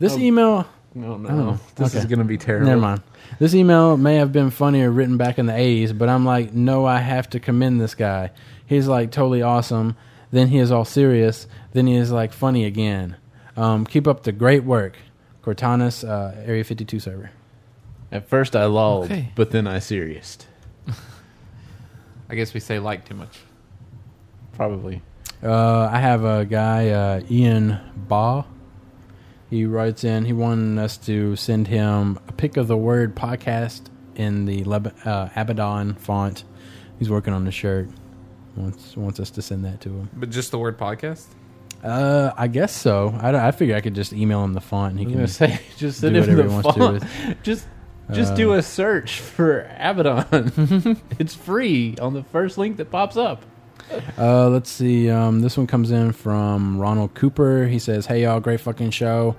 Speaker 3: This email."
Speaker 4: "No, no,
Speaker 3: Oh,
Speaker 4: this is
Speaker 3: okay.
Speaker 4: going to be terrible."
Speaker 3: Never mind. This email may have been funnier written back in the 80s, but I'm like, no, I have to commend this guy. He's like totally awesome. Then he is all serious. Then he is like funny again. Um, keep up the great work. Cortanas, uh, Area 52 server.
Speaker 4: At first, I lulled,
Speaker 1: Okay.
Speaker 4: but then I serious.
Speaker 1: I guess we say like too much.
Speaker 4: Probably.
Speaker 3: Uh, I have a guy, uh, Ian Baugh. He writes in, he wanted us to send him a pick of the word podcast in the Leb- uh, Abaddon font. He's working on the shirt. Wants, wants us to send that to him.
Speaker 1: But just the word podcast?
Speaker 3: Uh, I guess so. I, don't- I figure I could just email him the font and he
Speaker 4: I'm
Speaker 3: can.
Speaker 4: going to say, just send
Speaker 3: do
Speaker 4: him
Speaker 3: whatever
Speaker 4: the
Speaker 3: he wants to
Speaker 4: font. Just, just do a search for Abaddon. it's free on the first link that pops up.
Speaker 3: Uh, let's see. Um, this one comes in from Ronald Cooper. He says, "Hey y'all, great fucking show.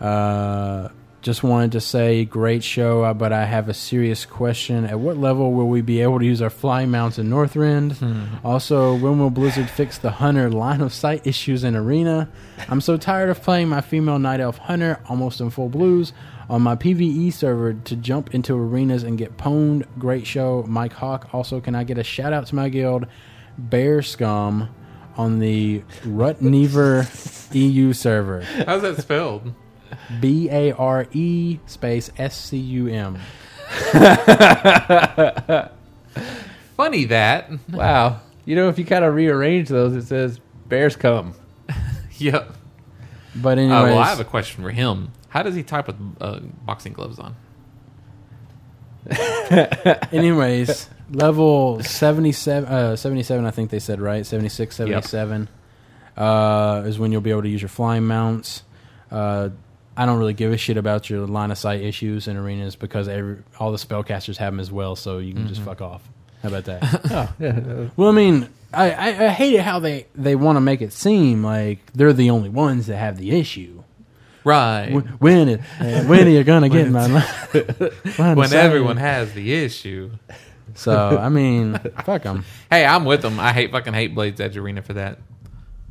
Speaker 3: Uh, just wanted to say great show, uh, but I have a serious question. At what level will we be able to use our flying mounts in Northrend? Also, when will Blizzard fix the hunter line of sight issues in Arena? I'm so tired of playing my female night elf hunter almost in full blues." On my PVE server to jump into arenas and get pwned. Great show, Mike Hawk. Also, can I get a shout out to my guild? bear scum on the Rutnever EU server.
Speaker 1: How's that spelled?
Speaker 3: B A R E space S C U M.
Speaker 1: Funny that.
Speaker 4: Wow. You know, if you kind of rearrange those, it says bears come.
Speaker 1: yep.
Speaker 3: But
Speaker 1: Uh,
Speaker 3: anyways,
Speaker 1: well, I have a question for him. How does he type with uh, boxing gloves on?
Speaker 3: anyways, level 77 uh 77 I think they said, right? 76 77 uh is when you'll be able to use your flying mounts. Uh I don't really give a shit about your line of sight issues in arenas because every, all the spellcasters have them as well, so you can just
Speaker 1: Mm-hmm.
Speaker 3: fuck off. How about that?
Speaker 1: Oh,
Speaker 3: Well, I mean, I, I, I hate it how they, they want to make it seem like they're the only ones that have the issue.
Speaker 1: Right.
Speaker 3: When when, it, uh, when are you gonna get my line? line
Speaker 1: when
Speaker 3: of sight?
Speaker 1: everyone has the issue.
Speaker 3: So I mean, fuck them.
Speaker 1: Hey, I'm with them. I hate fucking hate Blades Edge Arena for that.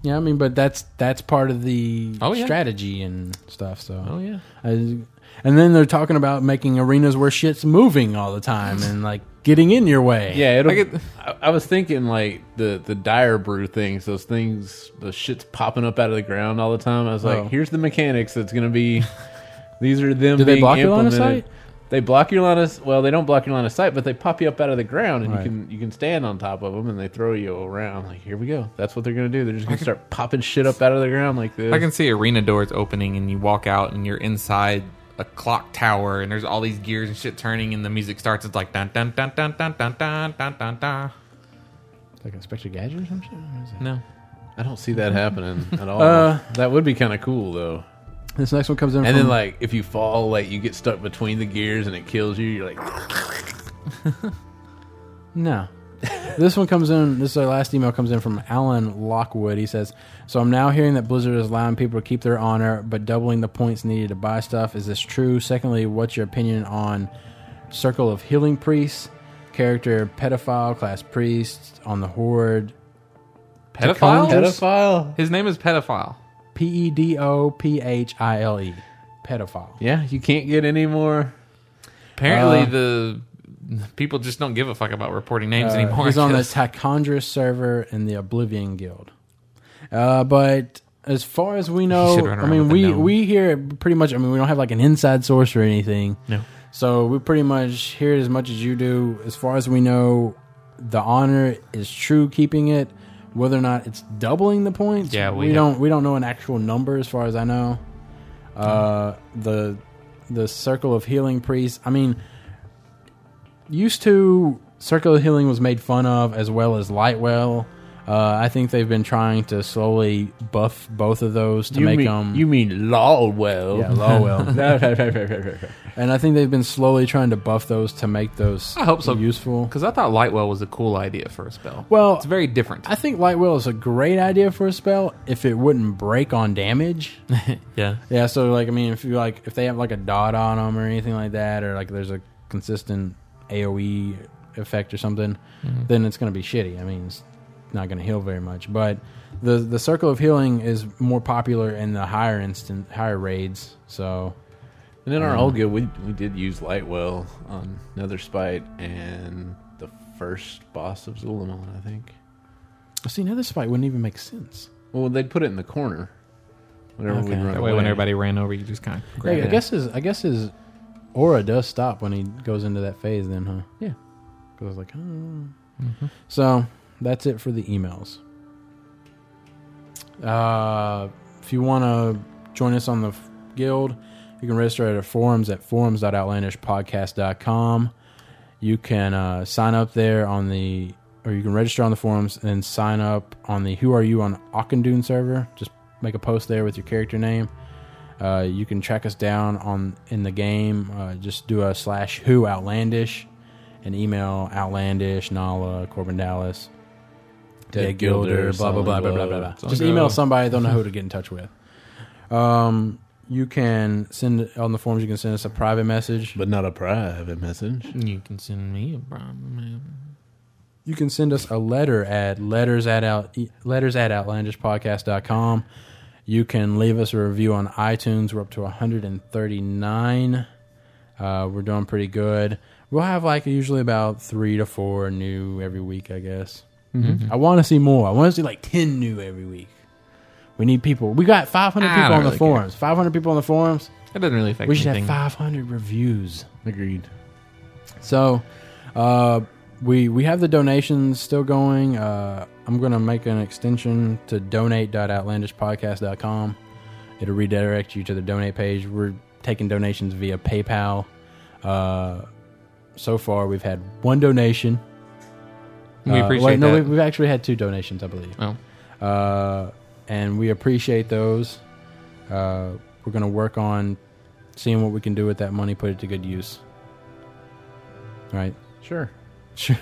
Speaker 3: Yeah, I mean, but that's that's part of the
Speaker 1: Oh, yeah.
Speaker 3: strategy and stuff. So,
Speaker 1: Oh yeah.
Speaker 3: I- and then they're talking about making arenas where shit's moving all the time and like getting in your way.
Speaker 4: Yeah, it'll, I,
Speaker 1: I get-
Speaker 4: I was thinking like the the dire brew things, those things, the shit's popping up out of the ground all the time. I was
Speaker 3: Oh.
Speaker 4: like, here's the mechanics that's gonna be. These are them.
Speaker 3: Do they
Speaker 4: being
Speaker 3: block your line of
Speaker 4: implemented.
Speaker 3: sight?
Speaker 4: They block your line of s- well, they don't block your line of sight, but they pop you up out of the ground, and
Speaker 3: Right.
Speaker 4: you can you can stand on top of them, and they throw you around. Like here we go. That's what they're gonna do. They're just gonna start popping shit up out of the ground like this.
Speaker 1: I can see arena doors opening and you walk out and you're inside a clock tower and there's all these gears and shit turning and the music starts. It's like dun dun dun dun dun dun dun dun dun dun.
Speaker 4: like Inspector Gadget or something.
Speaker 1: No.
Speaker 4: I don't see that happening at all.
Speaker 3: Uh, um,
Speaker 4: that would be kind of cool though.
Speaker 3: This next one comes in,
Speaker 4: And
Speaker 3: from,
Speaker 4: then like if you fall, like you get stuck between the gears and it kills you. You're like,
Speaker 3: No. this one comes in. This is our last email comes in from Alan Lockwood. He says, "So I'm now hearing that Blizzard is allowing people to keep their honor, but doubling the points needed to buy stuff. Is this true? Secondly, what's your opinion on Circle of Healing Priests, character pedophile class priest on the Horde?
Speaker 1: Pedophile?
Speaker 3: Pedicondrous?
Speaker 4: pedophile.
Speaker 1: His name is pedophile.
Speaker 3: P e d o p h i l e, pedophile.
Speaker 4: Yeah, you can't get any more.
Speaker 1: Apparently
Speaker 3: Uh,
Speaker 1: the the people just don't give a fuck about reporting names
Speaker 3: Uh,
Speaker 1: anymore.
Speaker 3: He's
Speaker 1: I
Speaker 3: on the
Speaker 1: guess.
Speaker 3: Tichondra server in the Oblivion Guild. Uh, but as far as we know,
Speaker 1: should run
Speaker 3: I
Speaker 1: around
Speaker 3: mean,
Speaker 1: with a
Speaker 3: we
Speaker 1: gnome.
Speaker 3: we here pretty much. I mean, we don't have like an inside source or anything.
Speaker 1: No.
Speaker 3: So we pretty much hear it as much as you do. As far as we know, the honor is true keeping it. Whether or not it's doubling the points,
Speaker 1: Yeah,
Speaker 3: we,
Speaker 1: we have-
Speaker 3: don't we don't know an actual number as far as I know. Uh, the the circle of healing priests. I mean, used to circle of healing was made fun of as well as lightwell uh, i think they've been trying to slowly buff both of those to make
Speaker 4: mean,
Speaker 3: them
Speaker 4: You mean Lolwell?
Speaker 3: yeah, Lawwell.
Speaker 4: Lolwell.
Speaker 3: and i think they've been slowly trying to buff those to make those
Speaker 1: I hope so.
Speaker 3: useful
Speaker 1: Because I thought Lightwell was a cool idea for a spell.
Speaker 3: well
Speaker 1: it's very different.
Speaker 3: i think lightwell is a great idea for a spell if it wouldn't break on damage
Speaker 1: yeah.
Speaker 3: yeah so like i mean if you like if they have like a dot on them or anything like that or like there's a consistent aoe effect or something then it's going to be shitty i mean it's not going to heal very much but the the circle of healing is more popular in the higher instant higher raids so
Speaker 4: And in our old guild, we we did use Lightwell on Nether Spite and the first boss of Zul'Amon, I think.
Speaker 3: see now this fight wouldn't even make sense
Speaker 4: Well, they'd put it in the corner. Whenever we run
Speaker 1: That
Speaker 4: away,
Speaker 1: way, when everybody ran over, you just kind of
Speaker 3: yeah,
Speaker 1: grabbed
Speaker 3: i
Speaker 1: it.
Speaker 3: guess his i guess his aura does stop when he goes into that phase then huh
Speaker 4: Yeah.
Speaker 3: because i was like oh. so that's it for the emails uh, if you want to join us on the f- guild you can register at our forums at forums.outlandishpodcast.com you can uh, sign up there on the or you can register on the forums and then sign up on the who are you on Ockendune server just make a post there with your character name uh, you can track us down on in the game uh, just do a slash who outlandish and email outlandish nala corbin dallas
Speaker 4: Ted
Speaker 3: Ted Gilder,
Speaker 4: Gilder,
Speaker 3: blah blah blah blah blah blah.
Speaker 4: Solomon
Speaker 3: blah.
Speaker 4: Glow.
Speaker 3: Just email somebody; they'll know who to get in touch with. Um, you can send on the forms. You can send us a private message.
Speaker 4: but not a private message.
Speaker 1: You can send me a problem.
Speaker 3: You can send us a letter at letters at out e, letters at outlandishpodcast.com. You can leave us a review on iTunes. We're up to 139. Uh, we're doing pretty good. We'll have like usually about three to four new every week, I guess.
Speaker 1: Mm-hmm.
Speaker 3: I want to see more. I want to see like 10 new every week. We need people. We got 500
Speaker 1: I
Speaker 3: people
Speaker 1: don't
Speaker 3: on the
Speaker 1: really care.
Speaker 3: forums. 500 people on the forums.
Speaker 1: That doesn't really affect
Speaker 3: We should have
Speaker 1: anything.
Speaker 3: 500 reviews.
Speaker 4: Agreed.
Speaker 3: So, uh, we we have the donations still going. Uh, I'm gonna make an extension to donate.outlandishpodcast.com. It'll redirect you to the donate page. We're taking donations via PayPal. Uh, so far, we've had one donation.
Speaker 1: we
Speaker 3: Uh,
Speaker 1: appreciate
Speaker 3: wait, No,
Speaker 1: that.
Speaker 3: we've, we've actually had two donations, I believe.
Speaker 1: Oh.
Speaker 3: Uh, and we appreciate those. Uh, we're gonna work on seeing what we can do with that money, put it to good use. All right.
Speaker 4: Sure.
Speaker 3: Sure.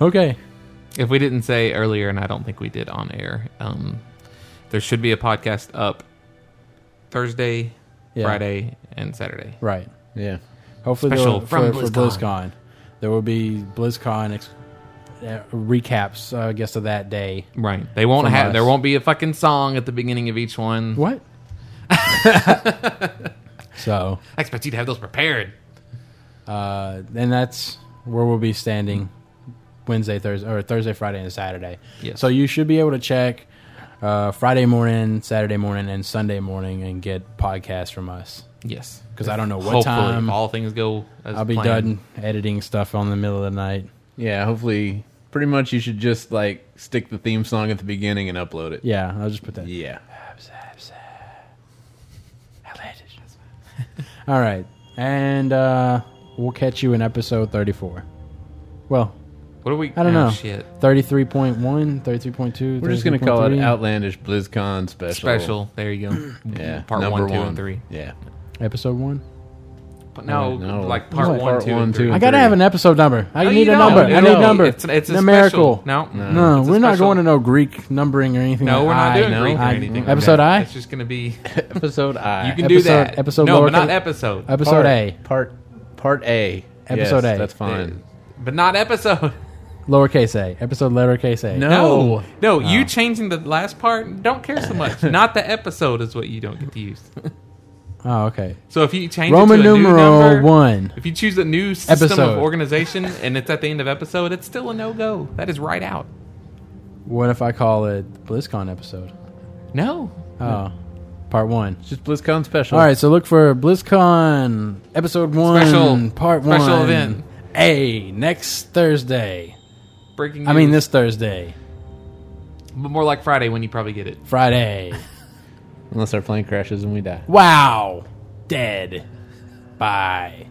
Speaker 3: Okay.
Speaker 1: if we didn't say earlier, and I don't think we did on air, um, there should be a podcast up Thursday,
Speaker 3: Yeah.
Speaker 1: Friday, and Saturday.
Speaker 3: Right.
Speaker 4: Yeah.
Speaker 3: Hopefully,
Speaker 1: Special
Speaker 3: they'll-
Speaker 1: from
Speaker 3: for, for
Speaker 1: BlizzCon.
Speaker 3: BlizzCon, there will be BlizzCon ex- uh, recaps, uh, I guess, of that day.
Speaker 1: Right. They won't
Speaker 3: From
Speaker 1: have.
Speaker 3: us.
Speaker 1: There won't be a fucking song at the beginning of each one.
Speaker 3: What? so,
Speaker 1: I expect you to have those prepared.
Speaker 3: uh, and that's where we'll be standing Wednesday, Thursday, or Thursday, Friday, and Saturday.
Speaker 1: Yes.
Speaker 3: So you should be able to check uh, Friday morning, Saturday morning, and Sunday morning, and get podcasts from us
Speaker 1: Yes.
Speaker 3: because I don't know what
Speaker 1: Hopefully,
Speaker 3: time
Speaker 1: if all things go. As
Speaker 3: I'll be
Speaker 1: planned.
Speaker 3: done editing stuff on the middle of the night.
Speaker 4: Yeah, hopefully, pretty much you should just like stick the theme song at the beginning and upload it.
Speaker 3: Yeah, I'll just put that.
Speaker 4: Yeah.
Speaker 3: All right, and uh, we'll catch you in episode thirty-four. Well,
Speaker 1: What are we?
Speaker 3: I don't
Speaker 1: oh,
Speaker 3: know.
Speaker 1: Shit.
Speaker 3: 33.1 33.2
Speaker 4: We're just gonna call it
Speaker 3: 33.3.
Speaker 4: Outlandish BlizzCon special.
Speaker 1: Special. There you go.
Speaker 4: Yeah.
Speaker 1: Part
Speaker 4: number
Speaker 1: one, two, and three.
Speaker 4: Yeah.
Speaker 3: episode one.
Speaker 1: But no,
Speaker 4: No.
Speaker 1: like part
Speaker 3: What?
Speaker 1: one,
Speaker 4: Part
Speaker 1: two,
Speaker 4: one,
Speaker 1: and three.
Speaker 4: two.
Speaker 3: I gotta
Speaker 4: three.
Speaker 3: have an episode number. I
Speaker 1: No, you
Speaker 3: need a
Speaker 1: don't.
Speaker 3: number. I
Speaker 1: No,
Speaker 3: need a
Speaker 1: no.
Speaker 3: number.
Speaker 1: It's, it's a special.
Speaker 3: numerical.
Speaker 1: No,
Speaker 3: No,
Speaker 1: It's a
Speaker 3: we're not
Speaker 1: special.
Speaker 3: going to no Greek numbering or anything.
Speaker 1: No,
Speaker 3: like
Speaker 1: we're not
Speaker 3: I.
Speaker 1: doing
Speaker 4: no.
Speaker 1: Greek or
Speaker 4: I-
Speaker 1: anything. like
Speaker 3: episode
Speaker 1: that.
Speaker 3: I?
Speaker 1: It's just gonna be.
Speaker 4: Episode I.
Speaker 1: You can do
Speaker 3: Episode-
Speaker 1: that.
Speaker 3: episode
Speaker 1: No, but not
Speaker 3: lowercase-
Speaker 1: episode.
Speaker 3: Episode
Speaker 4: part,
Speaker 3: A,
Speaker 4: Part part A.
Speaker 3: Episode
Speaker 4: Yes,
Speaker 3: A.
Speaker 4: That's fine.
Speaker 1: But not episode.
Speaker 3: lowercase a. Episode lowercase a.
Speaker 1: No, no. You changing the last part? Don't care so much. not the episode is what you don't get to use.
Speaker 3: Oh, okay.
Speaker 1: So if you change
Speaker 3: Roman
Speaker 1: it to a
Speaker 3: numeral
Speaker 1: new number,
Speaker 3: one.
Speaker 1: if you choose a new system
Speaker 3: Episode.
Speaker 1: of organization and it's at the end of episode, it's still a no go. That is right out.
Speaker 3: What if I call it BlizzCon episode?
Speaker 1: No,
Speaker 3: Oh, part one.
Speaker 4: It's just BlizzCon special.
Speaker 3: All right, so look for BlizzCon episode one,
Speaker 1: Special-
Speaker 3: part one,
Speaker 1: special event.
Speaker 3: A next Thursday.
Speaker 1: breaking.
Speaker 3: I mean
Speaker 1: news.
Speaker 3: this Thursday,
Speaker 1: but more like Friday when you probably get it.
Speaker 3: Friday.
Speaker 4: Unless our plane crashes and we die.
Speaker 3: wow, dead. Bye.